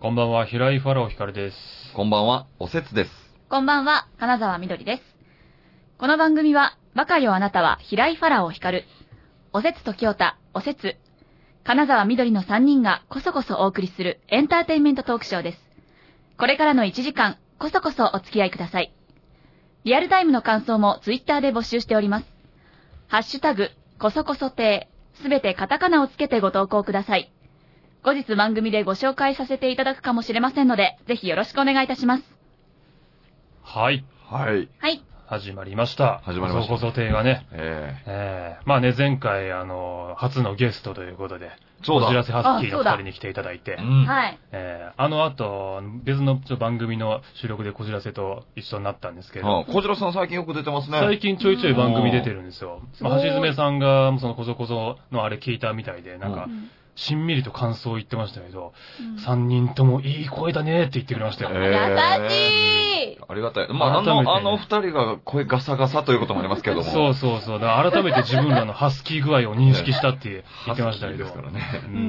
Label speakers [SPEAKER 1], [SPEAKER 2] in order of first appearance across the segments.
[SPEAKER 1] こんばんは、平井ファラオ光です。
[SPEAKER 2] こんばんは、おせつです。
[SPEAKER 3] こんばんは、金沢みどりです。この番組は、バカよあなたは平井ファラオ光る、おせつと清田、おせつ、金沢みどりの3人がこそこそお送りするエンターテインメントトークショーです。これからの1時間、こそこそお付き合いください。リアルタイムの感想もツイッターで募集しております。ハッシュタグ、こそこそ亭、すべてカタカナをつけてご投稿ください。後日番組でご紹介させていただくかもしれませんので、ぜひよろしくお願いいたします。
[SPEAKER 1] はい、
[SPEAKER 2] はい。
[SPEAKER 3] はい。
[SPEAKER 1] 始まりました。
[SPEAKER 2] 始まりました
[SPEAKER 1] こそこそ亭がね。
[SPEAKER 2] え
[SPEAKER 1] ええまあね、前回、あの、初のゲストということで、
[SPEAKER 2] ー、そう
[SPEAKER 1] おじら
[SPEAKER 2] だ。
[SPEAKER 1] せハスキー
[SPEAKER 3] あそ
[SPEAKER 1] の
[SPEAKER 3] うだ
[SPEAKER 1] 二人に来ていただいて、
[SPEAKER 2] ん
[SPEAKER 3] はい。
[SPEAKER 1] ええあの後、別のちょ番組の収録でこじらせと一緒になったんですけど、
[SPEAKER 2] あこちらさん最近よく出てますね。
[SPEAKER 1] 最近ちょいちょい番組出てるんですよ。
[SPEAKER 3] すごい
[SPEAKER 1] まあ、橋爪さんが、そのこそこそのあれ聞いたみたいで、なん
[SPEAKER 2] う
[SPEAKER 1] か
[SPEAKER 3] う、ん
[SPEAKER 1] しんみりと感想を言ってましたけど、
[SPEAKER 3] うん
[SPEAKER 1] 三人ともいい声だねって言ってくれましたよ。
[SPEAKER 2] え
[SPEAKER 3] 優しい
[SPEAKER 2] ありがたい。まあ、あ
[SPEAKER 1] 改めて
[SPEAKER 2] の、あの二人が声ガサガサということもありますけども。
[SPEAKER 1] そうそうそう。だから改めて自分らのハスキー具合を認識したって言ってましたけど。
[SPEAKER 2] ハスキーですから
[SPEAKER 1] う
[SPEAKER 2] ね。
[SPEAKER 1] ん
[SPEAKER 2] う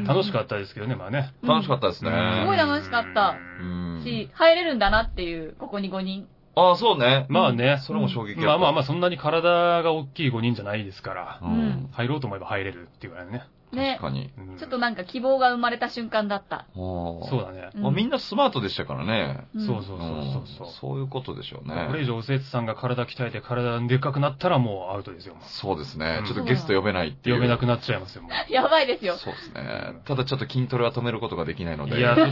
[SPEAKER 2] ん
[SPEAKER 1] 楽しかったですけどね、まあね。
[SPEAKER 2] 楽しかったですね。
[SPEAKER 3] すごい楽しかった
[SPEAKER 2] うん
[SPEAKER 3] し、入れるんだなっていう、ここに5人。
[SPEAKER 2] ああ、そうね。
[SPEAKER 1] まあね、
[SPEAKER 2] それも衝撃
[SPEAKER 1] まあまあまあ、そんなに体が大きい5人じゃないですから
[SPEAKER 2] あ、
[SPEAKER 3] うん
[SPEAKER 1] 入ろうと思えば入れるっていうぐらいのね。
[SPEAKER 3] ね
[SPEAKER 2] 確。かに。
[SPEAKER 1] うん
[SPEAKER 3] ちょっとなんか希望が生まれた瞬間だった。
[SPEAKER 2] そ
[SPEAKER 1] そうだね。
[SPEAKER 3] うん
[SPEAKER 2] まあ、みんなスマートでしたからね。
[SPEAKER 3] ん
[SPEAKER 1] そうそうそう
[SPEAKER 2] うん
[SPEAKER 1] そうそう。
[SPEAKER 2] そういうことでしょう
[SPEAKER 1] これ以
[SPEAKER 2] ね。
[SPEAKER 1] 上、おせつさんが体鍛えて体でっかくなったらもうアウトですよ。も
[SPEAKER 2] そうです
[SPEAKER 1] う
[SPEAKER 2] ね
[SPEAKER 1] ん。
[SPEAKER 2] ちょっとゲスト呼べないっていう。
[SPEAKER 1] う呼べなくなっちゃいますよ、もう。
[SPEAKER 3] やばいですよ。
[SPEAKER 2] そうですね。ただちょっと筋トレは止めることができないので。
[SPEAKER 1] いや、ちょっ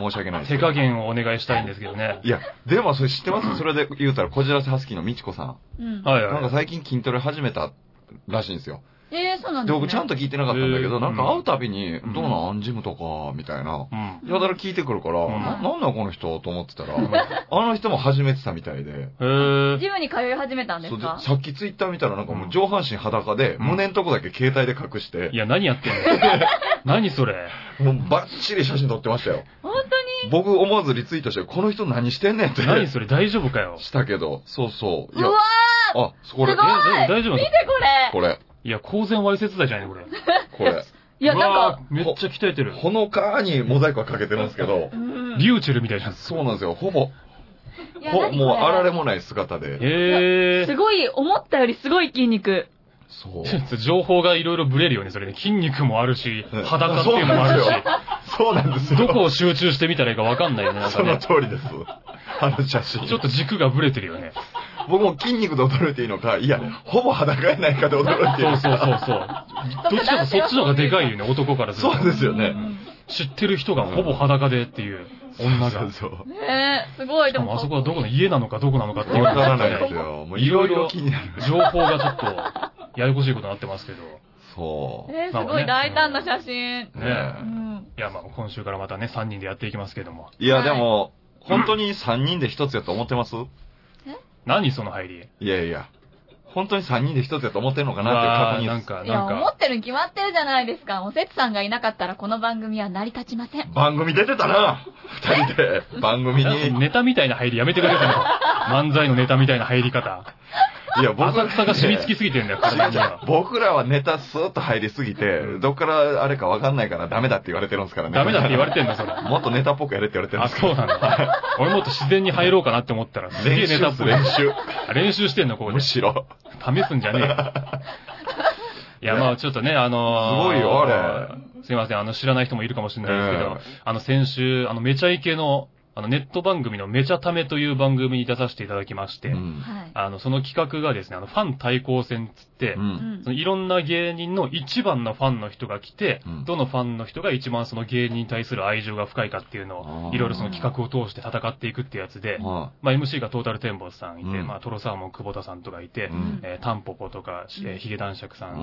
[SPEAKER 2] 申し訳 ない
[SPEAKER 1] と
[SPEAKER 2] で
[SPEAKER 1] 手
[SPEAKER 2] す。
[SPEAKER 1] 加。減をお願いしたいんですけどね。
[SPEAKER 2] いや、でもそれ知ってますそれで言うたら、こじらせハスキーのみちこさん。
[SPEAKER 3] うん。
[SPEAKER 1] はい
[SPEAKER 2] なん
[SPEAKER 1] は
[SPEAKER 2] か
[SPEAKER 1] い。
[SPEAKER 2] 最近筋トレ始めたらしいんですよ。
[SPEAKER 3] えー、そうなん
[SPEAKER 2] で、
[SPEAKER 3] ですね。
[SPEAKER 2] 僕ちゃんと聞いてなかったんだけ
[SPEAKER 1] へー
[SPEAKER 2] ど、なんか会うたびに
[SPEAKER 1] うん、
[SPEAKER 2] どうなんジムとか、みたいな。
[SPEAKER 1] うん。
[SPEAKER 2] やたら聞いてくるから、
[SPEAKER 1] うん
[SPEAKER 2] ななんなのこの人と思ってたら、
[SPEAKER 1] うん
[SPEAKER 2] あの人も始めてたみたいで。
[SPEAKER 1] へー
[SPEAKER 3] ジムに通い始めたんで
[SPEAKER 2] そ
[SPEAKER 3] す
[SPEAKER 2] うで
[SPEAKER 3] か
[SPEAKER 2] さっきツイッター見たらなんかもう上半身裸で、
[SPEAKER 1] うん
[SPEAKER 2] 胸のとこだけ携帯で隠して
[SPEAKER 1] い、や、何やってん の何それ。
[SPEAKER 2] もうバッチリ写真撮ってましたよ。
[SPEAKER 3] 本当
[SPEAKER 2] 僕思わずリツイートして、この人何してんねんって。
[SPEAKER 1] 何それ、大丈夫かよ。
[SPEAKER 2] したけど、そうそう。い
[SPEAKER 3] にう
[SPEAKER 2] や
[SPEAKER 3] わ、
[SPEAKER 2] あ、そこれ、
[SPEAKER 3] すごい
[SPEAKER 2] え
[SPEAKER 3] はい
[SPEAKER 1] 大丈夫なの
[SPEAKER 3] ー見てこれ
[SPEAKER 2] これ、
[SPEAKER 1] いや、公然わいせつ罪じゃないの、これ。
[SPEAKER 2] これ。
[SPEAKER 3] いや、
[SPEAKER 1] う
[SPEAKER 3] なん
[SPEAKER 1] わ
[SPEAKER 3] か、
[SPEAKER 1] ーめっちゃ鍛えてる。
[SPEAKER 2] ほのかにモザイクはかけてるんですけど
[SPEAKER 3] う、ん。
[SPEAKER 1] リューチェルみたいじゃん。
[SPEAKER 2] そうなんですよ。ほぼ、
[SPEAKER 3] いや
[SPEAKER 2] ほ
[SPEAKER 3] 何これ
[SPEAKER 2] もうあられもない姿で。
[SPEAKER 1] へ
[SPEAKER 3] す
[SPEAKER 1] え。
[SPEAKER 3] ごい、思ったよりすごい筋肉。
[SPEAKER 2] そう。
[SPEAKER 1] ちょっと情報がいろいろブレるよね、それね。筋肉もあるし、
[SPEAKER 2] う ん
[SPEAKER 1] 裸っていうのもある
[SPEAKER 2] そうなん
[SPEAKER 1] し、
[SPEAKER 2] そうなんですよ。
[SPEAKER 1] どこを集中してみたらいいかわかんないよね、なん
[SPEAKER 2] そ
[SPEAKER 1] か
[SPEAKER 2] の
[SPEAKER 1] ね。
[SPEAKER 2] 通りです。あの写真。
[SPEAKER 1] ちょっと軸がブレてるよね。
[SPEAKER 2] 僕も筋肉で驚いていいのか、いや、ほぼ裸やないかで驚いていい
[SPEAKER 1] そう
[SPEAKER 2] の
[SPEAKER 1] そう
[SPEAKER 2] か。
[SPEAKER 1] そうそう。 どっちかというとそっちの方がでかいよね、男からすると。
[SPEAKER 2] そうですよね。
[SPEAKER 1] 知ってる人がほぼ裸でっていう女
[SPEAKER 2] そ
[SPEAKER 1] が
[SPEAKER 2] う。そう。
[SPEAKER 3] ねえ、すごい。
[SPEAKER 1] でもあそこ
[SPEAKER 3] は
[SPEAKER 1] はどこの家なのかどこなのかっていうの
[SPEAKER 2] わ
[SPEAKER 1] が
[SPEAKER 2] から
[SPEAKER 1] ね
[SPEAKER 2] ないですよ。もういろいろ気になる。
[SPEAKER 1] 情報がちょっと、ややこしいことになってますけど。
[SPEAKER 2] そう。
[SPEAKER 3] えー、すごい大胆な写真。
[SPEAKER 1] ね
[SPEAKER 3] う
[SPEAKER 2] ね
[SPEAKER 3] ん。
[SPEAKER 1] いや、まあ、今週からまたね、3人でやっていきますけども。
[SPEAKER 2] いや、でも、本当に3人で1つやと思ってます
[SPEAKER 1] 何その入り。
[SPEAKER 2] いやいや。本当に3人で1つやと思ってるのかな
[SPEAKER 1] あ
[SPEAKER 2] っ
[SPEAKER 1] ー
[SPEAKER 2] ていう確認
[SPEAKER 1] な
[SPEAKER 2] で
[SPEAKER 1] ん
[SPEAKER 2] す
[SPEAKER 1] か、
[SPEAKER 3] いや、
[SPEAKER 1] なん
[SPEAKER 3] 思
[SPEAKER 1] か、
[SPEAKER 3] ってるに決まってるじゃないですか。おせつさんがいなかったらこの番組は成り立ちません。
[SPEAKER 2] 番組出てたな二人で、番 組
[SPEAKER 1] なんか
[SPEAKER 2] に。
[SPEAKER 1] ネタみたいな入りやめてくれよ、その漫才のネタみたいな入り方。
[SPEAKER 2] いや、
[SPEAKER 1] 浅草が染み付き
[SPEAKER 2] き
[SPEAKER 1] すぎてるんだよ、体には。
[SPEAKER 2] 僕らはネタスーッと入りすぎて、どっからあれかわかんないからダメだって言われてるんですからね。
[SPEAKER 1] ダメだって言われてんだ、それ。
[SPEAKER 2] もっとネタっぽくやれって言われてるん
[SPEAKER 1] あ、
[SPEAKER 2] ですか
[SPEAKER 1] そうなんだ。俺もっと自然に入ろうかなって思ったら、す
[SPEAKER 2] ら。
[SPEAKER 1] げえ
[SPEAKER 2] 練
[SPEAKER 1] ネタっぽ
[SPEAKER 2] 習
[SPEAKER 1] い。
[SPEAKER 2] 練習。
[SPEAKER 1] あ練習してんの、ここで。
[SPEAKER 2] む
[SPEAKER 1] 試
[SPEAKER 2] しろ。
[SPEAKER 1] すんじゃねえよ。 いや、まあ、ちょっとね、あのー
[SPEAKER 2] すごいよあ
[SPEAKER 1] すいません、あの、知らない人もいるかもしれないですけど、
[SPEAKER 2] え
[SPEAKER 1] あの、先週、あの、めちゃイケの、あの、ネット番組のめちゃためという番組に出させていただきまして、
[SPEAKER 2] うん
[SPEAKER 3] はい。
[SPEAKER 1] あの、その企画がですね、あの、ファン対抗戦つって、
[SPEAKER 2] う
[SPEAKER 3] うんん
[SPEAKER 1] そのいろんな芸人の一番のファンの人が来て、
[SPEAKER 2] うん
[SPEAKER 1] どのファンの人が一番その芸人に対する愛情が深いかっていうの
[SPEAKER 2] あ
[SPEAKER 1] を、
[SPEAKER 2] ー
[SPEAKER 1] いろいろその企画を通して戦っていくってやつで、
[SPEAKER 2] は
[SPEAKER 1] まあ MC がトータルテンボスさんいて、
[SPEAKER 2] うん
[SPEAKER 1] まあトロサーモン久保田さんとかいて、
[SPEAKER 2] いうん
[SPEAKER 1] えータンポポとか、えーヒゲ男爵さんと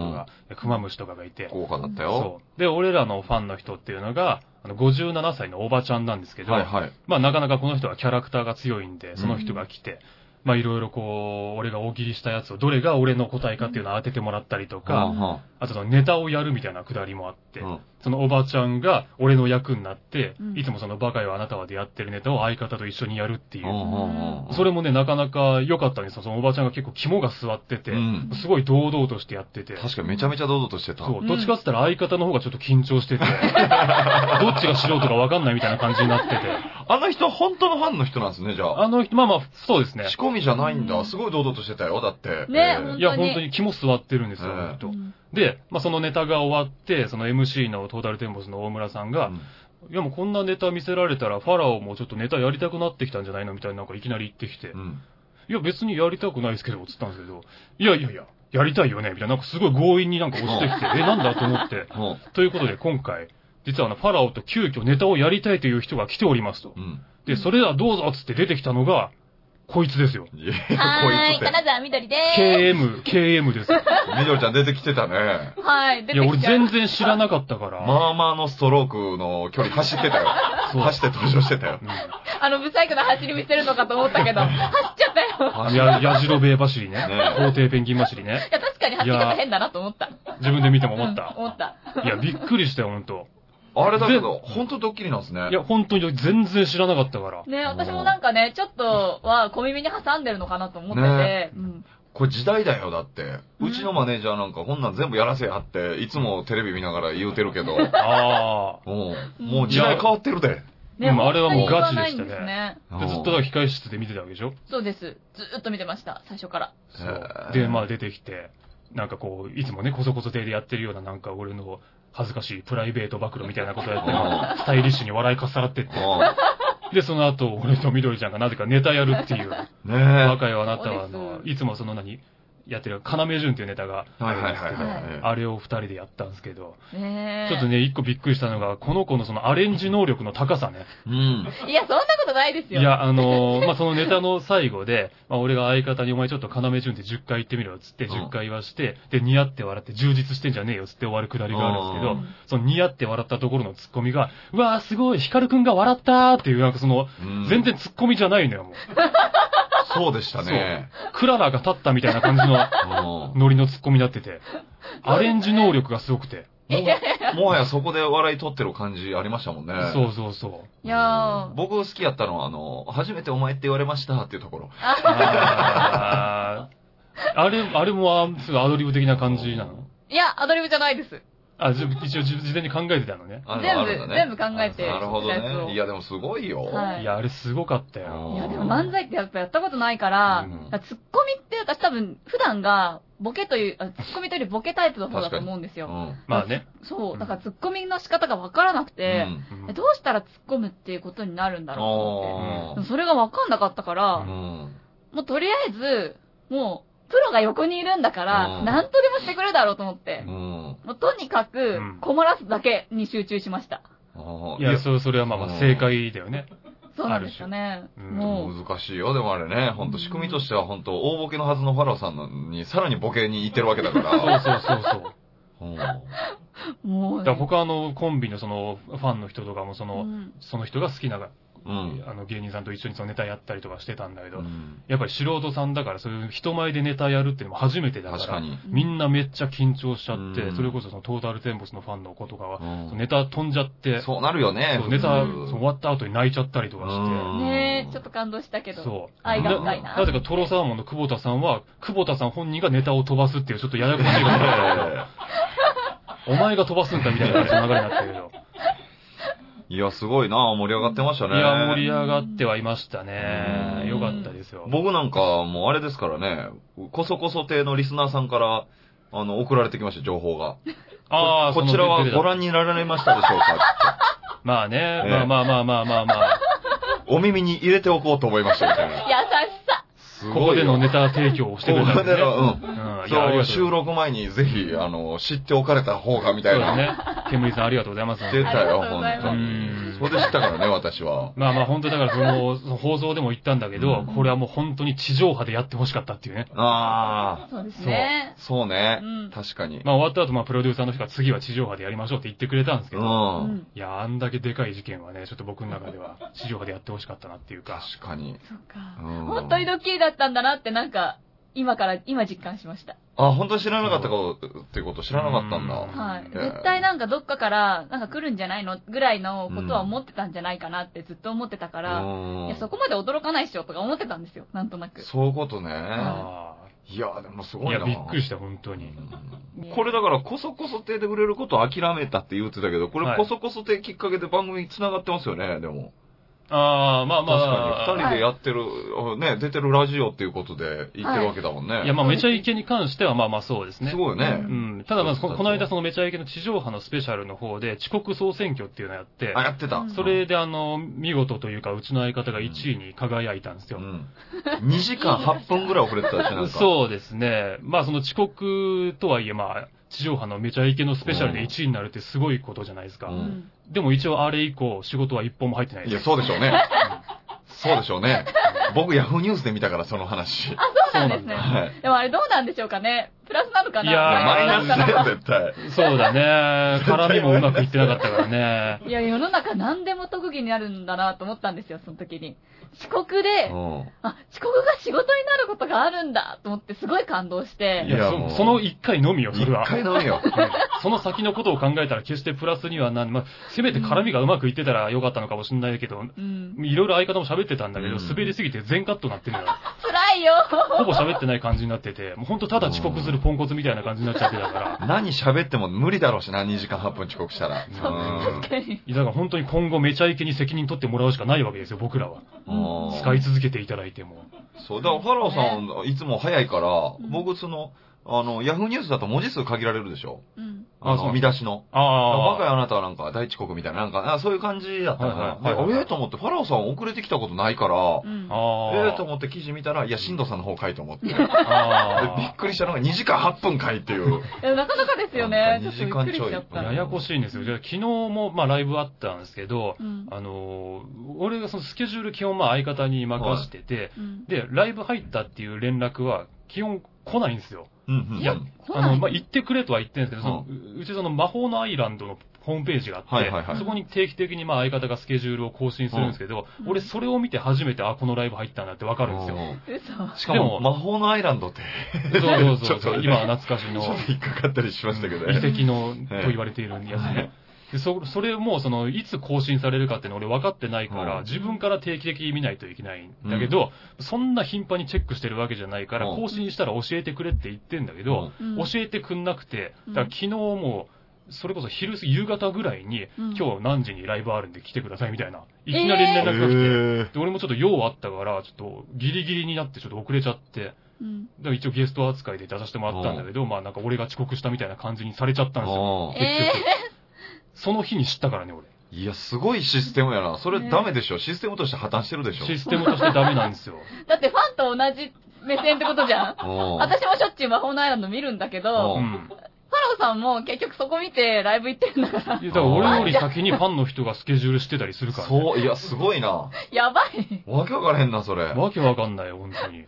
[SPEAKER 1] か、クマムシとかがいて、
[SPEAKER 2] 豪華だったよ。
[SPEAKER 1] そう。で、俺らのファンの人っていうのが、あの57歳のおばちゃんなんですけど、
[SPEAKER 2] はいはい。
[SPEAKER 1] まあなかなかこの人はキャラクターが強いんで、その人が来て、まあいろいろこう、俺が大喜利したやつを、どれが俺の答えかっていうのを当ててもらったりと
[SPEAKER 2] は
[SPEAKER 1] か、
[SPEAKER 2] んは
[SPEAKER 1] あとそのネタをやるみたいなくだりもあって、
[SPEAKER 2] ん
[SPEAKER 1] そのおばちゃんが俺の役になって、
[SPEAKER 3] うん
[SPEAKER 1] いつもそのバカよあなたはでやってるネタを相方と一緒にやるっていうう。
[SPEAKER 2] んうん
[SPEAKER 1] それもね、なかなか良かったんですよ。そのおばちゃんが結構肝が据わってて
[SPEAKER 2] う、ん。
[SPEAKER 1] すごい堂々としてやってて。
[SPEAKER 2] 確かにめちゃめちゃ堂々としてた。
[SPEAKER 1] そうう、
[SPEAKER 3] ん
[SPEAKER 1] どっちかって言ったら相方の方がちょっと緊張 してて、どっちが素人かわかんないみたいな感じになってて。
[SPEAKER 2] あの人、本当のファンの人なんですね、じゃあ。
[SPEAKER 1] あの人、まあまあ、そうですね。
[SPEAKER 2] 仕込みじゃないん
[SPEAKER 3] う
[SPEAKER 2] だ。
[SPEAKER 3] ん
[SPEAKER 2] すごい堂々としてたよ、だって。
[SPEAKER 3] ね
[SPEAKER 2] え
[SPEAKER 1] いや、
[SPEAKER 3] 本当に
[SPEAKER 1] 本当に肝据わってるんですよ、
[SPEAKER 2] ええ
[SPEAKER 1] 本当で、まあ、そのネタが終わって、その MC のトータルテンボスの大村さんが、いやもうこんなネタ見せられたら、ファラオもちょっとネタやりたくなってきたんじゃないのみたいな、なんかいきなり言ってきて、
[SPEAKER 2] うんうん
[SPEAKER 1] いや別にやりたくないですけど、つったんですけど、いやいやいや、やりたいよねみたいな、なんかすごい強引になんか落ちてきて、 え、なんだと思って。
[SPEAKER 2] うん
[SPEAKER 1] ということで今回、実はあの、ファラオと急遽ネタをやりたいという人が来ておりますと
[SPEAKER 2] う。ん。
[SPEAKER 1] で、それではどうぞっつって出てきたのが、 こいつですよ。
[SPEAKER 2] いや、
[SPEAKER 3] はーい、
[SPEAKER 2] こいつって。
[SPEAKER 3] 金沢みどりで
[SPEAKER 1] KM、KM です。
[SPEAKER 2] みどりち ゃん出てきてたね。
[SPEAKER 3] す。はい、出
[SPEAKER 1] い
[SPEAKER 3] て
[SPEAKER 1] や、俺
[SPEAKER 3] きちゃう。
[SPEAKER 1] 全然知らなかったから。
[SPEAKER 2] まあまあのストロークの距離走ってたよ。
[SPEAKER 1] そう
[SPEAKER 2] 走って登場してたよ。
[SPEAKER 3] あの、ブサイクな走り見せるのかと思った けど、走っちゃったよ。
[SPEAKER 1] うん。や、やじろべえ走りね。
[SPEAKER 2] ね
[SPEAKER 1] 皇帝ペンギン走りね。
[SPEAKER 3] いや、確かに走り方変だなと思った。
[SPEAKER 1] 自分で見ても思っ
[SPEAKER 3] うん
[SPEAKER 1] た。
[SPEAKER 3] 思った。
[SPEAKER 1] いや、びっくりしたよ、ほんと。
[SPEAKER 2] あれだけど、本当ドッキリなんですね。
[SPEAKER 1] いや、本当に全然知らなかったから。
[SPEAKER 3] ね、私もなんかね、ちょっとは小耳に挟んでるのかなと思ってて、
[SPEAKER 2] ね
[SPEAKER 3] うん
[SPEAKER 2] これ時代だよ、だって。
[SPEAKER 3] うん
[SPEAKER 2] うちのマネージャーなんかこんなん全部やらせやって、いつもテレビ見ながら言うてるけど、
[SPEAKER 1] あ
[SPEAKER 2] もうもう時代変わってるで。
[SPEAKER 3] ね、
[SPEAKER 1] でもあれはもう
[SPEAKER 3] 本当に
[SPEAKER 1] ガチでしたね
[SPEAKER 3] 言わないんですね
[SPEAKER 1] あ。でずっとだから控え室で見てたわけでしょ
[SPEAKER 3] そうです。ずーっと見てました、最初から。
[SPEAKER 1] そ
[SPEAKER 2] へ
[SPEAKER 1] う
[SPEAKER 2] ー。
[SPEAKER 1] で、まあ出てきて、なんかこう、いつもね、こそこそ手でやってるような、なんか俺の恥ずかしいプライベート暴露みたいなことやって
[SPEAKER 2] う
[SPEAKER 1] スタイリッシュに笑いかっさらってって。で、その後、俺と緑ちゃんがなぜかネタやるっていう。
[SPEAKER 2] うんね
[SPEAKER 1] 若いあなたは、あ
[SPEAKER 3] そう
[SPEAKER 1] の、
[SPEAKER 3] で
[SPEAKER 1] いつもその何やってる、要潤っていうネタが
[SPEAKER 2] え。
[SPEAKER 1] あ
[SPEAKER 2] はい
[SPEAKER 1] るん
[SPEAKER 2] はい
[SPEAKER 1] です
[SPEAKER 2] は
[SPEAKER 1] け
[SPEAKER 2] い
[SPEAKER 1] ど、
[SPEAKER 2] は
[SPEAKER 1] あれを二人でやったんですけど、
[SPEAKER 3] ねえ
[SPEAKER 1] ちょっとね、一個びっくりしたのが、この子のそのアレンジ能力の高さね。
[SPEAKER 2] い。うん。
[SPEAKER 3] いや、そんなことないです
[SPEAKER 1] い
[SPEAKER 3] よ。
[SPEAKER 1] や、あ のーまあ、そのネタの最後で、まあ、俺が相方にお前ちょっと要潤って10回言ってみろよっつって
[SPEAKER 2] うん
[SPEAKER 1] 10回言わして、で、似合って笑って充実してんじゃねえよっつって終わるくだりがあるん
[SPEAKER 3] う
[SPEAKER 1] ですけ
[SPEAKER 3] ん
[SPEAKER 1] ど、その似合って笑ったところのツッコミが、うわーすごい、ヒカルくんが笑ったーっていう、なんかその、
[SPEAKER 2] うん
[SPEAKER 1] 全然ツッコミじゃないのよ、もう。
[SPEAKER 2] そうでしたね。
[SPEAKER 1] クララが立ったみたいな感じの。
[SPEAKER 2] うん
[SPEAKER 1] ノリのツッコミになってて、アレンジ能力がすごくて。
[SPEAKER 2] もはやそこで笑い取ってる感じありましたもんね。
[SPEAKER 1] そうそうそう。
[SPEAKER 3] いやー
[SPEAKER 2] 僕好きやったのは、あの、初めてお前って言われましたっていうところ。
[SPEAKER 1] あーあれ、あれもあすごいアドリブ的な感じなの
[SPEAKER 3] いや、アドリブじゃないです。
[SPEAKER 1] あ、じ一応じ事前に考えてたのね。
[SPEAKER 2] ある
[SPEAKER 3] 全部
[SPEAKER 2] あるんだね
[SPEAKER 3] 全部考えて
[SPEAKER 2] なるほど
[SPEAKER 3] やつを
[SPEAKER 2] ね。いや、でもすごいよ。
[SPEAKER 3] はい
[SPEAKER 1] いや、あれすごかったよ。
[SPEAKER 3] いや、でも漫才ってやっぱやったことないか
[SPEAKER 2] う
[SPEAKER 3] ら、
[SPEAKER 2] ん
[SPEAKER 3] だからツッコミって私多分、普段が、ボケという、あツッコミというよりボケタイプの方だと思うんです
[SPEAKER 2] う
[SPEAKER 3] よ。
[SPEAKER 2] ん。
[SPEAKER 1] まあね。
[SPEAKER 3] そう、だからツッコミの仕方がわからなくて、
[SPEAKER 1] うん
[SPEAKER 3] どうしたら突っ込むっていうことになるんだろうと思って。
[SPEAKER 2] あ
[SPEAKER 3] でもそれがわかんなかったから、
[SPEAKER 2] あ。うん。
[SPEAKER 3] もうとりあえず、もう、プロが横にいるんだから、
[SPEAKER 2] うん
[SPEAKER 3] なんとでもしてくれるだろうと思って、
[SPEAKER 2] うん。
[SPEAKER 3] もうとにかく
[SPEAKER 1] うん、
[SPEAKER 3] 困らすだけに集中しました。
[SPEAKER 2] ああ
[SPEAKER 1] いや、そう、それはまあまあ正解だよね。
[SPEAKER 3] そうなんですよね。
[SPEAKER 1] ある種うん
[SPEAKER 3] もう、
[SPEAKER 2] 難しいよ、でもあれね。ほんと、仕組みとしてはほんと、大ボケのはずのファラオさんのに、さらにボケに行ってるわけだか
[SPEAKER 1] そう
[SPEAKER 2] ら。
[SPEAKER 1] そうそうそう。
[SPEAKER 2] うん
[SPEAKER 3] もう、
[SPEAKER 1] だから他のコンビのそのファンの人とかもその、
[SPEAKER 3] うん
[SPEAKER 1] その人が好きな、
[SPEAKER 2] うん。
[SPEAKER 1] あの芸人さんと一緒にそのネタやったりとかしてたんだけ
[SPEAKER 2] う
[SPEAKER 1] ど、
[SPEAKER 2] ん
[SPEAKER 1] やっぱり素人さんだからそういう人前でネタやるっていうのも初めてだから。
[SPEAKER 2] 確かに。
[SPEAKER 1] みんなめっちゃ緊張しちゃって、
[SPEAKER 2] うん
[SPEAKER 1] それこそそのトータルテンボスのファンの子とかは、
[SPEAKER 2] うん
[SPEAKER 1] ネタ飛んじゃって、
[SPEAKER 2] そうなるよね
[SPEAKER 1] そ。うネタ、
[SPEAKER 3] うん
[SPEAKER 1] そう終わった後に泣いちゃったりとかし
[SPEAKER 3] ねえ、ちょっと感動したけ
[SPEAKER 1] て、
[SPEAKER 3] ど。
[SPEAKER 1] そう。
[SPEAKER 3] 愛が深い
[SPEAKER 1] な
[SPEAKER 3] な。
[SPEAKER 1] なぜかトロサーモンの久保田さんは、久保田さん本人がネタを飛ばすっていう、ちょっとややこしいこと だ
[SPEAKER 2] え
[SPEAKER 1] けど、お前が飛ばすんかみたいな感じの流れになってるけ ど。
[SPEAKER 2] えいや、すごいな盛り上がってましたね。
[SPEAKER 1] いや、盛り上がってはいましたね
[SPEAKER 2] う。ん
[SPEAKER 1] よかったですよ。
[SPEAKER 2] 僕なんか、もうあれですからね、こそこそ亭のリスナーさんから、あの、送られてきました、情報が。
[SPEAKER 1] ああ、
[SPEAKER 2] こちらはご覧
[SPEAKER 1] に。
[SPEAKER 2] になられましたでしょうか
[SPEAKER 1] まあね、
[SPEAKER 2] ええ
[SPEAKER 1] まあまあまあまあまあまあ。
[SPEAKER 2] お耳に入れておこうと思いました、みた い
[SPEAKER 3] 優
[SPEAKER 2] な。
[SPEAKER 3] しさ。
[SPEAKER 2] す
[SPEAKER 1] ここでの
[SPEAKER 2] ね、
[SPEAKER 1] ネタ提供をしてくれたんですね。
[SPEAKER 2] ここでのうん
[SPEAKER 1] うん。いや、あり
[SPEAKER 2] そう
[SPEAKER 1] がとう
[SPEAKER 2] 収録前にぜひ、あの、知っておかれた方が、み
[SPEAKER 1] そ
[SPEAKER 2] たいう
[SPEAKER 1] だ
[SPEAKER 2] な。
[SPEAKER 1] ね。煙さんありがとうございます。
[SPEAKER 2] 出たよ、
[SPEAKER 3] ありがとうござい
[SPEAKER 2] 本
[SPEAKER 3] ます
[SPEAKER 2] 当
[SPEAKER 1] う
[SPEAKER 2] に
[SPEAKER 1] ん。
[SPEAKER 2] それで知ったからね、私は。
[SPEAKER 1] まあまあ本当にだからその、その放送でも言ったんだけど、
[SPEAKER 2] うん
[SPEAKER 1] これはもう本当に地上波でやってほしかったっていうね。
[SPEAKER 2] あ
[SPEAKER 3] そうです
[SPEAKER 2] そう
[SPEAKER 3] ね
[SPEAKER 2] あ、。そうね
[SPEAKER 3] う。ん
[SPEAKER 2] 確かに。
[SPEAKER 1] まあ終わった後、まあプロデューサーの人が次は地上波でやりましょうって言ってくれたんですけ
[SPEAKER 2] う。
[SPEAKER 1] ど、
[SPEAKER 3] うんん。
[SPEAKER 1] いや、あんだけでかい事件はね、ちょっと僕の中では地上波でやってほしかったなっていうか、
[SPEAKER 2] 確かに。
[SPEAKER 3] そうか。
[SPEAKER 2] うん
[SPEAKER 3] 本当にドッキリだったんだなってなんか、今から、今実感しました。
[SPEAKER 2] あ、本当に知らなかったか、っていうこと知らなかったんだ。
[SPEAKER 1] うん
[SPEAKER 3] はい。
[SPEAKER 2] えー
[SPEAKER 3] 絶対なんかどっかから、なんか来るんじゃないのぐらいのことは思ってたんじゃないかなってずっと思ってたから、
[SPEAKER 2] うん
[SPEAKER 3] いや、そこまで驚かないっしょとか思ってたんですよ、なんとなく。
[SPEAKER 2] そういうことね。
[SPEAKER 1] あ
[SPEAKER 2] いや、でもす
[SPEAKER 1] あ、い
[SPEAKER 2] ごい
[SPEAKER 1] や、
[SPEAKER 2] な。
[SPEAKER 1] びっくりした、本当に。
[SPEAKER 2] うんこれだから、こそこそ亭で売れることを諦めたって言ってたけど、こ
[SPEAKER 1] は
[SPEAKER 2] れ
[SPEAKER 1] い
[SPEAKER 2] こそこそ亭きっかけで番組繋がってますよね、でも。
[SPEAKER 1] ああ、まあ
[SPEAKER 2] 確
[SPEAKER 1] まあ、
[SPEAKER 2] かに、二人でやってる、ね、出てるラジオっていうことで言ってるわけだもんね。
[SPEAKER 1] いや、まあ、めちゃイケに関しては、まあまあそうですね。
[SPEAKER 2] すごいね。
[SPEAKER 1] うん。ただ、まあ、こ
[SPEAKER 2] そうそうそう
[SPEAKER 1] この間、そのめちゃイケの地上波のスペシャルの方で、遅刻総選挙っていうのやって
[SPEAKER 2] あ、、やってた
[SPEAKER 3] うん。
[SPEAKER 1] それで、あの、見事というか、うちの相方が1位に輝いたんです
[SPEAKER 2] う
[SPEAKER 1] よ。
[SPEAKER 2] ん。2時間8分ぐらい遅れてたし、なんか。
[SPEAKER 1] そうですね。まあ、その遅刻とはいえ、まあ、地上波のめちゃイケのスペシャルで1位になるってすごいことじゃないですか。
[SPEAKER 2] う
[SPEAKER 3] うんん。
[SPEAKER 1] でも一応、あれ以降、仕事は一本も入ってない
[SPEAKER 2] い
[SPEAKER 1] で
[SPEAKER 2] や、
[SPEAKER 1] す。
[SPEAKER 2] そうでしょうね。そうでしょうね。僕、ヤフーニュースで見たから、その話。
[SPEAKER 3] あ、そうなんですね。
[SPEAKER 2] はい。
[SPEAKER 3] でもあれどうなんでしょうかね。プラスなのかない
[SPEAKER 1] やー
[SPEAKER 2] マイ
[SPEAKER 3] マ
[SPEAKER 2] ナ
[SPEAKER 3] イナス
[SPEAKER 2] スだ
[SPEAKER 3] な
[SPEAKER 2] よ、
[SPEAKER 3] のか
[SPEAKER 2] 絶対。
[SPEAKER 1] そうだね。絡みもうまくいってなかったからね。
[SPEAKER 3] いや、世の中何でも特技になるんだなと思ったんですよ、その時に。遅刻で、
[SPEAKER 2] うん。
[SPEAKER 3] あ、遅刻が仕事になることがあるんだと思ってすごい感動し
[SPEAKER 1] い
[SPEAKER 3] て。
[SPEAKER 2] いや
[SPEAKER 1] や、
[SPEAKER 2] もう
[SPEAKER 1] そその一回のみよ、それは。
[SPEAKER 2] 一回飲めよ。
[SPEAKER 1] その先のことを考えたら決してプラスにはなん、まあ、せめて絡みがうまくいってたらよかったのかもしれないけど、
[SPEAKER 3] うん。
[SPEAKER 1] いろいろ相方も喋ってたんだけど、
[SPEAKER 2] うん
[SPEAKER 1] 滑りすぎて全カットになってるのよ。
[SPEAKER 3] 辛いよ。
[SPEAKER 1] ほぼ喋ってない感じになってて、もうほんとただ遅刻するポンコツみたいな感じになっちゃってたから。
[SPEAKER 2] 何喋っても無理だろうしな、2時間8分遅刻したら。
[SPEAKER 3] そう確かに。
[SPEAKER 1] だから本当に今後めちゃイケに責任取ってもらうしかないわけですよ、僕らは。
[SPEAKER 2] うん
[SPEAKER 1] 使い続けていただいても。
[SPEAKER 2] そう、だから、ファラオさん、いつも早いから
[SPEAKER 3] う、ん
[SPEAKER 2] 僕、その、あの、ヤフーニュースだと文字数限られるでしょ
[SPEAKER 3] うん。
[SPEAKER 1] あ
[SPEAKER 2] あ
[SPEAKER 1] そう
[SPEAKER 2] の、見出しの。
[SPEAKER 1] あ
[SPEAKER 2] バカ
[SPEAKER 1] あ。
[SPEAKER 2] よあなたはなんか、第一国みたいな、なんか、あそういう感じだった
[SPEAKER 1] はいはい
[SPEAKER 2] から、
[SPEAKER 1] はいはい
[SPEAKER 2] であれと思って、ファラオさん遅れてきたことないから
[SPEAKER 3] う、ん。
[SPEAKER 1] あ
[SPEAKER 2] え
[SPEAKER 1] あ。
[SPEAKER 2] えと思って記事見たら、いや、新藤さんの方かいと思って。でびっ
[SPEAKER 1] あ
[SPEAKER 2] くりしたのが2時間8分かいっ ていう。
[SPEAKER 3] いやなかなかですよね。ち
[SPEAKER 2] なん
[SPEAKER 3] ょっ
[SPEAKER 2] か
[SPEAKER 3] とびっくりしち
[SPEAKER 1] あ。
[SPEAKER 2] 二時間ち
[SPEAKER 3] ゃっ
[SPEAKER 2] ょ
[SPEAKER 3] た
[SPEAKER 2] い。
[SPEAKER 1] ややこしいんですよ。じゃあ昨日も、まあライブあったんですけど、
[SPEAKER 3] うん。
[SPEAKER 1] あのー俺がそのスケジュール基本まあ相方に任してて、
[SPEAKER 3] うん。
[SPEAKER 1] で、ライブ入ったっていう連絡は、基本来ないんですよ。
[SPEAKER 2] うんうんうん
[SPEAKER 3] いや、
[SPEAKER 1] あ
[SPEAKER 3] 来な
[SPEAKER 1] の、
[SPEAKER 3] い。
[SPEAKER 1] まあ、行ってくれとは言ってるんですけど、そのううちその魔法のアイランドのホームページがあって、
[SPEAKER 2] はいはいはい
[SPEAKER 1] そこに定期的にまあ相方がスケジュールを更新するんですけど、
[SPEAKER 3] うん
[SPEAKER 1] 俺それを見て初めて、あ、このライブ入ったんだってわかるんですよ。
[SPEAKER 3] 嘘。
[SPEAKER 2] しかも、
[SPEAKER 1] でも
[SPEAKER 2] 魔法のアイランドって、
[SPEAKER 1] そうそう
[SPEAKER 2] ち
[SPEAKER 1] そ
[SPEAKER 2] ょ
[SPEAKER 1] う
[SPEAKER 2] っとね
[SPEAKER 1] 今は懐かし
[SPEAKER 2] ち
[SPEAKER 1] の
[SPEAKER 2] ょっと引っかかったりしましたけど
[SPEAKER 1] 遺
[SPEAKER 2] ね。
[SPEAKER 1] 跡のと言われているやつね。でそそれも、その、いつ更新されるかっていうの俺分かってないから、
[SPEAKER 2] うん
[SPEAKER 1] 自分から定期的に見ないといけないんだけど、そんな頻繁にチェックしてるわけじゃないから、
[SPEAKER 2] うん
[SPEAKER 1] 更新したら教えてくれって言ってんだけど、
[SPEAKER 3] うん
[SPEAKER 1] 教えてくんなくて、
[SPEAKER 3] うん
[SPEAKER 1] だから昨日も、それこそ昼過ぎ、夕方ぐらいに、
[SPEAKER 3] うん
[SPEAKER 1] 今日何時にライブあるんで来てくださいみたいな、いきなり連
[SPEAKER 2] へ
[SPEAKER 1] 絡が来て、
[SPEAKER 2] ー
[SPEAKER 1] で俺もちょっと用あったから、ちょっとギリギリになってちょっと遅れちゃって、
[SPEAKER 3] うん。
[SPEAKER 1] だから一応ゲスト扱いで出させてもらったんだけど、まあなんか俺が遅刻したみたいな感じにされちゃったんですよ。結
[SPEAKER 2] あ
[SPEAKER 1] 局
[SPEAKER 2] ー
[SPEAKER 3] え
[SPEAKER 1] その日に知ったからね、俺。
[SPEAKER 2] いや、すごいシステムやな。それダメでしょ。システムとして破綻してるでしょ。
[SPEAKER 1] システムとしてダメなんですよ。
[SPEAKER 3] ーだってファンと同じ目線ってことじゃん。
[SPEAKER 2] うん
[SPEAKER 3] 私もしょっちゅう魔法のアイランド見るんだけど、
[SPEAKER 1] う。
[SPEAKER 2] うん
[SPEAKER 3] ファローさんも結局そこ見てライブ行ってるんだから
[SPEAKER 1] い、やだから俺より先にファンの人がスケジュールしてたりするから、ね。
[SPEAKER 2] そう、いや、すごいな。
[SPEAKER 3] やばい。
[SPEAKER 2] わけわからへんな、それ。ね
[SPEAKER 1] わけわかんないよ、本当に。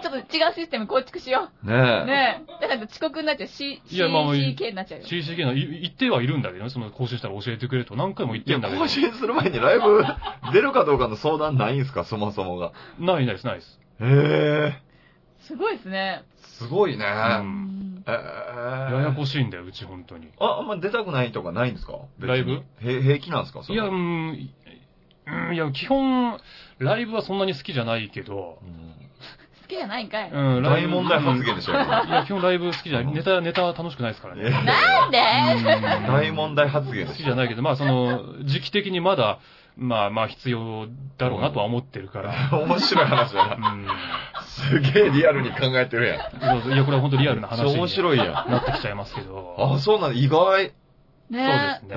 [SPEAKER 3] ちょっと違うシステム構築しよう。
[SPEAKER 2] え。
[SPEAKER 3] ねえ。だから遅刻になっちゃう。C、
[SPEAKER 1] いやまあまあ
[SPEAKER 3] CK になっちゃうよ。
[SPEAKER 1] CCK のい言ってはいるんだけどね、その更新したら教えてくれと何回も言っ
[SPEAKER 2] い
[SPEAKER 1] て
[SPEAKER 2] や、
[SPEAKER 1] んだけど
[SPEAKER 2] 更。新する前にラ イブ出るかどうかの相談ないんすか、そもそもが。
[SPEAKER 1] ないないです、ないです。
[SPEAKER 2] へえ。
[SPEAKER 3] すごいですね。
[SPEAKER 2] すごいね。
[SPEAKER 1] う
[SPEAKER 3] うんん。
[SPEAKER 2] ええ。
[SPEAKER 1] ややこしいんだよ、うち本当に。
[SPEAKER 2] あ、あんま出たくないとかないんですか別に
[SPEAKER 1] ライブ
[SPEAKER 2] へ平気なんですかそ
[SPEAKER 1] い
[SPEAKER 2] れ
[SPEAKER 1] や、うん、いうんいや、基本、ライブはそんなに好きじゃないけど、
[SPEAKER 2] うん
[SPEAKER 3] 好きじゃないんかい。
[SPEAKER 1] うん、ライ
[SPEAKER 2] 大
[SPEAKER 1] ブ
[SPEAKER 2] 問題発言でしょ。
[SPEAKER 1] うんいや、基本ライブ好きじゃない。ネタ、ネタは楽しくないですからね。
[SPEAKER 3] なんで
[SPEAKER 1] うん
[SPEAKER 2] 大問題発言
[SPEAKER 1] 好
[SPEAKER 2] で
[SPEAKER 1] き
[SPEAKER 2] し
[SPEAKER 1] じ
[SPEAKER 2] ょ。
[SPEAKER 1] ゃないけど、まあその、時期的にまだ、まあまあ必要だろうなとは思ってる から。
[SPEAKER 2] 面白い話だ
[SPEAKER 1] う
[SPEAKER 2] な。
[SPEAKER 1] ん。
[SPEAKER 2] すげえリアルに考えてるやん。
[SPEAKER 1] そうそういや、これは本当リアルな話
[SPEAKER 2] そう面
[SPEAKER 1] に
[SPEAKER 2] 白いやん。
[SPEAKER 1] なってきちゃいますけど。
[SPEAKER 2] あ、そうなんだ。意外。
[SPEAKER 1] そうで
[SPEAKER 3] ねえ。
[SPEAKER 1] すね。
[SPEAKER 2] へ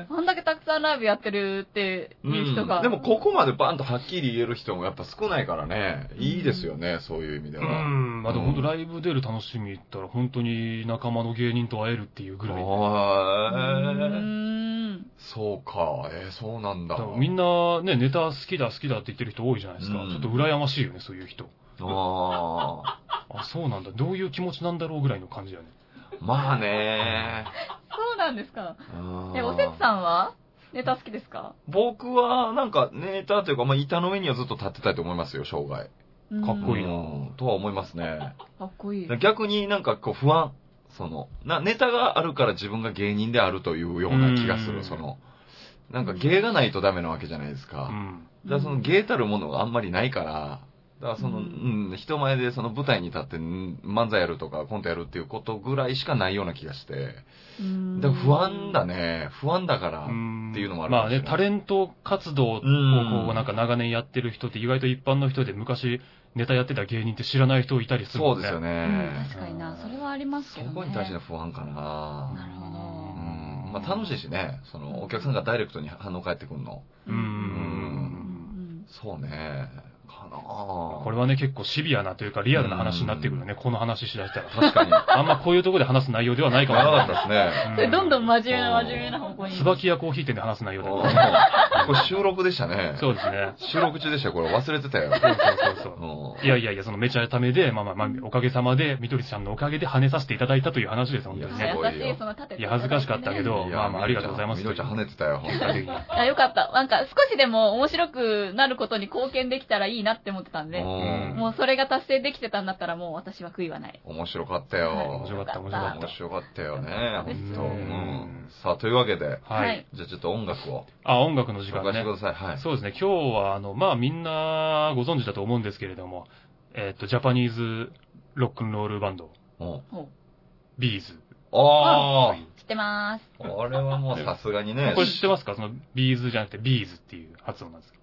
[SPEAKER 2] え。
[SPEAKER 3] あんだけたくさんライブやってるっていう人が。
[SPEAKER 2] でもここまでバンとはっきり言える人もやっぱ少ないからね。いいですよね、そういう意味で
[SPEAKER 1] う
[SPEAKER 2] は。
[SPEAKER 1] ん、まあでも本当ライブ出る楽しみ言ったら本当に仲間の芸人と会えるっていうぐらい。
[SPEAKER 2] は
[SPEAKER 3] う
[SPEAKER 2] い。
[SPEAKER 3] ん。
[SPEAKER 2] そうか、えー、そうなんだ
[SPEAKER 1] だか。らみんなね、ネタ好きだ好きだって言ってる人多いじゃないですか。
[SPEAKER 2] うん
[SPEAKER 1] ちょっと羨ましいよね、そういう人。
[SPEAKER 2] あ
[SPEAKER 1] あ、そうなんだ。どういう気持ちなんだろうぐらいの感じだよね。
[SPEAKER 2] ーまあね
[SPEAKER 3] そうなんですか。
[SPEAKER 2] ー。
[SPEAKER 3] え、おせつ
[SPEAKER 2] ん
[SPEAKER 3] さんはネタ好きですか
[SPEAKER 2] 僕は、なんか、ネタというか、まあ、板の上にはずっと立ってたいと思いますよ、生涯。
[SPEAKER 1] かっこいいな
[SPEAKER 2] うんとは思いますね。
[SPEAKER 3] かっこいい。
[SPEAKER 2] 逆になんかこう不安。その、な、ネタがあるから自分が芸人であるというような気がす
[SPEAKER 1] う
[SPEAKER 2] る、
[SPEAKER 1] ん
[SPEAKER 2] その、なんか芸がないとダメなわけじゃないですか。
[SPEAKER 1] うん。
[SPEAKER 2] だからその芸たるものがあんまりないから、だからその、
[SPEAKER 3] う
[SPEAKER 2] うんん、人前でその舞台に立ってん漫才やるとかコントやるっていうことぐらいしかないような気がして、
[SPEAKER 3] うん
[SPEAKER 2] だから不安だ。ね、不安だから、
[SPEAKER 1] ん
[SPEAKER 2] っていうのもある
[SPEAKER 1] ま
[SPEAKER 2] か
[SPEAKER 1] あ
[SPEAKER 2] もしれ
[SPEAKER 1] ね、
[SPEAKER 2] ない
[SPEAKER 1] タレント活動をこ
[SPEAKER 2] うん
[SPEAKER 1] うなんか長年やってる人って意外と一般の人で昔ネタやってた芸人って知らない人いたりする
[SPEAKER 2] そ
[SPEAKER 1] も
[SPEAKER 2] うん
[SPEAKER 1] ね。
[SPEAKER 2] ですよ
[SPEAKER 3] うん、
[SPEAKER 2] ね。
[SPEAKER 3] 確かにな。それはあります
[SPEAKER 2] そ
[SPEAKER 3] けどね。
[SPEAKER 2] こに対しての不安かな。
[SPEAKER 3] なるほど。
[SPEAKER 2] うん、まあ楽しいしね、そのお客さんがダイレクトに反応返ってくるの。
[SPEAKER 1] うん
[SPEAKER 3] うん
[SPEAKER 2] そうね、かな
[SPEAKER 1] これはね、結構シビアなというかリアルな話になってくるよね、この話しだしたら。
[SPEAKER 2] 確かに。長
[SPEAKER 1] あんまこういうところで話す内容ではないかもしれ
[SPEAKER 2] か
[SPEAKER 1] な
[SPEAKER 2] っ
[SPEAKER 1] い。
[SPEAKER 2] たです ね。
[SPEAKER 3] それどんどん真面目な
[SPEAKER 2] うん
[SPEAKER 3] 真面目な方向に。
[SPEAKER 1] 椿屋コーヒー店で話す内容だ
[SPEAKER 2] お
[SPEAKER 1] った
[SPEAKER 2] ーこれ収録でしたね。
[SPEAKER 1] そうですね。
[SPEAKER 2] 収録中でしたよ、これ忘れてたよ。
[SPEAKER 1] そうそうそうそう。
[SPEAKER 2] う
[SPEAKER 1] いやいやいや、そのめちゃためで、まあまあまあ、おかげさまで、みどりさんのおかげで跳ねさせていただいたという話です、本当に
[SPEAKER 3] はい
[SPEAKER 1] ね。
[SPEAKER 2] ごいよ
[SPEAKER 3] 優しい、その立てて
[SPEAKER 1] いや恥ずかしかったけど
[SPEAKER 2] ん
[SPEAKER 1] まあまあありがとうございます
[SPEAKER 2] みどりちゃん跳ねてたよ、本当に。
[SPEAKER 3] あ、よかった。なんか少しでも面白くなることに貢献できたらいいなって思ってたんで、
[SPEAKER 1] ん
[SPEAKER 2] うん
[SPEAKER 3] もうそれが達成できてたんだったらもう私は悔いはない。
[SPEAKER 2] 面白かった
[SPEAKER 3] はい
[SPEAKER 2] よ
[SPEAKER 1] 面。白かった、面白かっ
[SPEAKER 2] 面白かったよね、
[SPEAKER 3] で
[SPEAKER 2] 本
[SPEAKER 3] す
[SPEAKER 2] 当。う
[SPEAKER 1] うん
[SPEAKER 2] んさあ、というわけで、
[SPEAKER 1] た。はい。。
[SPEAKER 2] じゃあちょっと音楽を
[SPEAKER 1] あ、音楽の時
[SPEAKER 2] 紹
[SPEAKER 1] 間
[SPEAKER 2] 介し
[SPEAKER 1] ね
[SPEAKER 2] てく。ださい。はい。
[SPEAKER 1] そうですね、今日は、あの、まあ、みんなご存知だと思うんですけれども、えっ、と、ジャパニーズロックンロールバンド、
[SPEAKER 2] うん
[SPEAKER 3] ほう
[SPEAKER 1] ビーズ。
[SPEAKER 2] あ
[SPEAKER 3] 知ってまーす。
[SPEAKER 2] あ、これはもうさすがにね
[SPEAKER 1] これ、知ってますかその、ビーズじゃなくて、ビーズっていう発音なんですけど。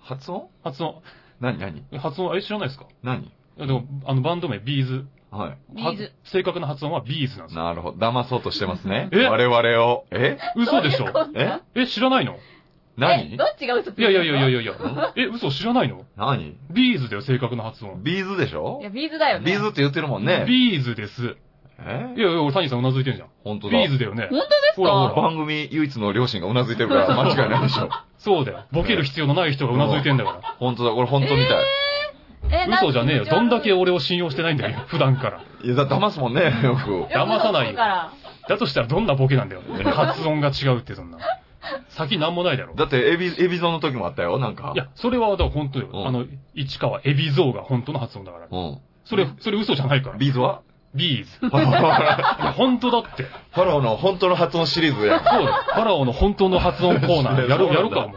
[SPEAKER 2] 発音
[SPEAKER 1] 発音、
[SPEAKER 2] 何何
[SPEAKER 1] 発音、あれ知らないですか
[SPEAKER 2] 何
[SPEAKER 1] でも、あの、バンド名、ビーズ。
[SPEAKER 2] はい。
[SPEAKER 3] ビーズ。
[SPEAKER 1] は正確な発音はビーズなんですよ。
[SPEAKER 2] なるほど。騙そうとしてますね。
[SPEAKER 1] え
[SPEAKER 2] 我々を。え
[SPEAKER 1] 嘘でしょ
[SPEAKER 3] どういうこと
[SPEAKER 2] え
[SPEAKER 1] え、知らないの
[SPEAKER 2] 何
[SPEAKER 3] えどっちが嘘つい
[SPEAKER 1] い
[SPEAKER 3] て
[SPEAKER 1] や
[SPEAKER 3] る
[SPEAKER 1] い
[SPEAKER 3] の
[SPEAKER 1] やいやいやいや。え、嘘知らないの
[SPEAKER 2] 何
[SPEAKER 1] ビーズだよ、正確な発音。
[SPEAKER 2] ビーズでしょ
[SPEAKER 3] いや、ビーズだよね。
[SPEAKER 2] ビーズって言ってるもんね。
[SPEAKER 1] ビーズです。
[SPEAKER 2] え
[SPEAKER 1] いやいや、俺、谷さんうなずいてんじゃん。
[SPEAKER 2] 本当だ。
[SPEAKER 1] ビーズだよね。
[SPEAKER 3] 本当ですか
[SPEAKER 1] ほらほら
[SPEAKER 2] 番組唯一の両親がうなずいてる から間違いないでしょ。
[SPEAKER 1] そうだよ。ボケる必要のない人がうなずいてんだから。
[SPEAKER 2] 本当だ、これ本当みたい。
[SPEAKER 3] えなんか
[SPEAKER 1] 嘘じゃねえよ。どんだけ俺を信用してないんだよ、普段から。
[SPEAKER 2] いや、だ騙すもんね、よく。
[SPEAKER 1] 騙さないよ
[SPEAKER 3] 嘘つくから
[SPEAKER 1] だとしたらどんなボケなんだよ。発音が違うって、そんな。先なんもないだろ。
[SPEAKER 2] だって、エビ、エビゾの時もあったよ、なんか。
[SPEAKER 1] いや、それは、だから本当
[SPEAKER 2] う
[SPEAKER 1] よ。
[SPEAKER 2] ん
[SPEAKER 1] あの、市川海老蔵が本当の発音だから。
[SPEAKER 2] うん。
[SPEAKER 1] それ、それ嘘じゃないから。
[SPEAKER 2] ビーズは
[SPEAKER 1] ビーズ。
[SPEAKER 2] ファラ
[SPEAKER 1] いや本当だって。
[SPEAKER 2] オの本当の発音シリーズや。
[SPEAKER 1] そうだよ。ファラオの本当の発音コーナー、やろう、やろうか、もう。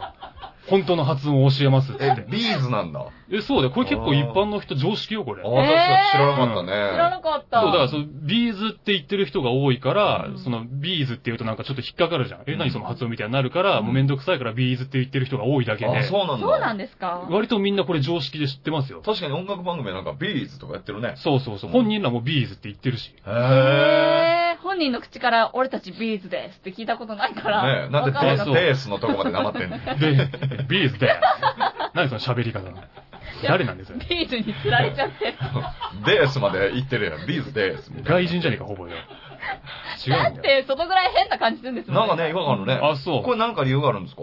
[SPEAKER 1] 本当の発音を教えますっつっ
[SPEAKER 2] え
[SPEAKER 1] て、。
[SPEAKER 2] ビーズなんだ。あ
[SPEAKER 1] え、そうだよ。これ結構一般の人常識よ、これ。
[SPEAKER 2] あ、
[SPEAKER 1] そう、
[SPEAKER 2] 確かに知らなかった
[SPEAKER 3] 知ら
[SPEAKER 2] ね。
[SPEAKER 3] なかっ
[SPEAKER 1] だ
[SPEAKER 3] た。
[SPEAKER 1] から、その、ビーズって言ってる人が多いから
[SPEAKER 3] うん、
[SPEAKER 1] その、ビーズって言うとなんかちょっと引っかかるじゃん。え、
[SPEAKER 2] うん
[SPEAKER 1] 何その発音みたいになるから、もうめんどくさいからビーズって言ってる人が多いだけ
[SPEAKER 2] あ、
[SPEAKER 1] で。
[SPEAKER 2] そうなんだ。
[SPEAKER 3] そうなんですか
[SPEAKER 1] 割とみんなこれ常識で知ってますよ。
[SPEAKER 2] 確かに音楽番組はなんかビーズとかやってるね。
[SPEAKER 1] そうそうそう。
[SPEAKER 2] うん
[SPEAKER 1] 本人らもビーズって言ってるし。
[SPEAKER 2] へえ。
[SPEAKER 3] えー、本人の口から俺たちビーズですって聞いたことないから。
[SPEAKER 2] ねえ、なんで
[SPEAKER 3] わかん
[SPEAKER 1] る
[SPEAKER 2] ベー
[SPEAKER 3] ない
[SPEAKER 2] スベースのとこまで黙ってんの
[SPEAKER 1] で、ビーズで。何その喋り方。誰なんですよ。
[SPEAKER 3] ビーズに釣られちゃって。
[SPEAKER 2] ベースまで行ってるやん。ビーズベースみたい
[SPEAKER 1] 外人じゃねえか、ほぼよ。違
[SPEAKER 3] だ
[SPEAKER 1] うん
[SPEAKER 3] っ
[SPEAKER 1] だよ。
[SPEAKER 3] て、そのぐらい変な感じするんです
[SPEAKER 2] な。な
[SPEAKER 3] も
[SPEAKER 2] ん
[SPEAKER 3] ん
[SPEAKER 2] かね、違和感あるね。
[SPEAKER 1] あ、そう
[SPEAKER 2] こ。れなんか理由があるんですか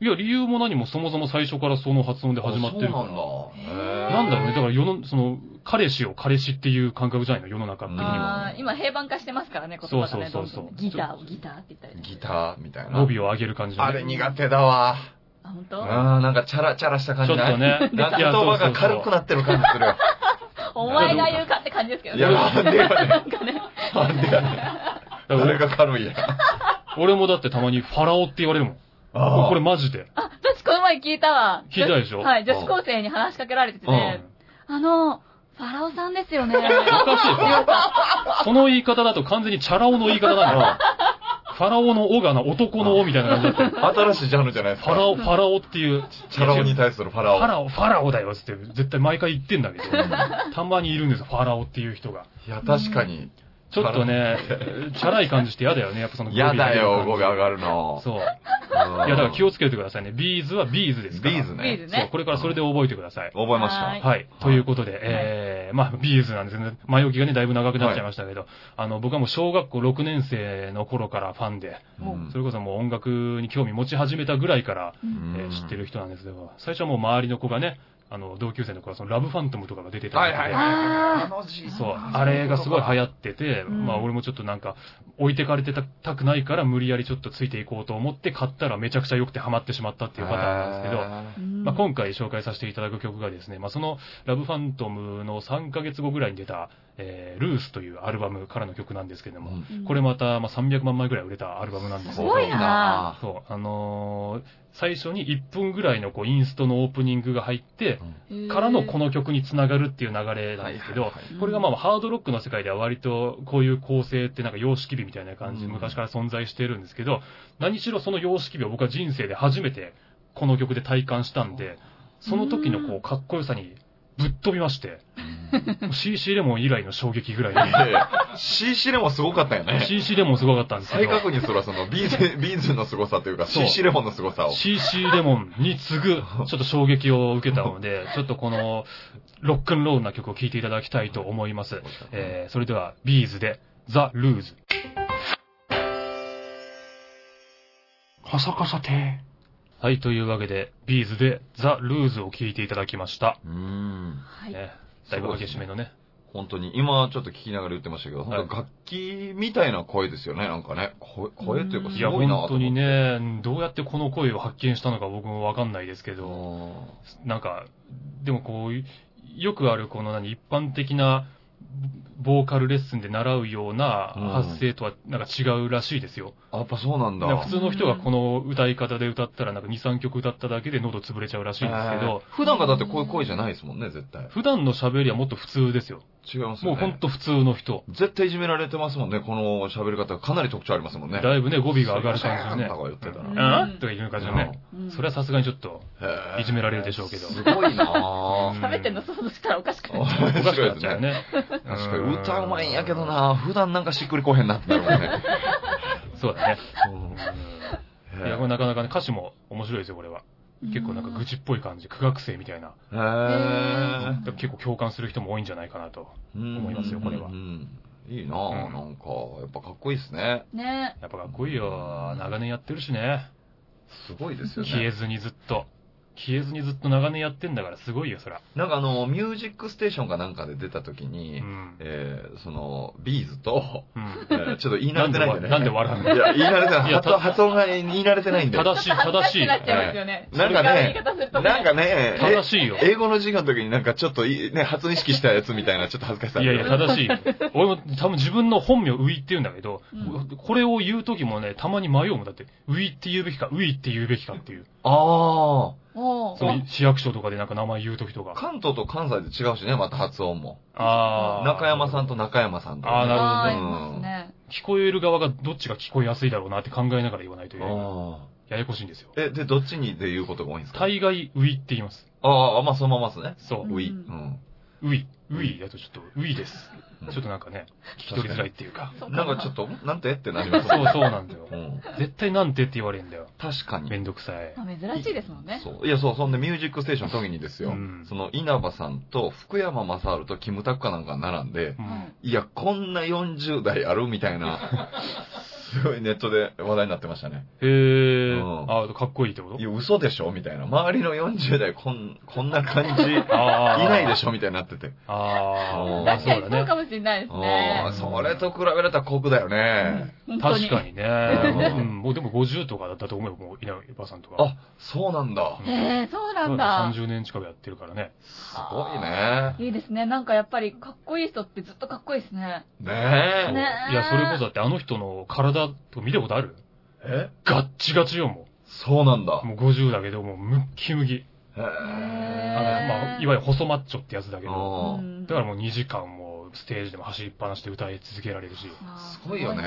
[SPEAKER 1] いや、理由も何もそもそも最初からその発音で始まってるから。
[SPEAKER 2] そうなんだ。へえ
[SPEAKER 1] なんだろうね。だから世の、その、彼氏を彼氏っていう感覚じゃないの、世の中的には。
[SPEAKER 3] あー今平板化してますからね、言葉がね。
[SPEAKER 1] そうそうそうそう
[SPEAKER 3] どんどんギターをギターって言ったりね。
[SPEAKER 2] ギターみたいな。
[SPEAKER 1] 語尾を上げる感じの
[SPEAKER 2] あ
[SPEAKER 1] ね
[SPEAKER 2] れ苦手だわ。
[SPEAKER 3] あ、本
[SPEAKER 2] う
[SPEAKER 3] 当
[SPEAKER 2] ん、？なんかチャラチャラした感
[SPEAKER 1] ちょ
[SPEAKER 2] じ
[SPEAKER 1] っ
[SPEAKER 2] ない
[SPEAKER 1] とね。
[SPEAKER 2] なんか
[SPEAKER 1] いや
[SPEAKER 2] 言葉が軽く
[SPEAKER 1] そうそうそう
[SPEAKER 2] なってる感じするよ。
[SPEAKER 3] お前が言うかって感じですけど
[SPEAKER 2] いや、
[SPEAKER 3] ね。
[SPEAKER 2] なんでやねん。
[SPEAKER 3] なんかね、
[SPEAKER 2] なんでやね
[SPEAKER 1] だ
[SPEAKER 2] ん。
[SPEAKER 1] か
[SPEAKER 2] それ
[SPEAKER 1] ら
[SPEAKER 2] が軽いやん。
[SPEAKER 1] 俺もだってたまにファラオって言われるもん。
[SPEAKER 2] ああ
[SPEAKER 1] これマジで。
[SPEAKER 3] 私この前聞いたわ。
[SPEAKER 1] 聞いたでしょ
[SPEAKER 3] はい、女子高生に話しかけられてて、
[SPEAKER 2] うん
[SPEAKER 3] あの、ファラオさんですよね。
[SPEAKER 1] おかしいでしょその言い方だと完全にチャラ男の言い方なんだよ。ファラオのオがな、男のオみたいな感じだったよ
[SPEAKER 2] 新しいジャンルじゃないです
[SPEAKER 1] ファラ
[SPEAKER 2] か。
[SPEAKER 1] オ、ファラオっていう。
[SPEAKER 2] チャラ男に対するファラ
[SPEAKER 1] フ
[SPEAKER 2] オ。
[SPEAKER 1] ァラオ、ファラオだよっつって絶対毎回言ってんだけど。たまにいるんですよ、ファラオっていう人が。
[SPEAKER 2] いや、確かに。
[SPEAKER 1] ちょっと ね、チャラい感じして嫌だよね。やっぱその語尾
[SPEAKER 2] 嫌だよ、語
[SPEAKER 1] 上げる
[SPEAKER 2] 尾上がるの
[SPEAKER 1] 感じ。そう。い
[SPEAKER 2] い
[SPEAKER 1] や、だから気
[SPEAKER 2] を
[SPEAKER 1] をつけてくださいね。ビーズはビーズですから。
[SPEAKER 2] ビーズね。
[SPEAKER 3] ビーズね
[SPEAKER 1] そう、これからそれで覚えてください。
[SPEAKER 2] 覚えまし
[SPEAKER 3] は
[SPEAKER 2] た
[SPEAKER 3] い。
[SPEAKER 1] はい。ということで、えー、まあ、ビーズなんですね。前置きがね、だいぶ長くなっちゃいましたけど、あの、僕はもう小学校6年生の頃からファンで、
[SPEAKER 2] うん
[SPEAKER 1] それこそもう音楽に興味持ち始めたぐらいから、
[SPEAKER 3] うん
[SPEAKER 1] えー知ってる人なんですけど、最初はもう周りの子がね、あの、同級生の子がそのラブファントムとかが出てた
[SPEAKER 2] は
[SPEAKER 1] り
[SPEAKER 2] い
[SPEAKER 1] と
[SPEAKER 2] はいはい。
[SPEAKER 1] か
[SPEAKER 3] あー
[SPEAKER 2] の字
[SPEAKER 1] で、そう、あれがすごい流行ってて、
[SPEAKER 3] うん
[SPEAKER 1] まあ俺もちょっとなんか、置いてかれてたたくないから無理やりちょっとついていこうと思って買ったらめちゃくちゃ良くてハマってしまったっていうパターンなんですけど、
[SPEAKER 2] で
[SPEAKER 1] まあ、今回紹介させていただく曲がですね、まあ、そのラブファントムの3ヶ月後ぐらいに出た、えー、ルースというアルバムからの曲なんですけれども、これ
[SPEAKER 3] も、
[SPEAKER 1] また、まあ、300万枚ぐらい売れたアルバムなんです
[SPEAKER 3] す
[SPEAKER 1] け
[SPEAKER 3] ごい
[SPEAKER 1] ど、
[SPEAKER 3] な
[SPEAKER 1] そう、あのー最初に1分ぐらいのこうインストのオープニングが入って、からのこ
[SPEAKER 3] の、
[SPEAKER 1] の曲につながるっていう流れなんですけど、これがまあハードロックの世界では割とこういう構成ってなんか様式美みたいな感じで
[SPEAKER 2] うん
[SPEAKER 1] 昔から存在してるんですけど、何しろその様式美を僕は人生で初めてこの曲で体感したんで、その時のこうかっこよさにぶっ飛びまして、CC レモン以来の衝撃ぐら い
[SPEAKER 2] CC レモンすごかったよ
[SPEAKER 1] で、
[SPEAKER 2] ね。
[SPEAKER 1] CC レモンすごかったんですけ
[SPEAKER 2] 再
[SPEAKER 1] ど、
[SPEAKER 2] 確認するわ、そのビ ーズ、ビーズの凄さというか、
[SPEAKER 1] そう
[SPEAKER 2] CC レモンの凄さを。
[SPEAKER 1] CC レモンに次 ぐちょっと衝撃を受けたので、ちょっとこのロックンロールな曲を聴いていただきたいと思います。えーそれではビーズでザ・ルーズ。
[SPEAKER 4] こそこそ亭。
[SPEAKER 1] はい、というわけで、ビーズでザ・ルーズを聴いていただきました。
[SPEAKER 2] うん。
[SPEAKER 3] はい。
[SPEAKER 1] ね、だいぶ激しめのね。
[SPEAKER 2] 本当に、今ちょっと聞きながら言ってましたけど、
[SPEAKER 1] はい
[SPEAKER 2] 本当楽器みたいな声ですよね、なんかね。声、声というか
[SPEAKER 3] ね
[SPEAKER 1] い
[SPEAKER 2] す
[SPEAKER 1] や、
[SPEAKER 2] ごいな
[SPEAKER 1] 本当にね、どうやってこの声を発見したのか僕もわかんないですけ
[SPEAKER 2] と
[SPEAKER 1] ど、
[SPEAKER 2] 思って。
[SPEAKER 1] なんか、でもこう、よくあるこの何、一般的なボーカルレッスンで習うよう
[SPEAKER 2] うん
[SPEAKER 1] な発声とはなんか違うらしいですよ。
[SPEAKER 2] あやっぱそうなんだ。
[SPEAKER 1] なんか普通の人がこの歌い方で歌ったらなんか2、3曲歌っただけで喉潰れちゃうらしいんですけど、
[SPEAKER 2] えー普段がだってこういう声じゃないですもんね、絶対。
[SPEAKER 1] 普段の喋りはもっと普通ですよ。
[SPEAKER 2] 違いますよね。
[SPEAKER 1] もうほんと普通の人。
[SPEAKER 2] 絶対いじめられてますもんね、この喋り方。かなり特徴ありますもんね。
[SPEAKER 1] だいぶね、語尾が上がる感じのね。
[SPEAKER 2] そうですねなんだか言って
[SPEAKER 3] ん
[SPEAKER 2] たら。
[SPEAKER 1] あんとかいう感じのね。
[SPEAKER 3] うん
[SPEAKER 1] それはさすがにちょっと、
[SPEAKER 2] へー
[SPEAKER 1] いじめられるでしょうけど
[SPEAKER 2] すごいなぁ。
[SPEAKER 3] 喋ってんの想像したらおかしく
[SPEAKER 2] お
[SPEAKER 3] ない。
[SPEAKER 1] お
[SPEAKER 2] か
[SPEAKER 1] かし
[SPEAKER 2] しく
[SPEAKER 1] く
[SPEAKER 2] な
[SPEAKER 1] な
[SPEAKER 2] っ
[SPEAKER 1] っ
[SPEAKER 2] ち
[SPEAKER 1] ち
[SPEAKER 2] ゃ
[SPEAKER 1] ゃ
[SPEAKER 2] う
[SPEAKER 1] う
[SPEAKER 2] ね。
[SPEAKER 1] ね。
[SPEAKER 2] 確かに、歌うまいんやけどなぁ。普段なんかしっくりこうへんなってなるもんね。
[SPEAKER 1] そうだね。
[SPEAKER 2] へ
[SPEAKER 1] いや、これなかなかね、歌詞も面白いですよ、これは。結構なんか愚痴っぽい感じ、苦学生みたいな。
[SPEAKER 2] へぇ
[SPEAKER 1] だから結構共感する人も多いんじゃないかなと。
[SPEAKER 2] 思
[SPEAKER 1] 思いますよこれは
[SPEAKER 2] いいなぁ、
[SPEAKER 1] うん
[SPEAKER 2] なんか、やっぱかっこいいですね。
[SPEAKER 3] ね
[SPEAKER 1] やっぱかっこいいよ。長年やってるしね。
[SPEAKER 2] すごいですよ
[SPEAKER 1] 消え
[SPEAKER 2] ね。
[SPEAKER 1] ずにずっと。消えずにずっと長年やってんだからすごいよ、そら。
[SPEAKER 2] なんかあの、ミュージックステーションかなんかで出た時
[SPEAKER 1] う
[SPEAKER 2] に、
[SPEAKER 1] ん。
[SPEAKER 2] えー、その、ビーズ と、
[SPEAKER 1] うん。
[SPEAKER 2] えーちょっと言い慣れてないんでね。
[SPEAKER 1] なんで笑う
[SPEAKER 2] いや、言い慣れてない。
[SPEAKER 1] いや
[SPEAKER 2] 発音発音が言い慣れてないんで。
[SPEAKER 1] 正 しい、
[SPEAKER 3] おか
[SPEAKER 1] 正
[SPEAKER 3] し
[SPEAKER 1] し
[SPEAKER 3] く
[SPEAKER 1] い。
[SPEAKER 3] なっちゃいますよね。
[SPEAKER 2] なんかね
[SPEAKER 3] 違う言い方するとね
[SPEAKER 2] なんかね、
[SPEAKER 1] 正しいよ。
[SPEAKER 2] え英語の授業の時になんかちょっとい、ね、発音意識したやつみたいなちょっと恥ずかしさあ
[SPEAKER 1] いや
[SPEAKER 2] る
[SPEAKER 1] い
[SPEAKER 2] よ
[SPEAKER 1] や、
[SPEAKER 2] ね
[SPEAKER 1] 正しい。俺も多分自分の本名、ウイって言うんだけど、
[SPEAKER 3] うん
[SPEAKER 1] これを言うときもね、たまに迷うもんだって、ウイって言うべきか、ウイって言うべきかっていう。
[SPEAKER 2] あ
[SPEAKER 3] おー
[SPEAKER 1] その市役所とかでなんか名前言うときとか。
[SPEAKER 2] あ。関東と関西で違うしね、また発音も。
[SPEAKER 1] あー。
[SPEAKER 2] 中山さんと中山さんとかね、
[SPEAKER 1] あーなるほど
[SPEAKER 3] あー
[SPEAKER 1] ね
[SPEAKER 3] いますね。
[SPEAKER 1] 聞こえる側がどっちが聞こえやすいだろうなって考えながら言わないという。
[SPEAKER 2] あ
[SPEAKER 1] ややこしいんですよ。
[SPEAKER 2] ーえ、で、どっちにで言うことが多いんですか
[SPEAKER 1] 大概、ウイって言います。
[SPEAKER 2] ああ、まあそのままですね。
[SPEAKER 1] そうう。
[SPEAKER 3] ん
[SPEAKER 2] うい。うん。
[SPEAKER 1] ウイ。ウイだとちょっと、ウイです。
[SPEAKER 2] うん
[SPEAKER 1] ちょっとなんかね、聞き取りづらいっていうか。
[SPEAKER 3] そう
[SPEAKER 2] なんかちょっと、なんてってなります
[SPEAKER 1] そうそうなんだよ。
[SPEAKER 2] うん。
[SPEAKER 1] 絶対なんてって言われるんだよ。
[SPEAKER 2] 確かに
[SPEAKER 1] め。んどくさい。
[SPEAKER 3] まあ珍しいですもんね。
[SPEAKER 2] そう。いや、そう、そんで、ミュージックステーションの時にですよ、
[SPEAKER 1] うん
[SPEAKER 2] その、稲葉さんと福山雅治とキムタクかなんか並んで
[SPEAKER 1] う、
[SPEAKER 3] はい
[SPEAKER 1] ん。
[SPEAKER 2] いや、こんな40代あるみたい な、すごいネットで話題になってましたね。
[SPEAKER 1] へー。
[SPEAKER 2] うん
[SPEAKER 1] あー、かっこいいってこと
[SPEAKER 2] いや、嘘でしょみたいな。周りの40代こん、こんな感 じ、い
[SPEAKER 1] あー
[SPEAKER 2] ないでしょみたいになってて。
[SPEAKER 1] あ
[SPEAKER 2] う
[SPEAKER 1] ー
[SPEAKER 2] ん
[SPEAKER 1] まあ、
[SPEAKER 3] 確か
[SPEAKER 1] そ
[SPEAKER 3] に
[SPEAKER 1] うだ
[SPEAKER 3] そう
[SPEAKER 1] ね
[SPEAKER 3] か。もしれないです
[SPEAKER 2] あ
[SPEAKER 3] ね
[SPEAKER 2] あ、。それと比べると酷だよね。
[SPEAKER 3] 本当
[SPEAKER 1] 確か。にね。
[SPEAKER 2] うん
[SPEAKER 1] うん、もうでも50とかだったと思うよ、もう、稲葉さんとか。
[SPEAKER 2] あ、そうなんだ。
[SPEAKER 1] うん
[SPEAKER 3] へえ、そうなんだ。
[SPEAKER 1] 30年近くやってるからね。
[SPEAKER 2] すごいね。
[SPEAKER 3] いいですね。なんかやっぱりかっこいい人ってずっとかっこいいですね。
[SPEAKER 2] ねえ。
[SPEAKER 3] ねえ
[SPEAKER 1] いや、それこそだってあの人の体とか見たことある
[SPEAKER 2] え
[SPEAKER 1] ガッチガチよ、も
[SPEAKER 2] そうなんだ
[SPEAKER 1] う。。もう50だけど、もうムッキムキ。
[SPEAKER 2] へ
[SPEAKER 1] あ
[SPEAKER 2] え。
[SPEAKER 1] の、
[SPEAKER 3] へー
[SPEAKER 1] まあ、いわゆる細マッチョってやつだけど。
[SPEAKER 2] あー
[SPEAKER 1] だからもう2時間もステージでも走りっぱなしで歌い続けられるし。
[SPEAKER 3] ら
[SPEAKER 2] すごいよ。ね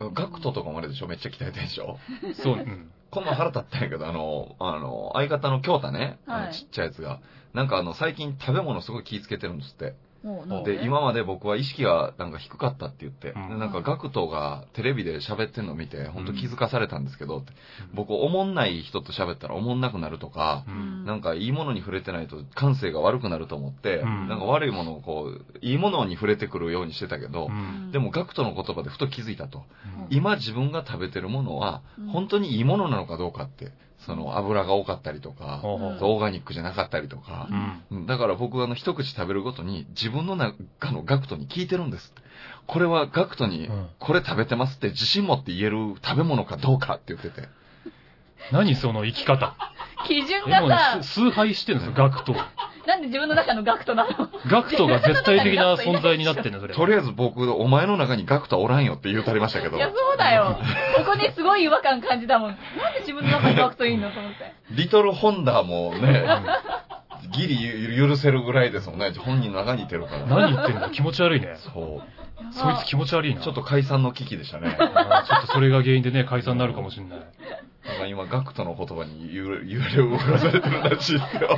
[SPEAKER 1] う。
[SPEAKER 2] ガクトとかもあれでしょめっちゃ鍛えてんでしょ
[SPEAKER 1] そう、うん。
[SPEAKER 2] この前腹立ったんやけど、あの、あの、相方の京太ね、あ
[SPEAKER 3] は
[SPEAKER 2] の
[SPEAKER 3] い
[SPEAKER 2] ちっちゃいやつが、なんかあの、最近食べ物すごい気ぃつけてるんですって。
[SPEAKER 3] もうなん
[SPEAKER 2] で、今まで僕は意識がなんか低かったって言って、
[SPEAKER 1] うん
[SPEAKER 2] でなんかガクトがテレビで喋ってんの見て、本当気づかされたんですけど、って
[SPEAKER 1] うん
[SPEAKER 2] 僕、おもんない人と喋ったらおもんなくなるとか、
[SPEAKER 1] うん
[SPEAKER 2] なんかいいものに触れてないと感性が悪くなると思って、
[SPEAKER 1] うん
[SPEAKER 2] なんか悪いものをこう、いいものに触れてくるようにしてたけど、
[SPEAKER 1] うん
[SPEAKER 2] でもガクトの言葉でふと気づいたと。
[SPEAKER 1] うん
[SPEAKER 2] 今自分が食べてるものは
[SPEAKER 3] うん、
[SPEAKER 2] 本当にいいものなのかどうかって、その油が多かったりとか、
[SPEAKER 1] ほうほう
[SPEAKER 2] オーガニックじゃなかったりとか、
[SPEAKER 1] うん
[SPEAKER 2] だから僕はあの一口食べるごとに自分の中のガクトに聞いてるんです。これはガクトに
[SPEAKER 1] うん
[SPEAKER 2] これ食べてますって自信持って言える食べ物かどうかって言ってて。
[SPEAKER 1] 何その生き 方。
[SPEAKER 3] 基準
[SPEAKER 1] えもう
[SPEAKER 3] がさ、
[SPEAKER 1] す崇拝してるんですよ、ガクトを。
[SPEAKER 3] なんで自分の中のガクトなの
[SPEAKER 1] ガクトが絶対的な存在になってんだ、それ。
[SPEAKER 2] とりあえず僕、お前の中にガクトはおらんよって言うたりましたけど
[SPEAKER 3] い、や、そうだよ。ここね、すごい違和感感じたもん。なんで自分の中にガクトいいのと思って。
[SPEAKER 2] リトルホンダもね、ギリ許せるぐらいですもんね。本人の中にいてるから。
[SPEAKER 1] 何言ってんだ気持ち悪いね。
[SPEAKER 2] そう。
[SPEAKER 1] そいつ気持ち悪いな。
[SPEAKER 2] ちょっと解散の危機でしたね。
[SPEAKER 1] あーちょっとそれが原因でね、解散になるかもしれない。
[SPEAKER 2] なんか今、ガクトの言葉に揺れ揺れ動かされてるら しいですよ。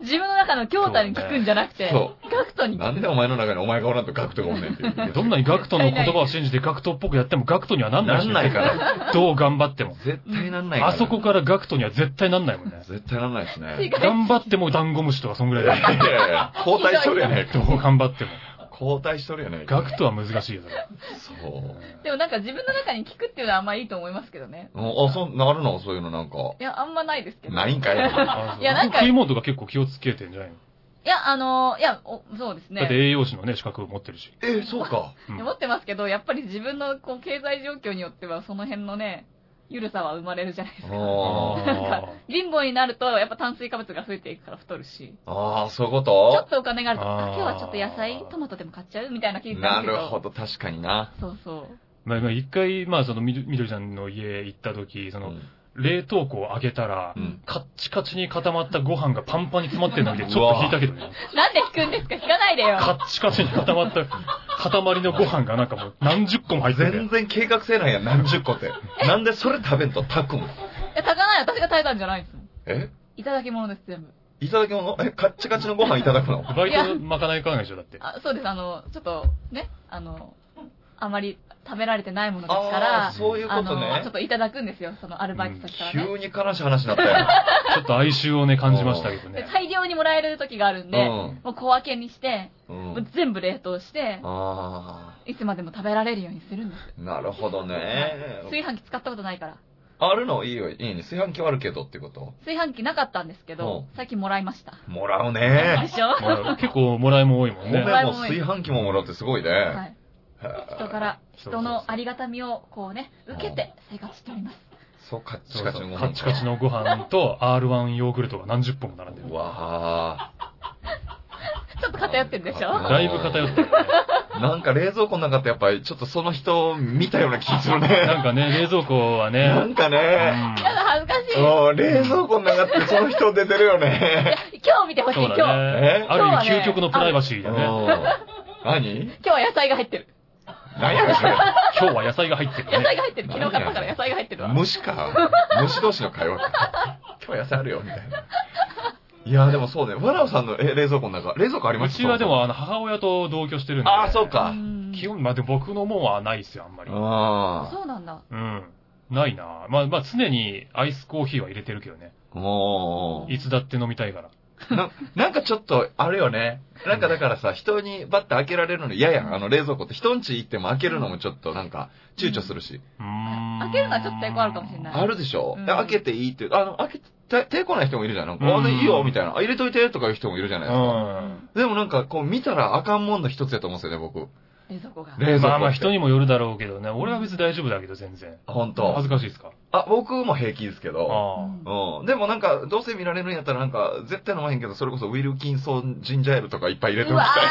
[SPEAKER 3] 自分の中の強打に聞くんじゃなくて、
[SPEAKER 2] そ
[SPEAKER 3] ガクトに聞く。
[SPEAKER 2] なんでお前の中にお前がおらんとガクトがおんねんっていう。
[SPEAKER 1] どんなにガクトの言葉を信じてガクトっぽくやってもガクトにはなんない
[SPEAKER 2] な
[SPEAKER 1] し
[SPEAKER 2] んないから。
[SPEAKER 1] どう頑張っても。
[SPEAKER 2] 絶対なんないから。
[SPEAKER 1] あそこからガクトには絶対なんないもんね。
[SPEAKER 2] 絶対なんないですね。
[SPEAKER 3] 違う
[SPEAKER 1] 頑張ってもダンゴムシとかそんぐらい
[SPEAKER 2] いや
[SPEAKER 1] だよ。
[SPEAKER 2] いやいや交代しとるやない
[SPEAKER 1] どう
[SPEAKER 2] か。
[SPEAKER 1] 頑張っても。
[SPEAKER 2] 交代しとるやないか。
[SPEAKER 1] ガクトは難しいよ、それ。
[SPEAKER 2] そう。
[SPEAKER 3] でもなんか自分の中に聞くっていうのはあんまいいと思いますけどね。
[SPEAKER 2] あ、そう、なるのそういうのなんか。
[SPEAKER 3] いや、あんまないですけど。
[SPEAKER 2] ないんかい。
[SPEAKER 1] あそう
[SPEAKER 3] いやなんか
[SPEAKER 1] 食い物とか結構気をつけてんじゃないの
[SPEAKER 3] いや、あのーいや、おそうです
[SPEAKER 1] だって
[SPEAKER 3] ね。
[SPEAKER 1] 栄養士のね、資格を持ってるし。
[SPEAKER 2] え、そうか。
[SPEAKER 1] うん
[SPEAKER 3] 持ってますけど、やっぱり自分のこう経済状況によっては、その辺のね、ゆるさは生まれるじゃないですか。
[SPEAKER 2] あ
[SPEAKER 3] なんか貧乏になると、やっぱ炭水化物が増えていくから太るし、
[SPEAKER 2] あ。ああ、そういうこ
[SPEAKER 3] ちょっ
[SPEAKER 2] と
[SPEAKER 3] とお金があると、
[SPEAKER 1] あー
[SPEAKER 3] あ今日はちょっと野菜、トマトでも買っちゃうみたいな気に
[SPEAKER 2] な
[SPEAKER 3] なるけど。
[SPEAKER 2] るほど、確かにな。
[SPEAKER 3] そうそう。
[SPEAKER 1] まあ、まあ一回、まあ、その、みどみどりちゃんの家行った時、そうの、
[SPEAKER 2] ん
[SPEAKER 1] 冷凍庫を開けたら
[SPEAKER 2] う、ん。
[SPEAKER 1] カッチカチに固まったご飯がパンパンに詰まってるの見て、ちょっと引いたけどね。
[SPEAKER 3] なんで聞くんですか聞かないでよ。
[SPEAKER 1] カッチカチに固まった塊のご飯がなんかもう何十個も入って
[SPEAKER 2] 全
[SPEAKER 1] て。
[SPEAKER 2] 然計画性ないやん、何十個って。なんでそれ食べんと炊くん
[SPEAKER 3] いや、炊かない。私が炊いたんじゃないんですもん。
[SPEAKER 2] え
[SPEAKER 3] いただき物です、全部。
[SPEAKER 2] いただき物え、カッチカチのご飯いただくの
[SPEAKER 1] バイトまかないかないでしょ、だって。
[SPEAKER 3] あそうです、あの、ちょっと、ね、あの、あまり食べられてないものですから、
[SPEAKER 2] あーそういうこ
[SPEAKER 3] あ
[SPEAKER 2] と
[SPEAKER 3] の、ちょ
[SPEAKER 2] ね
[SPEAKER 3] っ。といただくんですよ、そのアルバイト先から
[SPEAKER 2] 急
[SPEAKER 3] ね。
[SPEAKER 2] に悲しい話になったよ。
[SPEAKER 1] ちょっと哀愁をね、感じましたけど
[SPEAKER 3] で
[SPEAKER 1] ね。
[SPEAKER 3] 大量にもらえる時があるんで、もう小分けにして、
[SPEAKER 2] うん。う。
[SPEAKER 3] もうん全部冷凍して、
[SPEAKER 2] あ
[SPEAKER 3] いつまでも食べられるようにするんです。
[SPEAKER 2] あ、なるほどね。
[SPEAKER 3] 炊飯器使ったことないから。
[SPEAKER 2] あるのいいよ、いいね。炊飯器はあるけどってこと
[SPEAKER 3] 炊飯器なかったんですけど、最近もらいました。
[SPEAKER 2] もらう
[SPEAKER 3] で
[SPEAKER 2] ね。
[SPEAKER 3] しょ、
[SPEAKER 1] まあ結構もらいも多いも
[SPEAKER 2] お
[SPEAKER 1] ん
[SPEAKER 2] 米
[SPEAKER 1] ね。
[SPEAKER 2] も炊飯器ももらうってすごいね。
[SPEAKER 3] はい、
[SPEAKER 2] へえ
[SPEAKER 3] 人から、
[SPEAKER 1] そうそうそう
[SPEAKER 3] 人のありがたみをこうね、受けて生活しております。
[SPEAKER 2] そう、カッチ
[SPEAKER 1] そう
[SPEAKER 2] カ
[SPEAKER 1] そ
[SPEAKER 2] チの
[SPEAKER 1] う
[SPEAKER 2] ご飯。
[SPEAKER 1] カッチカチのご飯と R1 ヨーグルトが何十本も並んでる
[SPEAKER 2] う。わ
[SPEAKER 3] ちょっと偏ってるでしょ
[SPEAKER 2] あ
[SPEAKER 1] だいぶ偏ってるね。
[SPEAKER 2] あ。なんか冷蔵庫の中ってやっぱりちょっとその人見たような気する
[SPEAKER 1] な
[SPEAKER 2] ね。
[SPEAKER 1] んかね、冷蔵庫は
[SPEAKER 2] な
[SPEAKER 1] ね、
[SPEAKER 2] んかね、
[SPEAKER 3] やだ、 恥ずかしい。
[SPEAKER 2] うん冷蔵庫の中ってその人出てるよね。
[SPEAKER 3] 今日見てほしい、
[SPEAKER 1] そう
[SPEAKER 3] 今日。
[SPEAKER 1] だね
[SPEAKER 2] え。
[SPEAKER 1] ある
[SPEAKER 3] 今日は
[SPEAKER 1] 意味
[SPEAKER 3] ね
[SPEAKER 1] 究極のプライバシー
[SPEAKER 2] う
[SPEAKER 1] だ
[SPEAKER 2] ん
[SPEAKER 1] ね。
[SPEAKER 2] 何
[SPEAKER 3] 今日は野菜が入ってる。
[SPEAKER 2] 何やねんそれ。
[SPEAKER 1] 今日は野菜が入ってる
[SPEAKER 3] 野菜
[SPEAKER 1] ね。
[SPEAKER 3] が入ってる。昨日買ったから野菜が入ってるわ。
[SPEAKER 2] 虫か。虫同士の会話か。今日野菜あるよ、みたいな。いや、でもそうね。わらおさんのえ冷蔵庫の中、冷蔵庫ありま
[SPEAKER 1] う
[SPEAKER 2] す
[SPEAKER 1] ちはで。も、あの、母親と同居してるんで。
[SPEAKER 2] ああ、そう
[SPEAKER 3] う
[SPEAKER 2] か。
[SPEAKER 3] ん
[SPEAKER 1] 基本、まあ、でも僕のもんはないですよ、あんまり。
[SPEAKER 2] あ
[SPEAKER 3] そうなんだ。
[SPEAKER 1] うん。ないなまあ、まあ、常にアイスコーヒーは入れてるけどね。
[SPEAKER 2] あ。も
[SPEAKER 1] いつだって飲みたいから。
[SPEAKER 2] う、な、なんかちょっと、あれよね。なんかだからさ、人にバッて開けられるの嫌やん。あの冷蔵庫って人んち行っても開けるのもちょっとなんか、躊躇するし。
[SPEAKER 1] うーん。
[SPEAKER 3] 開けるのはちょっと抵抗あるかもしれない
[SPEAKER 2] あるでしょ、
[SPEAKER 3] うん
[SPEAKER 2] 開けていいって、あの、開けて、抵抗ない人もいるじゃん。なんか、
[SPEAKER 1] うん
[SPEAKER 2] あの、いいよ、みたいな。あ、入れといて、とかいう人もいるじゃないですか。
[SPEAKER 1] う
[SPEAKER 2] でもなんか、こう見たらあかんもんの一つやと思うんですよね、僕。
[SPEAKER 3] 冷蔵庫が。
[SPEAKER 2] 冷蔵庫っ
[SPEAKER 1] ん。
[SPEAKER 2] て。
[SPEAKER 1] まあまあ、人にもよるだろうけどね。俺は別に大丈夫だけど、全然。
[SPEAKER 2] 本
[SPEAKER 1] 恥
[SPEAKER 2] 当
[SPEAKER 1] ず。かしいですか
[SPEAKER 2] あ、僕も平気ですけ
[SPEAKER 1] あ
[SPEAKER 2] ど。
[SPEAKER 1] あ。
[SPEAKER 2] うん。でもなんか、どうせ見られるんやったらなんか、絶対飲まへんけど、それこそウィルキンソンジンジャーエールとかいっぱい入れて
[SPEAKER 3] う
[SPEAKER 2] おき
[SPEAKER 3] わ
[SPEAKER 2] たい。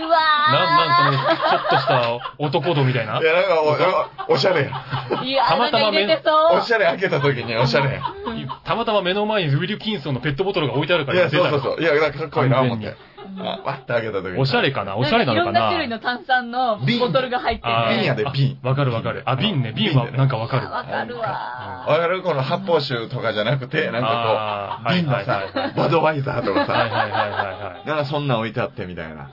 [SPEAKER 3] ーうわ
[SPEAKER 1] なんなん、その、ちょっとした男度みたい
[SPEAKER 2] 。
[SPEAKER 1] ない
[SPEAKER 2] や、なんかおあ、おしゃれや ん。
[SPEAKER 3] ーいやー、
[SPEAKER 1] た
[SPEAKER 3] な
[SPEAKER 1] ま
[SPEAKER 3] ん
[SPEAKER 1] た
[SPEAKER 3] か
[SPEAKER 1] まめ
[SPEAKER 3] 入れてそう
[SPEAKER 2] お。しゃれ開けた時におしゃれやん。
[SPEAKER 1] たまたま目の前にウィルキンソンのペットボトルが置いてあるか
[SPEAKER 2] い
[SPEAKER 1] ら
[SPEAKER 2] や、
[SPEAKER 1] 出
[SPEAKER 2] そう
[SPEAKER 1] た
[SPEAKER 2] そうそう。いや、なんかかっこいいな、思って。
[SPEAKER 3] うん
[SPEAKER 2] あ、わって開けた時に。
[SPEAKER 1] おしゃれ
[SPEAKER 2] か。
[SPEAKER 1] かなおしゃれなのか
[SPEAKER 3] んかい
[SPEAKER 1] な
[SPEAKER 3] ろんな種類の炭酸のボトルが入って
[SPEAKER 1] あー
[SPEAKER 2] 瓶
[SPEAKER 3] る
[SPEAKER 2] やで、瓶。
[SPEAKER 1] わかるわかる。あ、瓶ね。瓶はなんかわかる
[SPEAKER 3] わ
[SPEAKER 1] わ。
[SPEAKER 3] かるわ
[SPEAKER 2] わかるこの発泡酒とかじゃなくて、なんか
[SPEAKER 1] あ
[SPEAKER 2] こ
[SPEAKER 1] あ
[SPEAKER 2] う、
[SPEAKER 1] はい
[SPEAKER 2] 瓶の
[SPEAKER 1] はいはい
[SPEAKER 2] さ、バドワイザーとか
[SPEAKER 1] はい
[SPEAKER 2] さ、
[SPEAKER 1] はいはいはいはい。
[SPEAKER 2] なんかそんなん置いてあってみたいな。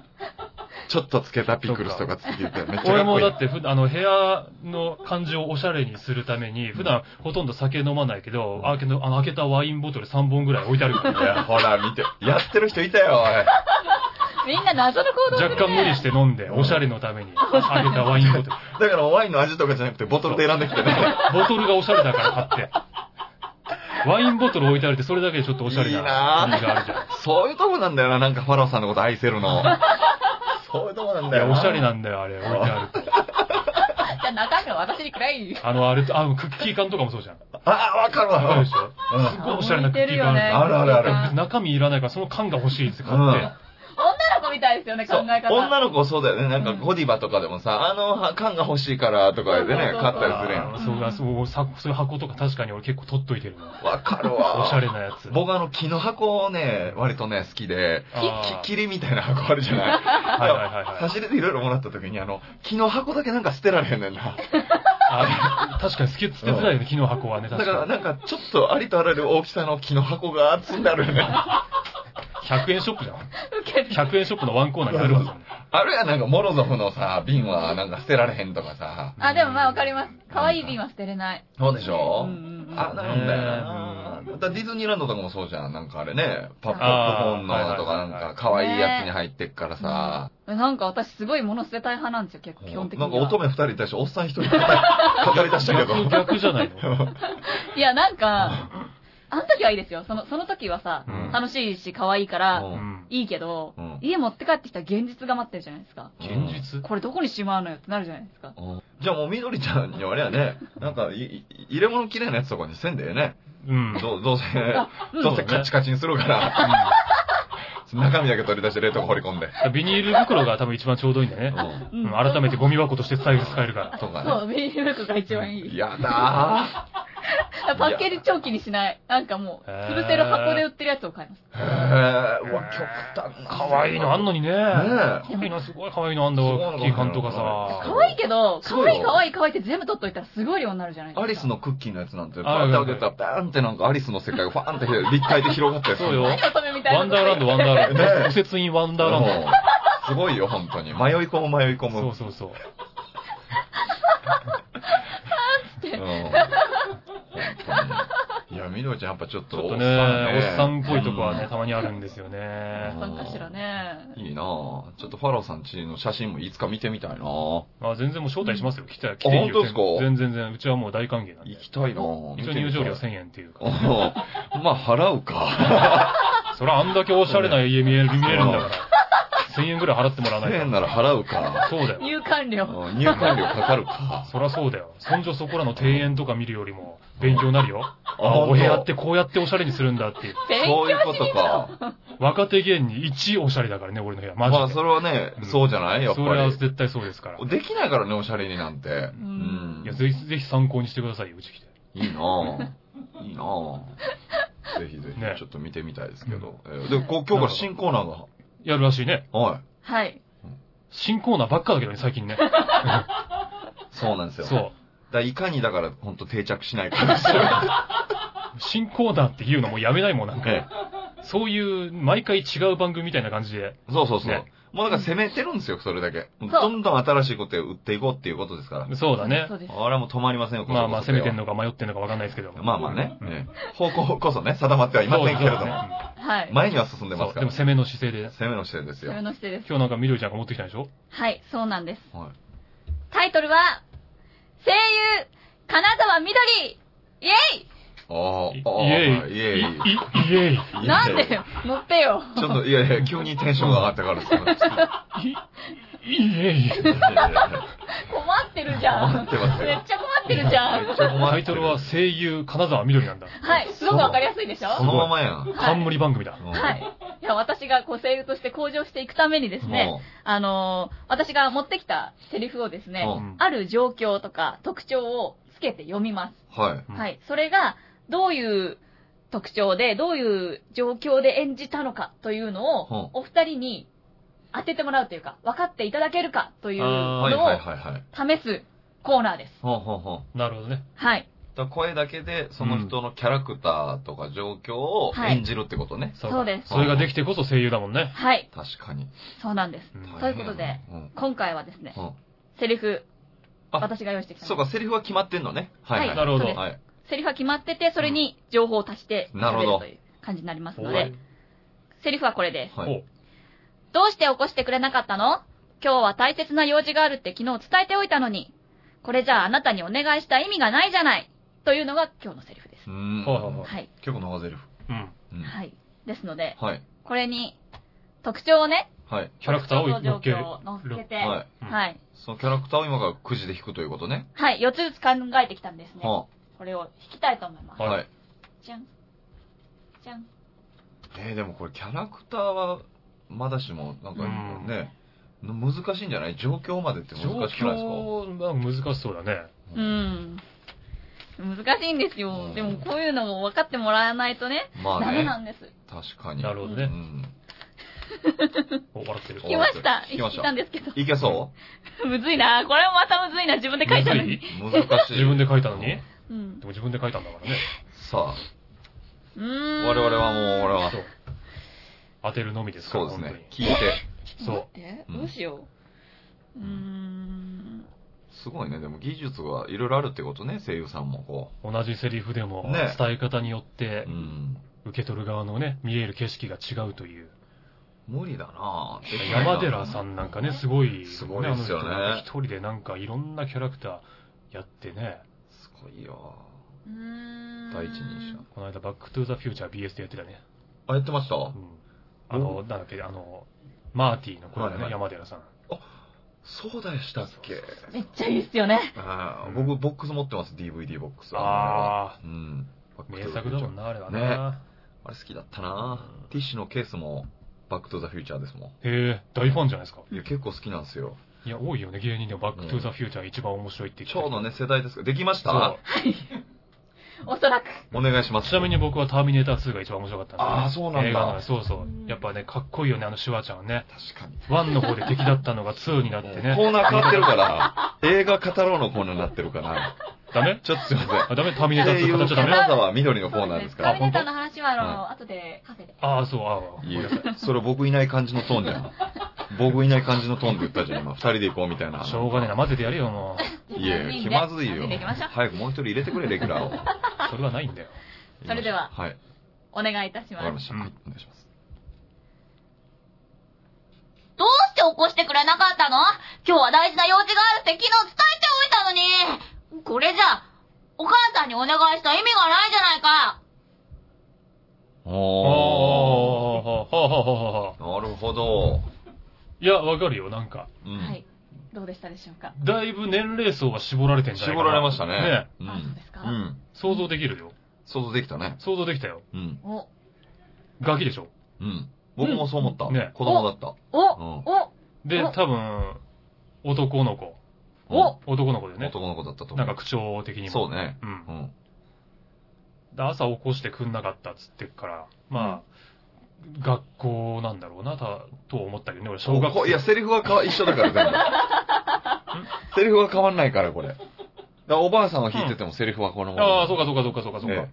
[SPEAKER 2] ちょっとつけたピクルスとかつけて言って、めっちゃか
[SPEAKER 1] 俺
[SPEAKER 2] っこ
[SPEAKER 1] も
[SPEAKER 2] いい
[SPEAKER 1] だ。ってふ、あの、部屋の感じをおしゃれにするために、普段ほとんど酒飲まないけど、あけのあの開けたワインボトル3本ぐらい置いてあるから
[SPEAKER 2] いや、ほら、見て、やってる人いたよ、おい。
[SPEAKER 3] みんな謎の行動する、ね。
[SPEAKER 1] 若干無理して飲ん で、おしゃれのために、開けたワインボトル。
[SPEAKER 2] だからワインの味とかじゃなくて、ボトルで選んできてね。
[SPEAKER 1] ボトルがおしゃれだから買って。ワインボトル置いてあるって、それだけでち ょっとおしゃれ
[SPEAKER 2] いいな
[SPEAKER 1] な
[SPEAKER 2] ぁ
[SPEAKER 1] 感じがあるじゃん。
[SPEAKER 2] そういうとこなんだよな、なんかファラオさんのこと愛せるの。そういうとこなん
[SPEAKER 1] い
[SPEAKER 2] だよ
[SPEAKER 1] や、
[SPEAKER 2] な。
[SPEAKER 1] おしゃれなんだよ、あれ、置いてあると。
[SPEAKER 3] じゃあ中身は私にくらい。
[SPEAKER 1] あの、あれと、あの、クッキー缶とかもそうじゃん。
[SPEAKER 2] ああ、わかる
[SPEAKER 1] わかる
[SPEAKER 2] わ
[SPEAKER 1] で。しょ
[SPEAKER 2] うん
[SPEAKER 1] すごいおしゃれなクッキー缶あるじゃん
[SPEAKER 2] あるあるある
[SPEAKER 1] 別に中身いらないから、その缶が欲しいって買って。
[SPEAKER 2] うん
[SPEAKER 3] 女の子みたいですよね、考
[SPEAKER 2] そう
[SPEAKER 3] え方。
[SPEAKER 2] 女の子そうだよね。なんか
[SPEAKER 3] うん
[SPEAKER 2] ゴディバとかでもさ、あの缶が欲しいからとかでね
[SPEAKER 3] そう、そうそう
[SPEAKER 2] 買ったりするやん。
[SPEAKER 1] あーそうだ、そう、さそういう箱とか確かに俺結構取っといてるの。
[SPEAKER 2] わかるわ。
[SPEAKER 1] おしゃれなやつ。
[SPEAKER 2] 僕あの木の箱をね、割とね、好きで、
[SPEAKER 1] あー
[SPEAKER 2] き霧みたいな箱あるじゃな
[SPEAKER 1] は
[SPEAKER 2] い。
[SPEAKER 1] いはいはいはい
[SPEAKER 2] 差し入れでいろいろもらった時に、あの、木の箱だけなんか捨てられへんねんな。
[SPEAKER 1] あ確かに、スケッチてづらいよね、木の箱はね、
[SPEAKER 2] だ
[SPEAKER 1] 確
[SPEAKER 2] から
[SPEAKER 1] かに。
[SPEAKER 2] なんかちょっとありとあらゆる大きさの木の箱が積んであ るよね。
[SPEAKER 1] 100円ショップじゃん。
[SPEAKER 3] ウケる
[SPEAKER 1] 100円ショップのワンコーナーにあるわけだもん
[SPEAKER 2] あるやんなんかモロゾフのさ、瓶はなんか捨てられへんとかさ。
[SPEAKER 3] あ、でもまあわかります。可愛い瓶は捨てれない。
[SPEAKER 2] そうでしょ、
[SPEAKER 3] うんうんうん
[SPEAKER 2] あ、なんだよな。
[SPEAKER 1] ね
[SPEAKER 2] またディズニーランドとかもそうじゃん。なんかあれね、パップコ
[SPEAKER 1] あー
[SPEAKER 2] ーンのとかなんか可愛いやつに入ってっからさ。
[SPEAKER 3] なんか私すごい物捨てたい派なんですよ、結構基本的に
[SPEAKER 2] な
[SPEAKER 3] は。
[SPEAKER 2] んか乙女二人に対しておっさん一人語り語り出した けど。
[SPEAKER 1] 逆 逆じゃないの
[SPEAKER 3] いや、なんか、あの時はいいですよ。その、その時はさ
[SPEAKER 1] う、ん
[SPEAKER 3] 楽しいし可愛いから、
[SPEAKER 1] うん
[SPEAKER 3] いいけど
[SPEAKER 2] うん、
[SPEAKER 3] 家持って帰ってきたら現実が待ってるじゃないですか。
[SPEAKER 1] 現実
[SPEAKER 3] これどこにしまうのよってなるじゃないですか。
[SPEAKER 2] うんじゃあもう緑ちゃんにはあれやね、なんかいい入れ物綺麗なやつとかにせんでええね。
[SPEAKER 1] うん。
[SPEAKER 2] どうどうせ、
[SPEAKER 3] うん
[SPEAKER 2] どうせカチカチにするから、中身だけ取り出して冷凍庫掘り込んで。
[SPEAKER 1] ビニール袋が多分一番ちょうどいいんだね。
[SPEAKER 2] うん
[SPEAKER 1] うん、改めてゴミ箱として使える使えるから。
[SPEAKER 2] とか
[SPEAKER 3] そう、ビニール袋が一番い
[SPEAKER 2] ね。
[SPEAKER 3] い。
[SPEAKER 2] やだ
[SPEAKER 3] パッケージ長期にしない。なんかもう、
[SPEAKER 1] へー
[SPEAKER 3] 潰せる箱で売ってるやつを買います。
[SPEAKER 2] ー。へえ、うわ、極端な。
[SPEAKER 1] 可愛いのあんのにね。可
[SPEAKER 2] え
[SPEAKER 1] 愛いのすごい可愛いのあんだ
[SPEAKER 2] すごいのが
[SPEAKER 1] わ。キー缶とかさ。
[SPEAKER 3] 可愛いけど、
[SPEAKER 2] そう
[SPEAKER 3] 可
[SPEAKER 2] よ
[SPEAKER 3] 愛い可愛い可愛いって全部取っといたらすごい量になるじゃないですか。
[SPEAKER 2] アリスのクッキーのやつなんて、
[SPEAKER 1] る
[SPEAKER 2] パーンって開けたら、バーンってなんかアリスの世界がファーンって立体で広がったりする
[SPEAKER 1] そうよ。。
[SPEAKER 3] 乙女みたいな。
[SPEAKER 1] ワンダーランド、ワンダーランド。
[SPEAKER 2] ねえ
[SPEAKER 1] 右折インワンダーランド。
[SPEAKER 2] うんすごいよ、本当に。迷い込む迷い込む。
[SPEAKER 1] そうそうそう。
[SPEAKER 2] うん本当にいや、みどりちゃんやっぱちょっ
[SPEAKER 1] ち
[SPEAKER 2] と
[SPEAKER 1] ょっと
[SPEAKER 2] お
[SPEAKER 1] ね、おっさんっぽいとこはね、
[SPEAKER 2] うん
[SPEAKER 1] たまにあるんですよね。
[SPEAKER 3] そうかしらね。
[SPEAKER 2] いいなぁ。ちょっとファラオさんちの写真もいつか見てみたいなぁ。
[SPEAKER 1] まあ全然もう招待しますよ。来た、来ていい
[SPEAKER 2] あ本当ですか
[SPEAKER 1] 全然全然、うちはもう大歓迎なんで
[SPEAKER 2] 行。きたいなぁ。
[SPEAKER 1] 一応入場料
[SPEAKER 2] 見て
[SPEAKER 1] 1000円っていう
[SPEAKER 2] み
[SPEAKER 1] か。
[SPEAKER 2] たいうんまあ、払うか。
[SPEAKER 1] そりゃあんだけおしゃれな家見える、見えるん だから。1000円ぐらい払ってもらわない
[SPEAKER 2] 1000円
[SPEAKER 1] と。
[SPEAKER 2] なら払うか。
[SPEAKER 1] そうだよ。
[SPEAKER 3] 入館料。
[SPEAKER 2] うん入館料かかるか。
[SPEAKER 1] そりゃそうだよ。そんじょそこらの庭園とか見るよりも勉強になるよ。あ、
[SPEAKER 2] 本当
[SPEAKER 1] お部屋ってこうやっておしゃれにするんだっていう。
[SPEAKER 3] 勉
[SPEAKER 2] そういう
[SPEAKER 3] 強
[SPEAKER 2] こ
[SPEAKER 3] し
[SPEAKER 2] と
[SPEAKER 3] に
[SPEAKER 2] か。
[SPEAKER 1] 若手芸人一おしゃれだからね、俺の部屋。マジで。
[SPEAKER 2] まあ、それはね、
[SPEAKER 1] うん
[SPEAKER 2] そうじゃないやっ
[SPEAKER 1] それは
[SPEAKER 2] ぱ
[SPEAKER 1] 絶対そうですから。
[SPEAKER 2] り。できないからね、おしゃれになんて。うん
[SPEAKER 1] いや、ぜひ、ぜひ参考にしてくださいよ、うち来て。
[SPEAKER 2] いい なぁ。いいなぁ。ぜひぜ
[SPEAKER 1] ね
[SPEAKER 2] ひ、ちょっと見てみたいですけど。えーで、こう今日から新コーナーが。
[SPEAKER 1] やるらしいね。
[SPEAKER 2] はい。
[SPEAKER 3] はい。
[SPEAKER 1] 新コーナーばっかだけどね、最近ね。
[SPEAKER 2] そうなんですよ。
[SPEAKER 1] そう。
[SPEAKER 2] だからいかにだから、ほんと定着しないから。そう
[SPEAKER 1] 新コーナーっていうのもうやめないもん、なん
[SPEAKER 2] ええ
[SPEAKER 1] か。そういう、毎回違う番組みたいな感じで。
[SPEAKER 2] そうそうそう。
[SPEAKER 1] ね
[SPEAKER 2] もうだから攻めてるんですよ、それだけ。
[SPEAKER 3] う
[SPEAKER 2] どんどん新しいことを売っていこうっていうことですから。
[SPEAKER 1] そうだね
[SPEAKER 3] そ。うです。
[SPEAKER 2] あれはもう止まりませんよ、
[SPEAKER 1] まあまあ、攻めてん
[SPEAKER 2] の。
[SPEAKER 1] のか迷ってんのかわかんないですけど。
[SPEAKER 2] まあまあね、
[SPEAKER 1] うん
[SPEAKER 2] ええ方向こそね、定まってはいませんけれども。
[SPEAKER 3] はい。
[SPEAKER 2] 前には進んで
[SPEAKER 1] そ
[SPEAKER 2] ま
[SPEAKER 1] う
[SPEAKER 2] す
[SPEAKER 1] で
[SPEAKER 2] か
[SPEAKER 1] も
[SPEAKER 2] ら。
[SPEAKER 1] 攻めの姿勢で。
[SPEAKER 2] 攻めの視点です
[SPEAKER 3] そ
[SPEAKER 2] よ。
[SPEAKER 3] れの姿勢です。
[SPEAKER 1] 今日なんか緑ちゃんが持ってきたんでしょ
[SPEAKER 3] はい、そうなんです。
[SPEAKER 2] はい
[SPEAKER 3] タイトルは、声優、金沢みどりイェ
[SPEAKER 2] あ
[SPEAKER 1] い
[SPEAKER 2] あ、ああ、
[SPEAKER 1] イエイ
[SPEAKER 2] いえいえ
[SPEAKER 1] い、い、イエイ。
[SPEAKER 2] いえ
[SPEAKER 3] イなんでよ乗ってよ。
[SPEAKER 2] ちょっと、いやいや、急にテンションが上がったからです。
[SPEAKER 1] イエイ。
[SPEAKER 2] いやいやいや
[SPEAKER 3] 困ってるじゃん。
[SPEAKER 2] 困ってますよ
[SPEAKER 3] めっちゃ困ってるじゃん。
[SPEAKER 2] めっちゃ困っ
[SPEAKER 1] タ
[SPEAKER 2] てる
[SPEAKER 1] イトルは声優、金沢みどりなんだ。
[SPEAKER 3] はい、すごくわかりやすいでしょ
[SPEAKER 2] そのままやん。
[SPEAKER 1] 冠番組だ。
[SPEAKER 3] はい。いや、私がこう声優として向上していくためにですね、あのー私が持ってきたセリフをですね、
[SPEAKER 1] うん
[SPEAKER 3] ある状況とか特徴をつけて読みます。
[SPEAKER 2] い。はい。
[SPEAKER 1] うん
[SPEAKER 3] はい。それが、どういう特徴で、どういう状況で演じたのかというのを、お二人に当ててもらうというか、分かっていただけるかという
[SPEAKER 1] あー
[SPEAKER 2] はい
[SPEAKER 3] の
[SPEAKER 2] はい
[SPEAKER 3] を
[SPEAKER 2] はいはい。
[SPEAKER 3] 試すコーナーです。
[SPEAKER 2] ほうほうほう。
[SPEAKER 1] なるほどね。
[SPEAKER 3] はい。
[SPEAKER 2] だから声だけで、その人のキャラクターとか状況を
[SPEAKER 3] はい
[SPEAKER 2] 演じるってことね。
[SPEAKER 1] そう
[SPEAKER 3] そうです
[SPEAKER 1] それができてこそ声優だもんね。
[SPEAKER 3] はい、
[SPEAKER 2] 確かに。
[SPEAKER 3] そうなんです。
[SPEAKER 1] うん
[SPEAKER 3] ということで、
[SPEAKER 2] うん。
[SPEAKER 3] 今回はですね、
[SPEAKER 2] うん
[SPEAKER 3] セリフ、
[SPEAKER 2] あ
[SPEAKER 3] 私が用意してきた
[SPEAKER 2] そうか、セリフは決まってんのね。はい、はい。
[SPEAKER 1] なるほど
[SPEAKER 3] そうです
[SPEAKER 2] はい。
[SPEAKER 3] セリフは決まってて、それに情報を足して
[SPEAKER 2] なるほ
[SPEAKER 3] 喋
[SPEAKER 2] ど
[SPEAKER 3] るという感じになりますの
[SPEAKER 1] は
[SPEAKER 3] で
[SPEAKER 1] い、
[SPEAKER 3] セリフはこれです。
[SPEAKER 1] お
[SPEAKER 2] はい。
[SPEAKER 3] どうして起こしてくれなかったの今日は大切な用事があるって昨日伝えておいたのに。これじゃああなたにお願いした意味がないじゃないというのが今日のセリフです
[SPEAKER 2] う。ん。
[SPEAKER 1] はいはいはい
[SPEAKER 3] はい。
[SPEAKER 2] 結構長ゼリフ。
[SPEAKER 1] うん。
[SPEAKER 2] うん。
[SPEAKER 3] はい。ですので、
[SPEAKER 2] はい。
[SPEAKER 3] これに特徴をね、
[SPEAKER 2] はい。
[SPEAKER 1] キャラクターを
[SPEAKER 3] 特徴
[SPEAKER 1] 乗
[SPEAKER 3] の
[SPEAKER 1] っけ
[SPEAKER 3] 状
[SPEAKER 1] る
[SPEAKER 3] 況。を乗っけて、
[SPEAKER 2] は。
[SPEAKER 3] はい
[SPEAKER 1] い
[SPEAKER 3] い。
[SPEAKER 2] そのキャラクターを今からくじで引くということね。
[SPEAKER 3] はい。4つずつ考えてきたんですね。
[SPEAKER 2] は
[SPEAKER 3] これを引きたいと思います
[SPEAKER 2] あ。
[SPEAKER 1] はい
[SPEAKER 2] はい。
[SPEAKER 3] じゃん。じゃん。
[SPEAKER 2] えー、でもこれキャラクターは、まだしも、なんか
[SPEAKER 1] うん
[SPEAKER 2] ね、難しいんじゃない状況までって
[SPEAKER 1] 状
[SPEAKER 2] 難しくないですか
[SPEAKER 1] 況は難しそうだね。
[SPEAKER 3] う。ん。難しいんです
[SPEAKER 2] う
[SPEAKER 3] よ
[SPEAKER 2] ん。
[SPEAKER 3] でもこういうのも分かってもらわないとね、
[SPEAKER 2] ま
[SPEAKER 3] ダ
[SPEAKER 2] あ
[SPEAKER 3] メ
[SPEAKER 2] ね
[SPEAKER 3] な、んです。
[SPEAKER 2] 確かに。
[SPEAKER 1] なるほど
[SPEAKER 2] う
[SPEAKER 1] ね。
[SPEAKER 2] ん。
[SPEAKER 1] お笑ってる。
[SPEAKER 3] 聞きました。
[SPEAKER 2] 聞きました
[SPEAKER 3] 聞いたんですけど。
[SPEAKER 2] いけそ
[SPEAKER 3] むずいな。これもまたむずいな。自分で書いたの
[SPEAKER 1] むず
[SPEAKER 3] に。
[SPEAKER 2] う難しい。
[SPEAKER 1] 自分で書いたのにで
[SPEAKER 3] うん。
[SPEAKER 1] も自分で書いたんだからね。
[SPEAKER 2] さあ、
[SPEAKER 3] うーん
[SPEAKER 2] 我々はもう、俺は
[SPEAKER 1] そ、う。当てるのみですから、
[SPEAKER 2] そうです
[SPEAKER 1] 本当
[SPEAKER 2] ね
[SPEAKER 1] に。。
[SPEAKER 2] 聞いて。
[SPEAKER 3] ちょ
[SPEAKER 1] そ
[SPEAKER 3] っと待って
[SPEAKER 2] そう
[SPEAKER 3] どうしよう。うーん。
[SPEAKER 2] すごいね。でも技術がいろいろあるってことね、声優さんもこ
[SPEAKER 1] う。同じセリフでも
[SPEAKER 2] ね、
[SPEAKER 1] 伝え方によって
[SPEAKER 2] う。う、ん。
[SPEAKER 1] 受け取る側のね、見える景色が違うという。
[SPEAKER 2] 無理だなぁ。
[SPEAKER 1] 山寺さんなんかね、すごい、
[SPEAKER 2] すごいですよね
[SPEAKER 1] あの人なんか一人でなんかいろんなキャラクターやってね、
[SPEAKER 2] すごいよ。
[SPEAKER 3] うーん
[SPEAKER 2] 第一人者。
[SPEAKER 1] この間バックトゥーザフューチャー BS でやってたね。
[SPEAKER 2] あ、やってました
[SPEAKER 1] うん。あの、なんだっけ、あの、マーティの声
[SPEAKER 2] は
[SPEAKER 1] の
[SPEAKER 2] いは
[SPEAKER 1] ね、
[SPEAKER 2] い
[SPEAKER 1] 山寺さん。
[SPEAKER 2] そうでしたっけ
[SPEAKER 3] めっちゃいいっすよね。
[SPEAKER 2] あー僕、ボックス持ってます、DVD ボックス。
[SPEAKER 1] あ
[SPEAKER 2] あ。うん。バックトゥ
[SPEAKER 1] 名
[SPEAKER 2] ザ
[SPEAKER 1] 作
[SPEAKER 2] フュー
[SPEAKER 1] だ
[SPEAKER 2] チャ
[SPEAKER 1] も
[SPEAKER 2] ー
[SPEAKER 1] んな、あれはな。
[SPEAKER 2] あれ好きだったな
[SPEAKER 1] うん
[SPEAKER 2] ぁ。ティッシュのケースも、バックトゥザフューチャーですも
[SPEAKER 1] へえ、大ファンじゃないですか。
[SPEAKER 2] ん。いや、結構好きなんですよ。
[SPEAKER 1] いや、多いよね、芸人でもバックトゥーザフューチャー一番面白いって言って
[SPEAKER 2] 今日のね、世代ですけど、できまし
[SPEAKER 1] そ
[SPEAKER 2] た
[SPEAKER 1] う
[SPEAKER 3] おそらく。
[SPEAKER 2] お願いします。
[SPEAKER 1] ちなみに僕はターミネーター2が一番面白かったんで、ね。
[SPEAKER 2] あーそうなんだ
[SPEAKER 1] 映画のそうそう。やっぱね、かっこいいよね、あのシュワちゃんはね。
[SPEAKER 2] 確かに。
[SPEAKER 1] 1の方で敵だったのが2になってね。
[SPEAKER 2] コーナー変わってるから、映画語ろうのコーナーになってるから、
[SPEAKER 1] ダメ
[SPEAKER 2] ちょっとすいません。
[SPEAKER 1] あ、ダメターミネータ
[SPEAKER 2] 声
[SPEAKER 1] ー2
[SPEAKER 2] 優
[SPEAKER 1] 語
[SPEAKER 2] の
[SPEAKER 1] っちゃダメ
[SPEAKER 2] 金沢緑のコーナーですから。
[SPEAKER 3] カビネタの話は、あ
[SPEAKER 2] は
[SPEAKER 3] の、後でカフェで。
[SPEAKER 1] ああ、そう、ああ、ご
[SPEAKER 2] い
[SPEAKER 1] めんな
[SPEAKER 2] や
[SPEAKER 1] さい。、
[SPEAKER 2] それ僕いない感じのトーンじゃん。僕いない感じのトーンで言ったじゃん、今。二人で行こうみたいな。
[SPEAKER 1] しょうがねえな、混ぜてやれよ、も
[SPEAKER 2] いや、気まずいよ
[SPEAKER 3] 三人で行きましょ。
[SPEAKER 2] 早くもう一人入れてくれ、レギュラーを。
[SPEAKER 1] う。それはないん だよ。
[SPEAKER 3] それでは
[SPEAKER 2] はい。
[SPEAKER 3] う。お願いいたし
[SPEAKER 2] わ
[SPEAKER 3] ま
[SPEAKER 2] か
[SPEAKER 3] す
[SPEAKER 2] り。ま
[SPEAKER 1] うん
[SPEAKER 2] した。はい、お願いします。
[SPEAKER 3] どうして起こしてくれなかったの今日は大事な用事があるって昨日伝えておいたのに。これじゃあ、お母さんにお願いした意味がないじゃないか。
[SPEAKER 1] ああ、は
[SPEAKER 2] おー。
[SPEAKER 1] あはあはあはあ。
[SPEAKER 2] なるほど。
[SPEAKER 1] いや、わかるよ、なんか。
[SPEAKER 2] うん。
[SPEAKER 3] はい。どうでしたでしょうか。
[SPEAKER 1] だいぶ年齢層は絞られてんじゃないか
[SPEAKER 2] 絞
[SPEAKER 1] な。
[SPEAKER 2] られましたね。う
[SPEAKER 3] あそうんですか
[SPEAKER 2] うん。
[SPEAKER 1] 想像できるよ。
[SPEAKER 2] 想像できたね。
[SPEAKER 1] 想像できたよ。
[SPEAKER 2] うん。
[SPEAKER 3] お、
[SPEAKER 1] ガキでしょ。
[SPEAKER 2] うん。僕もそう思った。
[SPEAKER 1] うんね
[SPEAKER 2] 子供だった。う
[SPEAKER 3] お、
[SPEAKER 2] ん。
[SPEAKER 3] お、
[SPEAKER 1] で、
[SPEAKER 3] お
[SPEAKER 1] 多分、男の子。
[SPEAKER 3] お
[SPEAKER 1] 男の子でね。
[SPEAKER 2] 男の子だったと思
[SPEAKER 1] な
[SPEAKER 2] うん
[SPEAKER 1] か。口調的にも。
[SPEAKER 2] そうね。
[SPEAKER 1] うん
[SPEAKER 2] う。ん。
[SPEAKER 1] で朝起こしてくんなかったっつってっから、まあ、学校なんだろうな、た、と思ったけどね、俺、小学
[SPEAKER 2] こい
[SPEAKER 1] 生
[SPEAKER 2] や、。セリフはか一緒だから、 全部。セリフは変わんないから、これ。だからおばあさんは弾いててもセリフはこのまま。
[SPEAKER 1] ああ、そうかそうかそうかそうかそうか。
[SPEAKER 2] え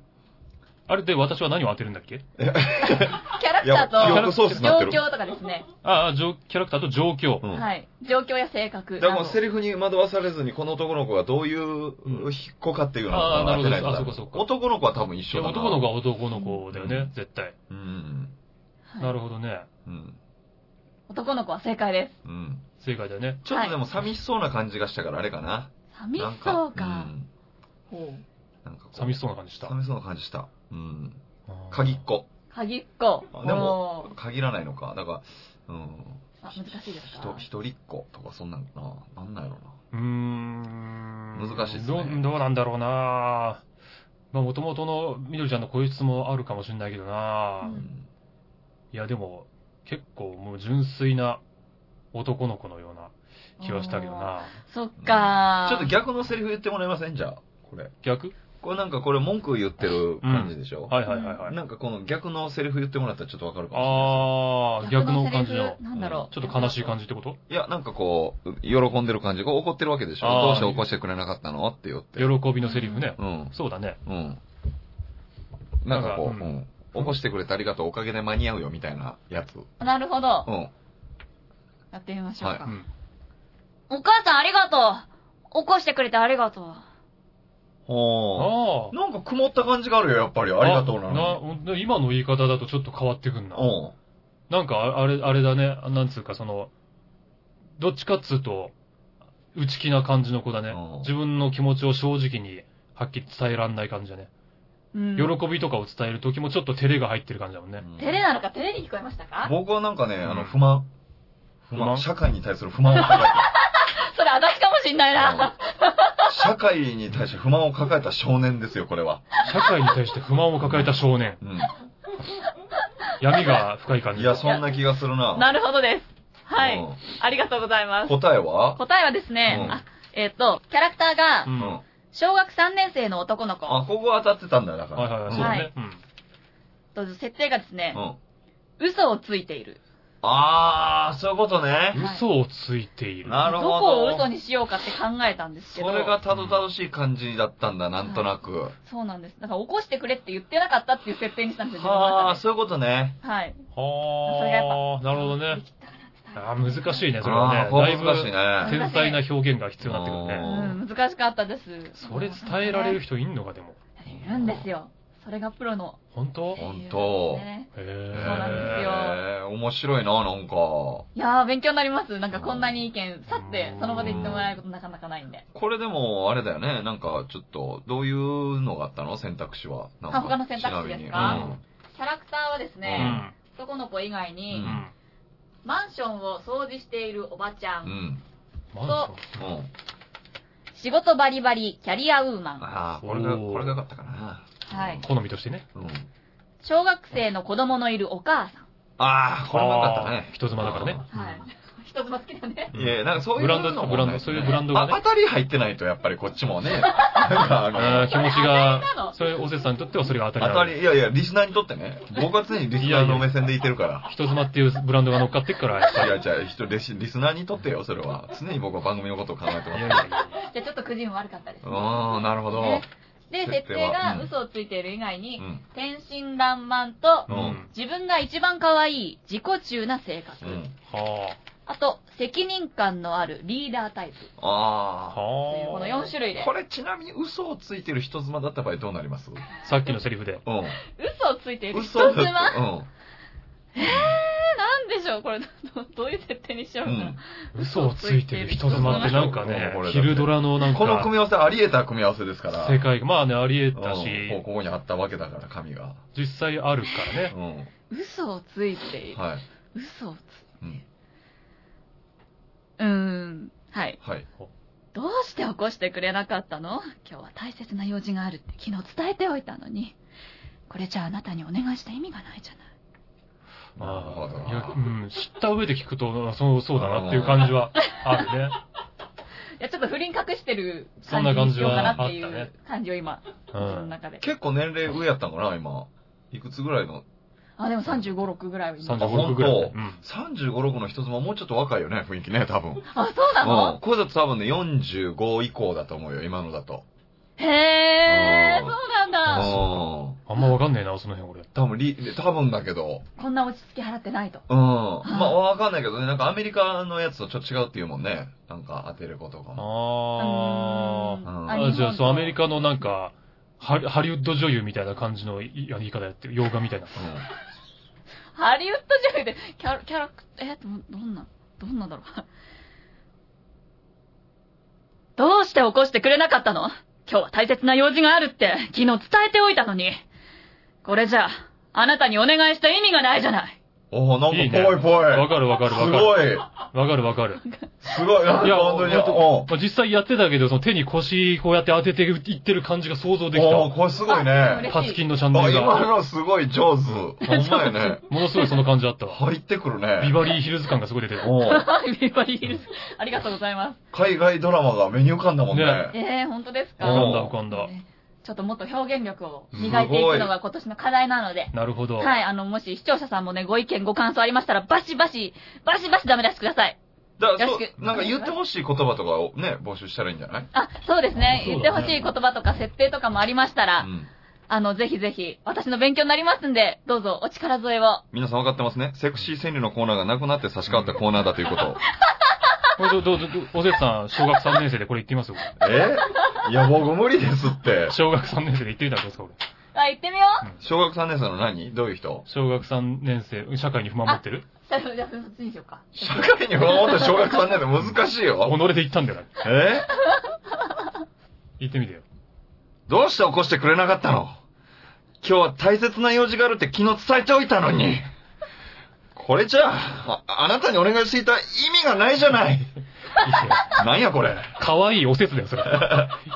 [SPEAKER 1] あれで私は何を当てるんだっけ
[SPEAKER 3] キャラ
[SPEAKER 2] い
[SPEAKER 3] ク
[SPEAKER 2] や、
[SPEAKER 3] タ
[SPEAKER 2] 記
[SPEAKER 3] ーと、
[SPEAKER 2] 憶ソースになって
[SPEAKER 3] 状
[SPEAKER 2] る。
[SPEAKER 3] 況とかですね。
[SPEAKER 1] ああ、状キャラクターと状況。
[SPEAKER 2] うん。だか
[SPEAKER 3] はい。状況や性格。
[SPEAKER 2] らも
[SPEAKER 3] あ
[SPEAKER 2] う
[SPEAKER 3] の
[SPEAKER 2] セリフに惑わされずに、この男の子がどういう
[SPEAKER 1] うん
[SPEAKER 2] 子かっていうの
[SPEAKER 1] ああ
[SPEAKER 2] は
[SPEAKER 1] なるほど
[SPEAKER 2] 当てないとダ
[SPEAKER 1] あ
[SPEAKER 2] メ
[SPEAKER 1] そうかそうか
[SPEAKER 2] 男の子は多分一
[SPEAKER 1] い
[SPEAKER 2] 緒
[SPEAKER 1] や
[SPEAKER 2] だな。
[SPEAKER 1] 男の子は男の子だよね、
[SPEAKER 2] うん
[SPEAKER 1] 絶対。
[SPEAKER 2] うん。
[SPEAKER 3] はい
[SPEAKER 1] なるほどね。
[SPEAKER 2] うん。
[SPEAKER 3] 男の子は正解です。
[SPEAKER 2] うん。
[SPEAKER 1] 正解だよね。
[SPEAKER 2] ちょっとでも寂しそうな感じがしたから、あれかな。
[SPEAKER 3] 寂し
[SPEAKER 2] なん
[SPEAKER 3] そうか。
[SPEAKER 2] ん
[SPEAKER 3] ほ
[SPEAKER 2] なんかこう
[SPEAKER 1] 寂しそうな感じした。
[SPEAKER 2] 寂しそうな感じした。うん。鍵っ子。
[SPEAKER 3] う鍵っ子。
[SPEAKER 2] あでも
[SPEAKER 3] おー、
[SPEAKER 2] 限らないのか。だから、うん。
[SPEAKER 3] あ難しいです
[SPEAKER 2] ひと
[SPEAKER 3] か
[SPEAKER 2] 一人っ子とかそんなんかな。なんなんやろ
[SPEAKER 1] うーん。
[SPEAKER 2] 難しいっす
[SPEAKER 1] ど
[SPEAKER 2] ね
[SPEAKER 1] うどうなんだろうなまあ、もともとのみどりちゃんの声質もあるかもしれないけどな、
[SPEAKER 3] う
[SPEAKER 2] な。
[SPEAKER 3] ん
[SPEAKER 1] いや、でも、結構もう純粋な男の子のような気はしたけどな
[SPEAKER 3] そっか
[SPEAKER 2] ちょっと逆のセリフ言ってもらえませんじゃあ、これ。
[SPEAKER 1] 逆
[SPEAKER 2] これなんかこれ文句言ってる感じでしょ、
[SPEAKER 1] はいはいはいはい。
[SPEAKER 2] なんかこの逆のセリフ言ってもらったらちょっとわかるかも
[SPEAKER 1] あー、逆の感じの
[SPEAKER 3] セリ。フなんだろう。
[SPEAKER 1] ちょっと悲しい感じってこと
[SPEAKER 2] しれない。いや、なんかこう、喜んでる感じ、こう怒ってるわけでしょ
[SPEAKER 1] あー
[SPEAKER 2] どうして起こしてくれなかったのって言って。
[SPEAKER 1] 喜びのセリフね。
[SPEAKER 2] うん。
[SPEAKER 1] そうだね。
[SPEAKER 2] うん。なんかこう、
[SPEAKER 1] なんか
[SPEAKER 2] う
[SPEAKER 1] うん
[SPEAKER 2] ん。起こしてくれてありがとう、おかげで間に合うよ、みたいなやつ。
[SPEAKER 3] じ。なるほど
[SPEAKER 2] う。ん。
[SPEAKER 3] やってみましょう
[SPEAKER 1] う
[SPEAKER 3] か。
[SPEAKER 1] ん。
[SPEAKER 3] お母さんありがとう。起こしてくれてありがとう。
[SPEAKER 2] ほ
[SPEAKER 1] あ
[SPEAKER 2] ー。なんか曇った感じがあるよ、やっぱり。あ
[SPEAKER 1] あ。
[SPEAKER 2] りがとうなの
[SPEAKER 1] な。今の言い方だとちょっと変わってくんな。
[SPEAKER 2] に。
[SPEAKER 1] なんかあ、あれ、あれだね。なんつうか、その、どっちかっつうと、内気な感じの子だね
[SPEAKER 2] うん。
[SPEAKER 1] 自分の気持ちを正直に、はっきり伝えらんない感じだね。
[SPEAKER 3] うん
[SPEAKER 1] 喜びとかを伝えるときもちょっと照れが入ってる感じだもんね。
[SPEAKER 2] うん。
[SPEAKER 3] 照れなのか照れに聞こえましたか
[SPEAKER 2] 僕はなんかね、あ
[SPEAKER 1] う
[SPEAKER 2] の、
[SPEAKER 1] ん
[SPEAKER 2] 不満。不
[SPEAKER 1] 不
[SPEAKER 2] 満。
[SPEAKER 1] 満
[SPEAKER 2] 社会に対する不満を抱
[SPEAKER 3] それ私かもしんない
[SPEAKER 2] え
[SPEAKER 3] な。
[SPEAKER 2] た。社会に対して不満を抱えた少年ですよ、これは。
[SPEAKER 1] 社会に対して不満を抱えた少年。
[SPEAKER 2] うん。
[SPEAKER 1] 闇が深い感
[SPEAKER 2] い
[SPEAKER 1] じ。
[SPEAKER 2] や、そんな気がするな。
[SPEAKER 3] なるほどです。は
[SPEAKER 2] う
[SPEAKER 3] い。
[SPEAKER 2] ん
[SPEAKER 3] ありがとうございます。
[SPEAKER 2] 答えは
[SPEAKER 3] 答えはですね
[SPEAKER 2] う、ん
[SPEAKER 3] あえっと、キャラクター
[SPEAKER 1] う
[SPEAKER 3] が、
[SPEAKER 1] ん。
[SPEAKER 2] うん
[SPEAKER 1] は。
[SPEAKER 3] 小学3年生の男の子。
[SPEAKER 2] あ、ここは当たってたんだ、だ
[SPEAKER 1] い
[SPEAKER 2] から。
[SPEAKER 1] はいはい。そうだね。うん。
[SPEAKER 3] と設定がですね
[SPEAKER 2] う、ん。
[SPEAKER 3] 嘘をついている。
[SPEAKER 2] あー、そういうことね。
[SPEAKER 3] はい
[SPEAKER 1] 嘘をついている。
[SPEAKER 2] なるほど。
[SPEAKER 3] どこを嘘にしようかって考えたんですけ
[SPEAKER 2] そ
[SPEAKER 3] ど。
[SPEAKER 2] れがたどたどしい感じだったんだ、なんとなく。
[SPEAKER 3] そうなんです。だから起こしてくれって言ってなかったっていう設定にしたんですよ、自分の
[SPEAKER 2] はあ、
[SPEAKER 3] 中で。
[SPEAKER 2] そういうことね。
[SPEAKER 3] はい。それがやっ
[SPEAKER 1] はあ、なるほどね。あー難しいね、それは
[SPEAKER 2] あ
[SPEAKER 1] ね。
[SPEAKER 2] ー、こ
[SPEAKER 1] だ
[SPEAKER 2] れ
[SPEAKER 1] いぶ
[SPEAKER 2] 難しいね。
[SPEAKER 1] 繊細な表現が必要になってくる
[SPEAKER 3] う
[SPEAKER 1] ね。
[SPEAKER 3] ん、難しかったです。
[SPEAKER 1] それ伝えられる人いんのか、でも。
[SPEAKER 3] いるんですよ。それがプロの。
[SPEAKER 1] 本当へ
[SPEAKER 2] 本当
[SPEAKER 3] ね
[SPEAKER 1] え。
[SPEAKER 3] そうなんですよ
[SPEAKER 2] えー、面白いな、なんか。こ
[SPEAKER 3] いやー、勉強になります。なんかこんなに意見、さって、その場で言ってもらえることなかなかないんで。
[SPEAKER 2] れでも、あれだよね。なんか、ちょっと、どういうのがあったの選択肢は。なんか
[SPEAKER 3] あ他の選択肢ですか
[SPEAKER 2] ちなみに
[SPEAKER 3] キャラクターはです
[SPEAKER 1] う
[SPEAKER 3] ね、
[SPEAKER 1] ん。
[SPEAKER 3] 男の子以外
[SPEAKER 1] う
[SPEAKER 3] に、
[SPEAKER 1] ん。
[SPEAKER 3] マンションを掃除しているおばちゃ、
[SPEAKER 2] うんん。
[SPEAKER 1] マンシ
[SPEAKER 2] う
[SPEAKER 1] ョン
[SPEAKER 2] ん。うん。
[SPEAKER 3] 仕事バリバリ、キャリアウーマン、
[SPEAKER 2] ああ、これが、
[SPEAKER 1] おー
[SPEAKER 2] これが良かったかな。
[SPEAKER 3] はい。
[SPEAKER 1] 好みとしてね。
[SPEAKER 2] うん。
[SPEAKER 3] 小学生の子供のいるお母さん。
[SPEAKER 2] ああ、これも良かったね
[SPEAKER 1] あー。人妻だからね。
[SPEAKER 3] はい。 人妻好きだね。
[SPEAKER 1] うん
[SPEAKER 2] いや、なんかそういう
[SPEAKER 1] ブランド
[SPEAKER 2] のも
[SPEAKER 1] ブランド
[SPEAKER 2] ないですね
[SPEAKER 1] そういうブランドがね
[SPEAKER 2] あ当たり入ってないと、やっぱりこっち もね。なんかあ
[SPEAKER 1] あ
[SPEAKER 2] の
[SPEAKER 1] ー気持ちが、それ、おせさんにとってはそれが当たり
[SPEAKER 2] 当た
[SPEAKER 1] 前。
[SPEAKER 2] り、いやいや、リスナーにとってね。僕は常にリスナーの目線でいてるから。
[SPEAKER 1] 人妻っていうブランドが乗っかってっから、やっぱ
[SPEAKER 2] い
[SPEAKER 1] り。
[SPEAKER 2] や、じゃあ、人、レシリスナーにとってよ、それは。常に僕は番組のことを考えてま
[SPEAKER 1] い
[SPEAKER 2] す
[SPEAKER 1] や
[SPEAKER 2] か
[SPEAKER 1] いやい
[SPEAKER 2] ら。
[SPEAKER 1] や。
[SPEAKER 3] じゃあちょっとくじも悪かったです
[SPEAKER 2] う。ーん、なるほど。
[SPEAKER 3] ねで、設
[SPEAKER 2] 設定
[SPEAKER 3] 定
[SPEAKER 2] は
[SPEAKER 3] が
[SPEAKER 2] うん
[SPEAKER 3] 嘘をついている以外
[SPEAKER 2] う
[SPEAKER 3] に、
[SPEAKER 2] ん。
[SPEAKER 3] 天真爛漫と
[SPEAKER 1] う、ん。
[SPEAKER 3] 自分が一番可愛い自己中な性格。
[SPEAKER 2] うん。
[SPEAKER 1] は
[SPEAKER 3] あと、責任感のあるリーダータイプ。
[SPEAKER 1] あ。
[SPEAKER 2] あ
[SPEAKER 3] という
[SPEAKER 1] はあ。
[SPEAKER 3] この4種類で
[SPEAKER 2] あ。こ。れちなみに嘘をついてる人妻だった場合どうなり ますう
[SPEAKER 1] さっきのセリフで。
[SPEAKER 2] ん。
[SPEAKER 3] 嘘をついている人
[SPEAKER 2] 嘘をつい
[SPEAKER 3] 妻
[SPEAKER 2] てうん。
[SPEAKER 3] なんでしょうこれ、どどういう設定にしよう
[SPEAKER 2] う
[SPEAKER 3] かな。
[SPEAKER 2] ん
[SPEAKER 1] 嘘をついてる人妻ってなんかね
[SPEAKER 2] うんこれだ、ね
[SPEAKER 1] 昼ドラの なん
[SPEAKER 2] この組
[SPEAKER 1] か、
[SPEAKER 2] み合わせあり得た組み合わせですから。
[SPEAKER 1] 世界が、まあね、あり
[SPEAKER 2] う
[SPEAKER 1] 得
[SPEAKER 2] ん
[SPEAKER 1] た
[SPEAKER 2] こう
[SPEAKER 1] し、
[SPEAKER 2] ここにあったわけだから、神が。
[SPEAKER 1] 実際あるから
[SPEAKER 2] う
[SPEAKER 1] ね。
[SPEAKER 2] ん。
[SPEAKER 3] 嘘をついている。
[SPEAKER 2] はい。
[SPEAKER 3] 嘘をつ
[SPEAKER 2] う
[SPEAKER 3] い
[SPEAKER 2] ん。
[SPEAKER 3] うーん。はい。
[SPEAKER 2] はい。
[SPEAKER 3] どうして起こしてくれなかったの今日は大切な用事があるって昨日伝えておいたのに。これじゃああなたにお願いした意味がないじゃない。
[SPEAKER 2] なるほど
[SPEAKER 1] ああいやうん、知った上で聞くと、そう、そうだなっていう感じはあるね。
[SPEAKER 3] いや、ちょっと不倫隠してる
[SPEAKER 1] そん
[SPEAKER 3] 感
[SPEAKER 1] な感
[SPEAKER 3] じに
[SPEAKER 1] じ
[SPEAKER 3] しよう
[SPEAKER 1] は
[SPEAKER 3] かなってい
[SPEAKER 1] あったね
[SPEAKER 3] う感じを今、
[SPEAKER 1] う
[SPEAKER 3] 自分の
[SPEAKER 1] ん。
[SPEAKER 3] 中で。
[SPEAKER 2] 結構年齢上やったんかな、今。いくつぐらいの
[SPEAKER 3] あ、でも35、6ぐらいは今。
[SPEAKER 1] 35ぐらい
[SPEAKER 2] あ
[SPEAKER 1] ね。うん。
[SPEAKER 2] ?35、6の人妻もうちょっと若いよね、雰囲気ね、多 分。
[SPEAKER 3] あ、そうな
[SPEAKER 2] うん
[SPEAKER 3] の。
[SPEAKER 2] これだと多分ね、45以降だと思うよ、今のだと。
[SPEAKER 3] へ
[SPEAKER 2] う
[SPEAKER 3] ー、そ
[SPEAKER 2] ん
[SPEAKER 3] う
[SPEAKER 2] う
[SPEAKER 3] なんだ。
[SPEAKER 2] ん。
[SPEAKER 1] あんまわかんねえな、その辺俺。
[SPEAKER 2] 多分リ、多分だけど。
[SPEAKER 3] こんな落ち着き払ってないと。
[SPEAKER 2] うん。まあ、わかんないけどね、なんかアメリカのやつとちょっと違うっていうもんね。なんか当てることが。
[SPEAKER 1] あ
[SPEAKER 3] う
[SPEAKER 1] ー
[SPEAKER 3] ーん
[SPEAKER 2] あ
[SPEAKER 1] あ。じゃあ、そう、アメリ
[SPEAKER 3] カ。
[SPEAKER 1] カのなんか、ハリハリウッド女優みたいな感じのいいや言い方やってる。洋画みたいな。
[SPEAKER 2] う
[SPEAKER 3] ハリウッド女優で、キャラ、キャラク、え、ど、どんな、どんなだろう。どうして起こしてくれなかったの今日は大切な用事があるって、昨日伝えておいたのに。これじゃあ、あなたにお願いした意味がないじゃない。
[SPEAKER 2] ん。おー、なん
[SPEAKER 1] いい
[SPEAKER 2] か
[SPEAKER 1] ね。
[SPEAKER 2] ぽいぽい。
[SPEAKER 1] わかるわかるわかる。わかるわかる。
[SPEAKER 2] すごい。すごい。なん
[SPEAKER 1] い
[SPEAKER 2] か
[SPEAKER 1] や、
[SPEAKER 2] 本当に。
[SPEAKER 1] ほんと
[SPEAKER 2] お
[SPEAKER 1] まあ実際やってたけど、その手に腰こうやって当てていってる感じが想像でき
[SPEAKER 2] おー、
[SPEAKER 1] た。
[SPEAKER 2] これすごい
[SPEAKER 3] あ嬉
[SPEAKER 2] ね。
[SPEAKER 3] し
[SPEAKER 1] パツキンのチャンネ
[SPEAKER 2] あ、
[SPEAKER 1] ル
[SPEAKER 2] 今
[SPEAKER 1] が。
[SPEAKER 2] のすごい上手。ほんまやね。
[SPEAKER 1] ものすごいその感じあったわ。
[SPEAKER 2] 入ってくるね。
[SPEAKER 1] ビバリーヒルズ感がすごい出てる。
[SPEAKER 2] おー
[SPEAKER 3] ビバリーヒルズありがとうございます。
[SPEAKER 2] 海外ドラマが目に浮かんだもんね。
[SPEAKER 1] ね
[SPEAKER 3] えー、本当ですか
[SPEAKER 1] 浮かんだ浮かんだ。
[SPEAKER 3] ねちょっともっと表現力を磨いていくのが今年の課題なので、
[SPEAKER 1] なるほど。
[SPEAKER 3] はい、あの、もし視聴者さんもね、ご意見、ご感想ありましたら、バシバシ、バシバシダメ出してください。
[SPEAKER 2] だ
[SPEAKER 3] よ
[SPEAKER 2] か
[SPEAKER 3] ろ
[SPEAKER 2] ら
[SPEAKER 3] し
[SPEAKER 2] そ
[SPEAKER 3] く
[SPEAKER 2] うなんか言ってほしい言葉とかをね、募集したらいいんじゃない
[SPEAKER 3] あ、そうですね。
[SPEAKER 1] そ
[SPEAKER 3] 言
[SPEAKER 1] うだね
[SPEAKER 3] ってほしい言葉とか設定とかもありましたら、
[SPEAKER 2] うん。
[SPEAKER 3] あの、ぜひぜひ、私の勉強になりますんで、どうぞお力添えを。
[SPEAKER 2] 皆さん分かってますねセクシー川柳のコーナーがなくなって差し替わったコーナーだということを。
[SPEAKER 1] これどう、どう、どう、おせつさん、小学3年生でこれ言ってみますよ。こ
[SPEAKER 2] えいや、僕無理ですって
[SPEAKER 1] れ。小学3年生で言ってみたらどうですか、これ。
[SPEAKER 3] あ、行ってみよう。
[SPEAKER 2] 小学3年生の何どういう人
[SPEAKER 1] 小学3年生、社会に不満持ってる
[SPEAKER 3] じゃあ、じゃあ、そっちにしようか。
[SPEAKER 2] 社会に不安を持った小学3年生難しい
[SPEAKER 1] 己
[SPEAKER 2] よ。
[SPEAKER 1] で言ったんだよな。
[SPEAKER 2] え
[SPEAKER 1] 言ってみてよ。
[SPEAKER 2] どうして起こしてくれなかったの今日は大切な用事があるって昨日伝えておいたのに。これじゃあ、あ、あなたにお願いしていた意味がないじゃない。
[SPEAKER 1] いや
[SPEAKER 2] なんやこれ。
[SPEAKER 1] 可愛いおせつだよ、それ。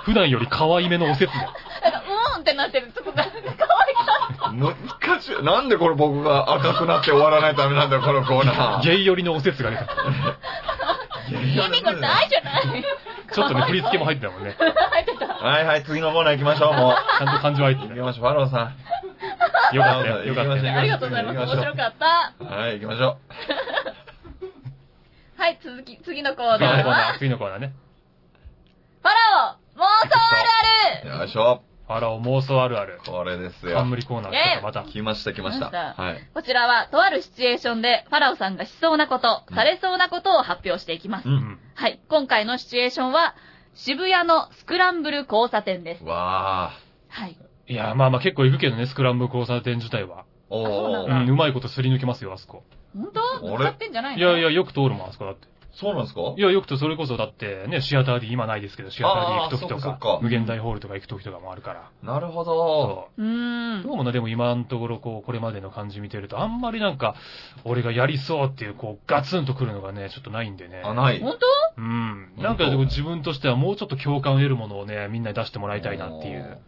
[SPEAKER 1] 普段より可愛めのおせつだよ。
[SPEAKER 3] なんか、うーんってなってる。ちょっと、かわい
[SPEAKER 2] 難しい。なんでこれ僕が赤くなって終わらないためなんだよ、このコーナー。
[SPEAKER 1] ゲイ寄りのおせつが出た。
[SPEAKER 3] い。意味がないじゃない。
[SPEAKER 1] ちょっとね、振り付けも入ってたもんね。
[SPEAKER 2] はいはい、次のコーナー行きましょう、も
[SPEAKER 1] ちゃんと感情入っ
[SPEAKER 2] う。
[SPEAKER 1] て
[SPEAKER 2] 行
[SPEAKER 1] た
[SPEAKER 2] き
[SPEAKER 1] よ。
[SPEAKER 2] ましょう、ファローさ
[SPEAKER 1] よかったよ、よかったよ。
[SPEAKER 3] ありがとうございます。面白かった。
[SPEAKER 2] ん。はい、行きましょ
[SPEAKER 3] はい、続き、次のコーナー
[SPEAKER 1] 次のコーナ
[SPEAKER 3] は
[SPEAKER 1] ー、、次のコーナーね。
[SPEAKER 3] ファラオ妄想あ
[SPEAKER 2] う。
[SPEAKER 3] るある
[SPEAKER 2] よいしょ。
[SPEAKER 1] ファラオ妄想あるある。
[SPEAKER 2] これですよ。
[SPEAKER 1] 冠コーナー来たかまた。
[SPEAKER 2] 来ました、来ました。
[SPEAKER 3] 来ました
[SPEAKER 2] はい。
[SPEAKER 3] こちらは、とあるシチュエーションで、ファラオさんがしそうなこと、
[SPEAKER 2] うん
[SPEAKER 3] されそうなことを発表していきます
[SPEAKER 2] う。。
[SPEAKER 1] うんん。
[SPEAKER 3] はい、今回のシチュエーションは、渋谷のスクランブル交差点です。
[SPEAKER 2] わー。
[SPEAKER 3] はい。
[SPEAKER 1] いや、まあまあ結構行くけどね、スクランブル交差点自体は。
[SPEAKER 2] お
[SPEAKER 3] あそうなん
[SPEAKER 1] う
[SPEAKER 3] だ
[SPEAKER 2] ー。
[SPEAKER 1] ん、うまいことすり抜けますよ、あそこ。
[SPEAKER 3] 本当
[SPEAKER 2] あれ
[SPEAKER 3] 使ってんじゃない
[SPEAKER 1] い
[SPEAKER 3] の
[SPEAKER 1] やいや、よく通るもん、あそこだって。
[SPEAKER 2] そうなんですか
[SPEAKER 1] いや、よくとそれこそだってね、シアター D 今ないですけど、シアター D 行くときと
[SPEAKER 2] あーそっ
[SPEAKER 1] か
[SPEAKER 2] かそっか
[SPEAKER 1] 無限大ホールとか行くときとかもあるから。
[SPEAKER 2] なるほど。
[SPEAKER 1] そう
[SPEAKER 3] ー
[SPEAKER 1] う。
[SPEAKER 3] ん。
[SPEAKER 1] どうもね、でも今のところこう、これまでの感じ見てると、あんまりなんか、俺がやりそうっていう、こう、ガツンとくるのがね、ちょっとないんでね。
[SPEAKER 2] あ、ない。
[SPEAKER 3] 本
[SPEAKER 1] うん。なんかでも自分としてはもうちょっと共感を得るものをね、みんなに出してもらいたいなっていう。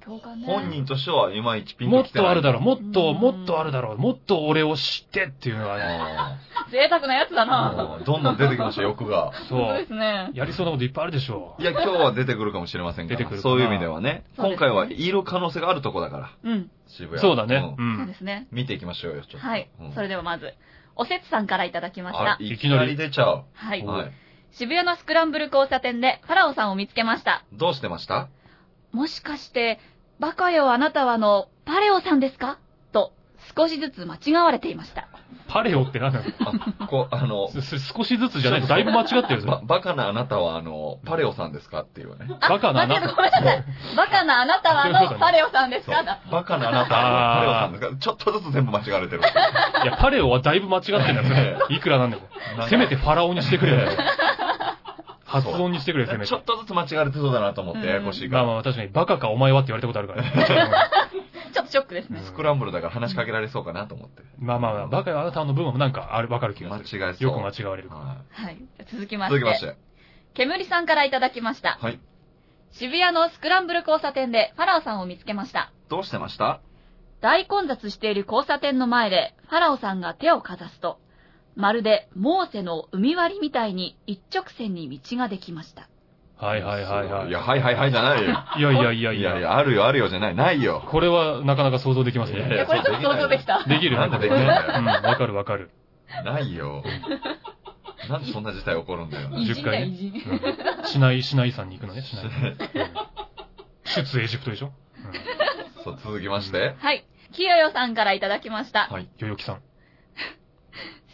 [SPEAKER 3] 当共感ね。
[SPEAKER 2] 本人としてはいまいちピン
[SPEAKER 1] も
[SPEAKER 2] と
[SPEAKER 1] っ
[SPEAKER 2] きて
[SPEAKER 1] と
[SPEAKER 2] な
[SPEAKER 1] あ
[SPEAKER 2] い。
[SPEAKER 1] るだろう、もっと、
[SPEAKER 3] うん
[SPEAKER 1] もっとあるだろう、もっと俺を知ってっていうのがね、
[SPEAKER 2] あ
[SPEAKER 3] 贅沢なやつだな。
[SPEAKER 2] ー。どんどん出てきました、欲が。
[SPEAKER 1] そ
[SPEAKER 3] そうで
[SPEAKER 1] う。
[SPEAKER 3] すね。
[SPEAKER 1] やりそうなこといっぱいあるでしょ
[SPEAKER 2] い や、今日は出てくるかもしれませんか
[SPEAKER 1] 出て
[SPEAKER 2] ら
[SPEAKER 1] くるかな
[SPEAKER 2] そういう意味ではね。
[SPEAKER 3] そうですね
[SPEAKER 2] 今回はいる可能性があるとこだから、
[SPEAKER 3] うん。
[SPEAKER 2] 渋
[SPEAKER 1] う。
[SPEAKER 2] 谷。
[SPEAKER 1] そうだね。うん
[SPEAKER 3] そうで
[SPEAKER 1] ん。
[SPEAKER 3] すね。
[SPEAKER 2] 見ていきましょうよ、ちょっと。
[SPEAKER 3] はい。そ
[SPEAKER 2] で
[SPEAKER 3] れではまず、おせつさんからいただきました。
[SPEAKER 2] いきなり出ちゃう。
[SPEAKER 3] はい
[SPEAKER 1] きなり。
[SPEAKER 2] はい。
[SPEAKER 3] 渋谷のスクランブル交差点でファラオさんを見つけました。
[SPEAKER 2] どうしてました
[SPEAKER 3] もしかして、バカよあなたはの、パレオさんですかと、少しずつ間違われていました。
[SPEAKER 1] パレオって何なの
[SPEAKER 2] あ、こう、あの、
[SPEAKER 1] すす少しずつじゃないとだいぶ間違ってる
[SPEAKER 2] ば
[SPEAKER 1] ぞ。
[SPEAKER 2] バカなあなたは、あの、パレオさんですかっていうね。
[SPEAKER 1] バカなあな
[SPEAKER 3] だけ
[SPEAKER 1] た
[SPEAKER 3] どごめんなさい。バカなあなたはの、パレオさんです
[SPEAKER 2] そう
[SPEAKER 3] かだ。
[SPEAKER 2] バカなあなたは、パレオさんですかちょっとずつ全部間違われてる。
[SPEAKER 1] いや、パレオはだいぶ間違ってんだよ。いくらなんでも。せめてファラオにしてくれよ。発音にしてくれよ、せめて
[SPEAKER 2] ちょ。っとずつ間違われてそうだなと思って、
[SPEAKER 3] うん
[SPEAKER 2] ややこしいか
[SPEAKER 1] まあ
[SPEAKER 2] ら。
[SPEAKER 1] まあ確かに、バカかお前はって言われたことある から。
[SPEAKER 3] ちょっとショックですね。
[SPEAKER 2] スクランブルだから話しかけられそうかなと思って。
[SPEAKER 1] まあまあまあ、バカよあなたの分はなんかあるわかる気
[SPEAKER 2] 間
[SPEAKER 1] がする。
[SPEAKER 2] 違えそう。
[SPEAKER 1] よく間違われるから。
[SPEAKER 2] はい
[SPEAKER 3] はい。続きまして。
[SPEAKER 2] 続きまして。
[SPEAKER 3] 煙さんからいただきました。
[SPEAKER 2] はい。
[SPEAKER 3] 渋谷のスクランブル交差点でファラオさんを見つけました。
[SPEAKER 2] どうしてました
[SPEAKER 3] 大混雑している交差点の前で、ファラオさんが手をかざすと、まるでモーセの海割りみたいに一直線に道ができました。
[SPEAKER 1] はいはいはいはい
[SPEAKER 2] いや、。はいはいはいじゃないよ。
[SPEAKER 1] いやいやいや
[SPEAKER 2] い
[SPEAKER 1] い
[SPEAKER 2] やい
[SPEAKER 1] や。
[SPEAKER 2] や、あるよあるよじゃない。ないよ。
[SPEAKER 1] これはなかなか想像できます
[SPEAKER 2] いやい
[SPEAKER 3] いや
[SPEAKER 1] ね。
[SPEAKER 3] これちょっと想像できた。
[SPEAKER 1] できる
[SPEAKER 2] なん
[SPEAKER 1] よ
[SPEAKER 2] で
[SPEAKER 1] ね、
[SPEAKER 2] でき
[SPEAKER 1] こ
[SPEAKER 2] な
[SPEAKER 1] れ
[SPEAKER 2] いん
[SPEAKER 1] ね
[SPEAKER 2] だ
[SPEAKER 1] う
[SPEAKER 2] よ
[SPEAKER 1] ん、。わかるわかる。
[SPEAKER 2] ないよ。なんでそんな事態起こるんだよ。
[SPEAKER 1] い10回ね
[SPEAKER 3] 偉人だ偉人
[SPEAKER 1] うんしない、しないさんに行くのね、 しない。うん出エジプトでしょうん
[SPEAKER 2] そう、続きまして。
[SPEAKER 3] はい。きよよさんからいただきました。
[SPEAKER 2] はい。
[SPEAKER 1] よよきさ ん。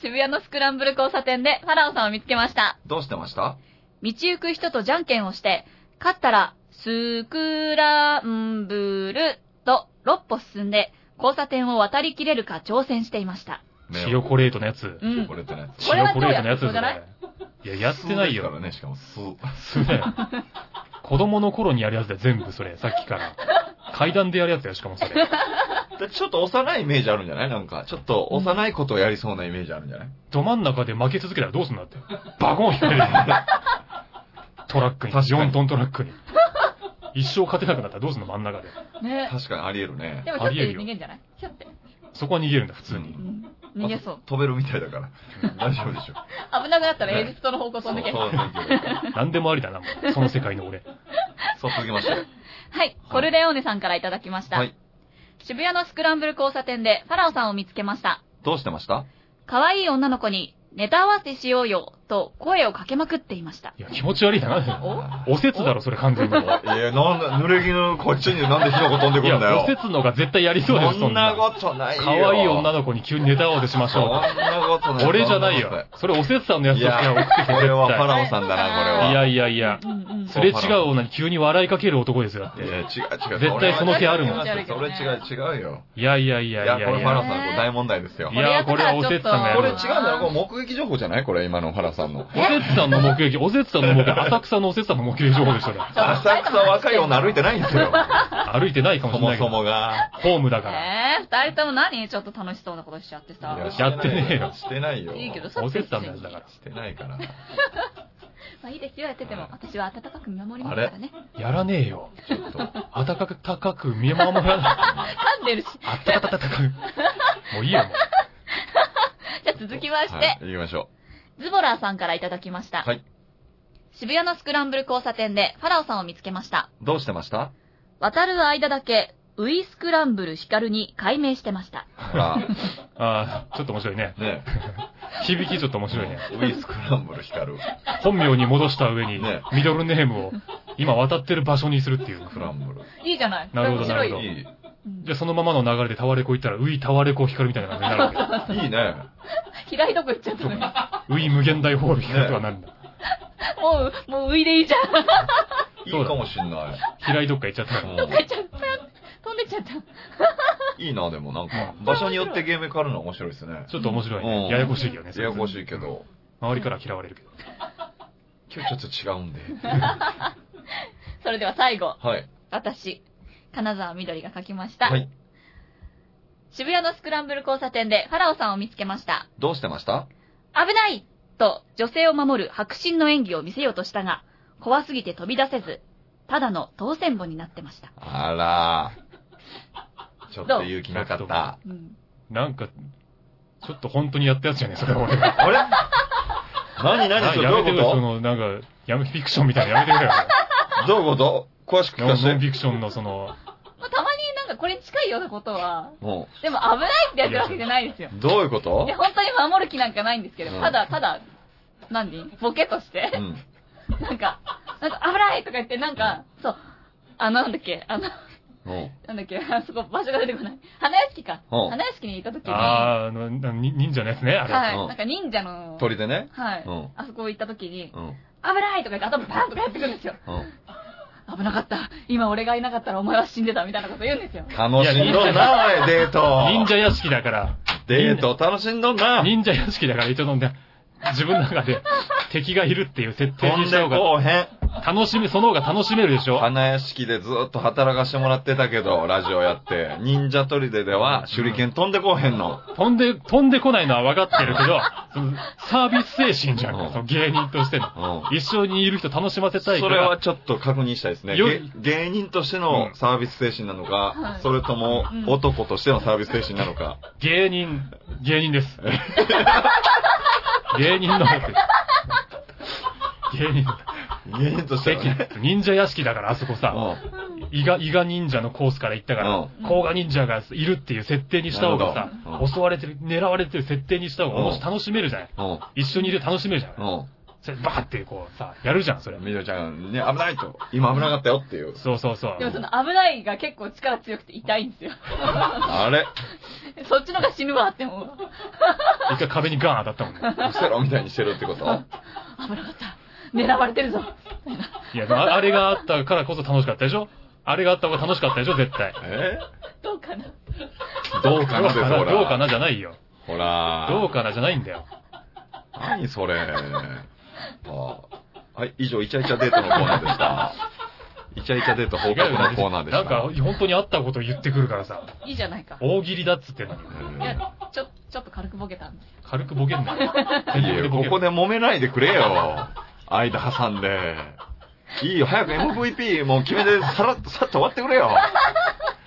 [SPEAKER 3] 渋谷のスクランブル交差点でファラオさんを見つけました。
[SPEAKER 2] どうしてました
[SPEAKER 3] 道行く人とじゃんけんをして、勝ったら、スクランブルと6歩進んで、交差点を渡りきれるか挑戦していました。
[SPEAKER 1] 塩コレートのやつ
[SPEAKER 3] う。ん
[SPEAKER 2] こ。れってね。
[SPEAKER 3] これは
[SPEAKER 1] 塩
[SPEAKER 3] ど
[SPEAKER 1] コ
[SPEAKER 3] う
[SPEAKER 1] レ
[SPEAKER 3] や
[SPEAKER 1] ートのやつ
[SPEAKER 3] そうじゃない
[SPEAKER 1] いや、やってない
[SPEAKER 2] から
[SPEAKER 1] よ。
[SPEAKER 2] ね、しかも、す。
[SPEAKER 1] すね。子供の頃にやるやつだよ、全部それ、さっき から。階段でやるやつや、しかもそれ。
[SPEAKER 2] でちょっと幼いイメージあるんじゃないなんか、ちょっと幼いことをやりそうなイメージあるんじゃない
[SPEAKER 1] ど真ん中で負け続けたらどうすんだって。バコン引かれるよ。トラックに。
[SPEAKER 2] 確かに
[SPEAKER 1] 4トントラックに。一生勝てなくなったらどうすんの、真ん中で。
[SPEAKER 3] ね。
[SPEAKER 2] 確かにあり得るね
[SPEAKER 3] で。もちょっと逃げんじゃないひょって。
[SPEAKER 1] そこは逃げるんだ、普通に。
[SPEAKER 3] うん逃げそう。
[SPEAKER 2] 飛べるみたいだから。大丈夫 でしょ。
[SPEAKER 3] 危なくなったらエジプトの方向飛んでけ。
[SPEAKER 2] そう
[SPEAKER 3] は
[SPEAKER 2] だね
[SPEAKER 1] 何でもありだな、もう。その世界の俺。
[SPEAKER 2] そう続きまして。
[SPEAKER 3] い。コルレオーネさんからいただきました。
[SPEAKER 2] はい。
[SPEAKER 3] 渋谷のスクランブル交差点でファラオさんを見つけました。
[SPEAKER 2] どうしてました
[SPEAKER 3] 可愛い女の子に、ネタ合わせしようよ、と声をかけまくっていました。
[SPEAKER 1] いや、気持ち悪いだな。
[SPEAKER 3] お
[SPEAKER 1] おせつだろ、それ完全に。い
[SPEAKER 2] いや、なんだ、濡れ着のこっちになんで火の粉飛んでくるんだ
[SPEAKER 1] や、お
[SPEAKER 2] よ。
[SPEAKER 1] せつのが絶対やりそうです、
[SPEAKER 2] そ
[SPEAKER 1] そ
[SPEAKER 2] ん
[SPEAKER 1] ん
[SPEAKER 2] な
[SPEAKER 1] な。
[SPEAKER 2] ことないよ。
[SPEAKER 1] 可愛い女
[SPEAKER 2] の
[SPEAKER 1] の子に急にネタ合わせしまし
[SPEAKER 2] そん
[SPEAKER 1] ょ
[SPEAKER 2] なことな
[SPEAKER 1] う。
[SPEAKER 2] い。
[SPEAKER 1] 俺じゃないよ
[SPEAKER 2] そん。
[SPEAKER 1] それおせつさんのやつ
[SPEAKER 2] い
[SPEAKER 1] だ
[SPEAKER 2] や
[SPEAKER 1] けは送ってきて
[SPEAKER 2] こ
[SPEAKER 1] 絶
[SPEAKER 2] れはファ
[SPEAKER 1] 対。
[SPEAKER 2] ラオさんだな、これ
[SPEAKER 1] い
[SPEAKER 2] は。
[SPEAKER 1] やいやいや
[SPEAKER 3] う。んうん
[SPEAKER 1] すれ違う女に急に笑いかける男ですよ、だっ
[SPEAKER 2] いや、違う違
[SPEAKER 1] て。
[SPEAKER 2] う。
[SPEAKER 1] 絶対その気あるもん
[SPEAKER 2] それ違う違うよ。
[SPEAKER 1] いやいやい
[SPEAKER 2] い
[SPEAKER 1] や
[SPEAKER 2] や、
[SPEAKER 1] いや
[SPEAKER 2] これ
[SPEAKER 1] い
[SPEAKER 2] ファラ
[SPEAKER 1] や。
[SPEAKER 2] オさんの大問題ですよ
[SPEAKER 1] い。や、これはおせつさんがや
[SPEAKER 2] こ
[SPEAKER 1] る
[SPEAKER 2] れ
[SPEAKER 1] わ
[SPEAKER 2] 違うん。だよ。これ目撃情報じゃないこれ今のファラさんの。
[SPEAKER 1] おせつさんの目撃、おせつさんの目撃、浅草のおせつさんの目撃情報でしょ、だって
[SPEAKER 2] 浅草若い女歩いてないんですよ。
[SPEAKER 1] 歩いてないかも
[SPEAKER 2] そ
[SPEAKER 1] しれないけ
[SPEAKER 2] も
[SPEAKER 1] ど
[SPEAKER 2] そ。もが。
[SPEAKER 1] ホームだから。
[SPEAKER 3] えー、二人とも何ちょっと楽しそうなことしちゃってさ。
[SPEAKER 1] やってねえよ
[SPEAKER 2] してないよ。
[SPEAKER 3] いいけど、
[SPEAKER 1] おせつさんのやつだから。
[SPEAKER 2] してないから。
[SPEAKER 3] まあいいですよ、やってても。私は温かく見守ります
[SPEAKER 2] あれ
[SPEAKER 3] からね。
[SPEAKER 1] やらねえよ。
[SPEAKER 2] ちょっと。
[SPEAKER 1] あたかく、たかく、見守らない。
[SPEAKER 3] 噛んでるし。
[SPEAKER 1] あったかたたたく。もういいよ、もう。
[SPEAKER 3] じゃあ続きまして、
[SPEAKER 2] はい、行きましょ
[SPEAKER 3] ズボラーさんからいただきました。
[SPEAKER 2] はい
[SPEAKER 3] 渋谷のスクランブル交差点でファラオさんを見つけました。
[SPEAKER 2] う。どうしてました
[SPEAKER 3] 渡る間だけ、ウイスクランブルヒカルに改名してました。
[SPEAKER 2] ほら、
[SPEAKER 1] ああ、ちょっと面白いね。
[SPEAKER 2] ね、
[SPEAKER 1] 響きちょっと面白いね。
[SPEAKER 2] ウィスクランブル光る。ス
[SPEAKER 1] 本名に戻した上に
[SPEAKER 2] ね、
[SPEAKER 1] ミドルネームを今渡ってる場所にするっていう。
[SPEAKER 2] クランブル。
[SPEAKER 3] いいじゃない
[SPEAKER 1] なるほど
[SPEAKER 3] 面白い
[SPEAKER 1] なる
[SPEAKER 3] よ
[SPEAKER 1] ほ
[SPEAKER 2] いい。
[SPEAKER 3] うん
[SPEAKER 1] じゃあそのままの流れでタワレコ行ったら、ウイタワレコ光るみたいな感じになるわ
[SPEAKER 2] いいね。
[SPEAKER 3] 平井どこ行っちゃったのに
[SPEAKER 1] け。ウイ無限大ホール光るとはなんだ。
[SPEAKER 3] もう、もう、浮いでいいじゃん。
[SPEAKER 2] いいかもしんない。
[SPEAKER 1] 平井どっか行っちゃったから。
[SPEAKER 2] う
[SPEAKER 3] 飛んでっちゃった。飛んでっちゃった。
[SPEAKER 2] んいいな、でもなんか、場所によってゲーム変わるのは面白いですね。
[SPEAKER 1] ちょっと面白い
[SPEAKER 2] うん
[SPEAKER 1] ね。ややこしいよね。
[SPEAKER 2] ややこし
[SPEAKER 1] い。
[SPEAKER 2] いけど、
[SPEAKER 1] 周りから嫌われるけど。
[SPEAKER 2] 今日ちょっと違うんで。
[SPEAKER 3] それでは最後、
[SPEAKER 2] はい。
[SPEAKER 3] 私、金沢みどりが書きました。
[SPEAKER 2] はい。
[SPEAKER 3] 渋谷のスクランブル交差点でファラオさんを見つけました。
[SPEAKER 2] どうしてました
[SPEAKER 3] 危ないと、女性を守る白真の演技を見せようとしたが、怖すぎて飛び出せず、ただの当選簿になってました。
[SPEAKER 2] あらー。ちょっと勇気なか
[SPEAKER 1] ど
[SPEAKER 2] っ
[SPEAKER 1] う
[SPEAKER 2] た。
[SPEAKER 3] うん。
[SPEAKER 1] なんか、ちょっと本当にやったやつじゃねえ、それ俺が。
[SPEAKER 2] あれ何 何それ
[SPEAKER 1] や
[SPEAKER 2] どう
[SPEAKER 1] めてく
[SPEAKER 2] いう
[SPEAKER 1] れ、そ
[SPEAKER 2] こ
[SPEAKER 1] の、なんか、やめフィクションみたいなのやめてくれよ。
[SPEAKER 2] とどういうこと詳 しく聞
[SPEAKER 1] ノ
[SPEAKER 2] か
[SPEAKER 1] ンノ
[SPEAKER 2] せ
[SPEAKER 1] ンフ
[SPEAKER 2] て。
[SPEAKER 1] ィクションのその、
[SPEAKER 3] まあ、たまになんかこれに近いようなことは、
[SPEAKER 2] も
[SPEAKER 3] でも危ないってやってるわけじゃないですよ。
[SPEAKER 2] う、どういうこと
[SPEAKER 3] で、本当に守る気なんかないんですけど、
[SPEAKER 2] うん
[SPEAKER 3] ただ、ただ、何ボケとして
[SPEAKER 2] う。ん。
[SPEAKER 3] なんか、なんか、危ないとか言って、なんか、そう、あの、なんだっけ、あの、
[SPEAKER 2] うん。
[SPEAKER 3] なんだっけ、 あそこ場所が出てこない。花屋敷か。
[SPEAKER 2] うん
[SPEAKER 3] 花屋敷にいた時に、
[SPEAKER 1] あ
[SPEAKER 3] は
[SPEAKER 1] ーあの、なに忍者のやつね、あ
[SPEAKER 3] い、
[SPEAKER 1] れ。
[SPEAKER 2] うん
[SPEAKER 3] なんか忍者の、
[SPEAKER 2] 鳥でね。
[SPEAKER 3] はい、
[SPEAKER 2] うん
[SPEAKER 3] あそこ行った時に、
[SPEAKER 2] うん。
[SPEAKER 3] 危ないとか言って頭バーンとかやってくるんですよ。
[SPEAKER 2] うん。
[SPEAKER 3] 危なかった。今俺がいなかったらお前は死んでたみたいなこと言うんですよ。
[SPEAKER 2] 楽しんどんな、おい、デート。
[SPEAKER 1] 忍者屋敷だから、
[SPEAKER 2] デート楽しんどんな。
[SPEAKER 1] 忍者屋敷だから一応飲んで、自分の中で敵がいるっていう設定
[SPEAKER 2] 飛
[SPEAKER 1] に
[SPEAKER 2] ん
[SPEAKER 1] した
[SPEAKER 2] で
[SPEAKER 1] 方が、
[SPEAKER 2] こうへん。
[SPEAKER 1] 楽しみ、その方が楽しめるでしょ。
[SPEAKER 2] 花屋敷でずっと働かしてもらってたけど、ラジオやって。忍者砦では手裏剣飛んでこうへんの。
[SPEAKER 1] 飛んで、飛んでこないのは分かってるけど、そのサービス精神じゃんか、その芸人としての。
[SPEAKER 2] うん。
[SPEAKER 1] 一緒にいる人楽しませたいか
[SPEAKER 2] それは
[SPEAKER 1] ら、
[SPEAKER 2] ちょっと確認したいですね。
[SPEAKER 1] よ
[SPEAKER 2] げ芸人としてのサービス精神なの
[SPEAKER 3] うんは
[SPEAKER 2] か
[SPEAKER 3] い、
[SPEAKER 2] それとも
[SPEAKER 3] うん
[SPEAKER 2] 男としてのサービス精神なのか。
[SPEAKER 1] 芸人、芸 人です。芸人の方です芸人。
[SPEAKER 2] 芸人としてはね。
[SPEAKER 1] 忍者屋敷だから、あそこ
[SPEAKER 2] う
[SPEAKER 1] さ、
[SPEAKER 2] ん
[SPEAKER 1] 伊賀、伊賀忍者のコースから行ったから、
[SPEAKER 2] うん
[SPEAKER 1] 甲賀忍者がいるっていう設定にした方がさ
[SPEAKER 2] なるほどう、ん
[SPEAKER 1] 襲われてる、狙われてる設定にした方が面白い楽しめるじゃない。
[SPEAKER 2] うん。
[SPEAKER 1] 一緒にいる楽しめるじゃない。
[SPEAKER 2] うん。
[SPEAKER 1] それバーってこうさ、やるじゃん、それ。
[SPEAKER 2] みどりちゃん、ね、危ないと。今危なかったよっていう。
[SPEAKER 1] そうそうそう
[SPEAKER 3] で。もその危ないが結構力強くて痛いんで すよ。
[SPEAKER 2] あれ
[SPEAKER 3] そっちのが死ぬわって思う。
[SPEAKER 1] 一回壁にガーン当たったもんね。
[SPEAKER 2] 伏せろみたいにしてるってこと
[SPEAKER 3] 危なかった。狙われてるぞ。
[SPEAKER 1] いや、でもああれがあったからこそ楽しかったでしょあれがあった方が楽しかったでしょ絶対。
[SPEAKER 2] え
[SPEAKER 3] どうかな。
[SPEAKER 2] どう
[SPEAKER 1] どう
[SPEAKER 2] かなです、ほら。
[SPEAKER 1] どうかなじゃないよ。
[SPEAKER 2] ほら。
[SPEAKER 1] どうかなじゃないんだよ。
[SPEAKER 2] 何それ。あはい、以上、イチャイチャデートのコーナーでした。イチャイチャデート報告のコーナーでした。
[SPEAKER 1] なんか、本当にあったことを言ってくるからさ、
[SPEAKER 3] いいじゃないか。
[SPEAKER 1] 大喜利だっつってんのに。
[SPEAKER 3] いや、ちょ、ちょっと軽くボケたんで。
[SPEAKER 1] 軽くボケんなよ。
[SPEAKER 2] いやいやここで揉めないでくれよ。間挟んで。いいよ、早く MVP もう決めて、さらっと、さっと終わってくれよ。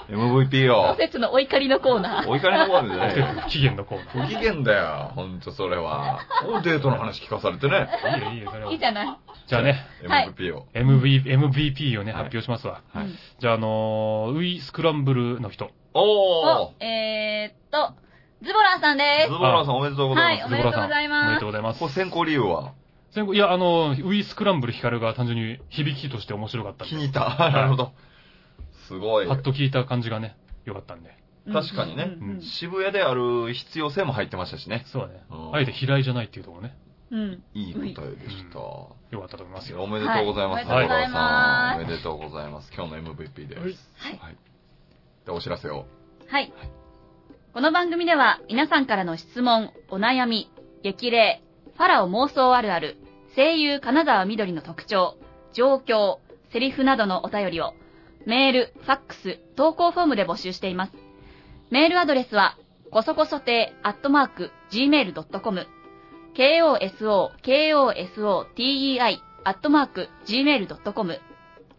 [SPEAKER 2] MVP
[SPEAKER 3] お
[SPEAKER 2] を。
[SPEAKER 3] せつのお怒りのコーナー。
[SPEAKER 2] お怒りのコーナーじゃ
[SPEAKER 1] お
[SPEAKER 2] ない
[SPEAKER 1] せ
[SPEAKER 2] よ。
[SPEAKER 1] つ期限のコーナ
[SPEAKER 2] 不機嫌だよ、ほんとそれは。もうデートの話聞かされてね。
[SPEAKER 1] ー。いいよ、いいよ、それはい
[SPEAKER 3] い。じゃない。
[SPEAKER 1] じゃあね、
[SPEAKER 3] はい
[SPEAKER 2] MVP を。
[SPEAKER 1] MV、MVP をね、
[SPEAKER 2] はい
[SPEAKER 1] 発表しますわ。
[SPEAKER 2] はい
[SPEAKER 3] うん
[SPEAKER 1] じゃあ、あのーウィスクランブルの人。
[SPEAKER 2] おー
[SPEAKER 3] お、えーっと、ズボランさんで
[SPEAKER 2] ズボラさんおめでとうご
[SPEAKER 3] す。は
[SPEAKER 2] ざ
[SPEAKER 3] い
[SPEAKER 2] い、
[SPEAKER 3] お
[SPEAKER 2] ま
[SPEAKER 3] めでとうござ
[SPEAKER 1] おめ
[SPEAKER 3] いま
[SPEAKER 1] ですとう。ございます
[SPEAKER 2] す。これ。選考理由は
[SPEAKER 1] 先行いや、あのーウィスクランブルヒカルが単純に響きとして面白かったん
[SPEAKER 2] 気
[SPEAKER 1] で
[SPEAKER 2] に入った。 なるほど。すごい
[SPEAKER 1] パ。ッと聞いた感じがね、良かったんで。
[SPEAKER 3] うん
[SPEAKER 2] 確かにね
[SPEAKER 3] うん
[SPEAKER 2] 渋谷である必要性も入ってましたしね。
[SPEAKER 1] そうだね
[SPEAKER 2] う。ん
[SPEAKER 1] あえて平井じゃないっていうところね、
[SPEAKER 3] うん。
[SPEAKER 2] いい答えでした。
[SPEAKER 1] 良かったと思いますよ。
[SPEAKER 2] おめでとうございます、
[SPEAKER 1] はい
[SPEAKER 2] ズボラさん。
[SPEAKER 3] お
[SPEAKER 2] お
[SPEAKER 3] め
[SPEAKER 2] めでとうございます。今日の MVP です。
[SPEAKER 3] はい。
[SPEAKER 2] で、お知らせを。
[SPEAKER 3] はい。この番組では皆さんからの質問、お悩み、激励、ファラオ妄想あるある、声優金沢みどりの特徴、状況、セリフなどのお便りを、メール、ファックス、投稿フォームで募集しています。メールアドレスは、こそこそ亭アットマーク、gmail.com、koso, koso, tei, アットマーク、gmail.com、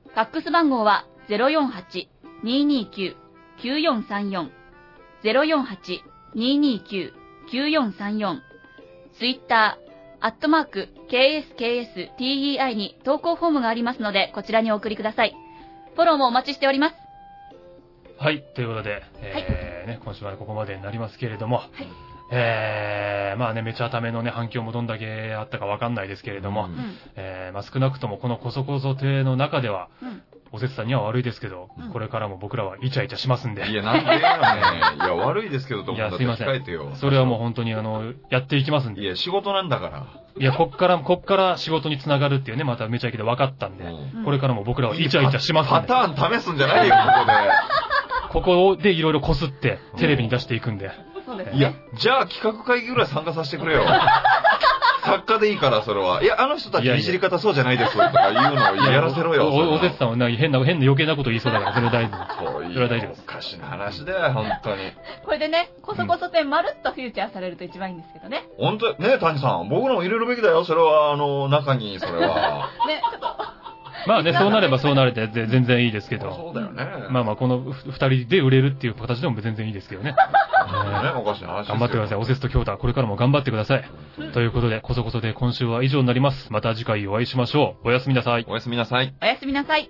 [SPEAKER 3] ファックス番号は、048、229、9434 048-229-9434ツイッター、アットマーク、KSKSTEI に投稿フォームがありますので、こちらにお送りください。フォローもお待ちしております。
[SPEAKER 1] はい、ということで、えーね、今週はここまでになりますけれども、えー、まあね、めちゃためのね、反響もどんだけあったかわかんないですけれども、
[SPEAKER 2] うん
[SPEAKER 3] うん。
[SPEAKER 1] えー、まあ少なくともこのこそこそ亭の中では、
[SPEAKER 3] うん
[SPEAKER 1] おせつさんには悪いですけど、
[SPEAKER 3] うん
[SPEAKER 1] これからも僕らはイチャイチャしますんで
[SPEAKER 2] い、や、なんでや ねん。いや、悪いですけど、と思
[SPEAKER 1] いや
[SPEAKER 2] だっ
[SPEAKER 1] す
[SPEAKER 2] て
[SPEAKER 1] いません
[SPEAKER 2] 控えてよ。
[SPEAKER 1] それはもう本当にあの、やっていきますん
[SPEAKER 2] い
[SPEAKER 1] で、
[SPEAKER 2] や、仕事なんだか
[SPEAKER 1] いや、こっから、こっから仕事につながるっていうね、まためちゃイケで分かったんで
[SPEAKER 2] ら。、うん
[SPEAKER 1] これからも僕らはイチャイチャします
[SPEAKER 2] パ
[SPEAKER 1] んで
[SPEAKER 2] タ、ーン試すんじ ゃないよ、こ
[SPEAKER 1] ここでいろいろこすって、テレビに出していくんで、
[SPEAKER 3] そうです
[SPEAKER 2] こで。いや、じゃあ企画会議ぐらい参加させてくれ よ。作家でいいから、それは。いや、あの人たちいじり方そうじゃないですとか言うのをやらせろよ。
[SPEAKER 1] おおおせつ
[SPEAKER 2] つ
[SPEAKER 1] さんはなんか変な、変な余計なこと言いそうだから、それ大丈夫。
[SPEAKER 2] そう
[SPEAKER 1] それは大丈夫で
[SPEAKER 2] いうお
[SPEAKER 1] す
[SPEAKER 2] かしな話だよ、本当に。
[SPEAKER 3] これでね、こそこそ点まるっとフューチャーされると一番いいんですけどね。
[SPEAKER 2] 本当ねえ、谷さん。僕らも入れるべきだよ、それは。あの、中に、それは。
[SPEAKER 3] ね、ちょっと、
[SPEAKER 1] まあね、そうなればそうなれてで全然いい ですけど、
[SPEAKER 2] そうだよね。
[SPEAKER 1] まあまあ、このふ二人で売れるっていう形でも全然いいですけどね。
[SPEAKER 2] ね、おかしな話ですよ
[SPEAKER 1] 頑張ってください。おせつと京太はこれからも頑張ってください。ということで、こそこそで今週は以上になります。また次回お会いしましょう。おやすみなさい。
[SPEAKER 2] おやすみなさい。
[SPEAKER 3] おやすみなさい。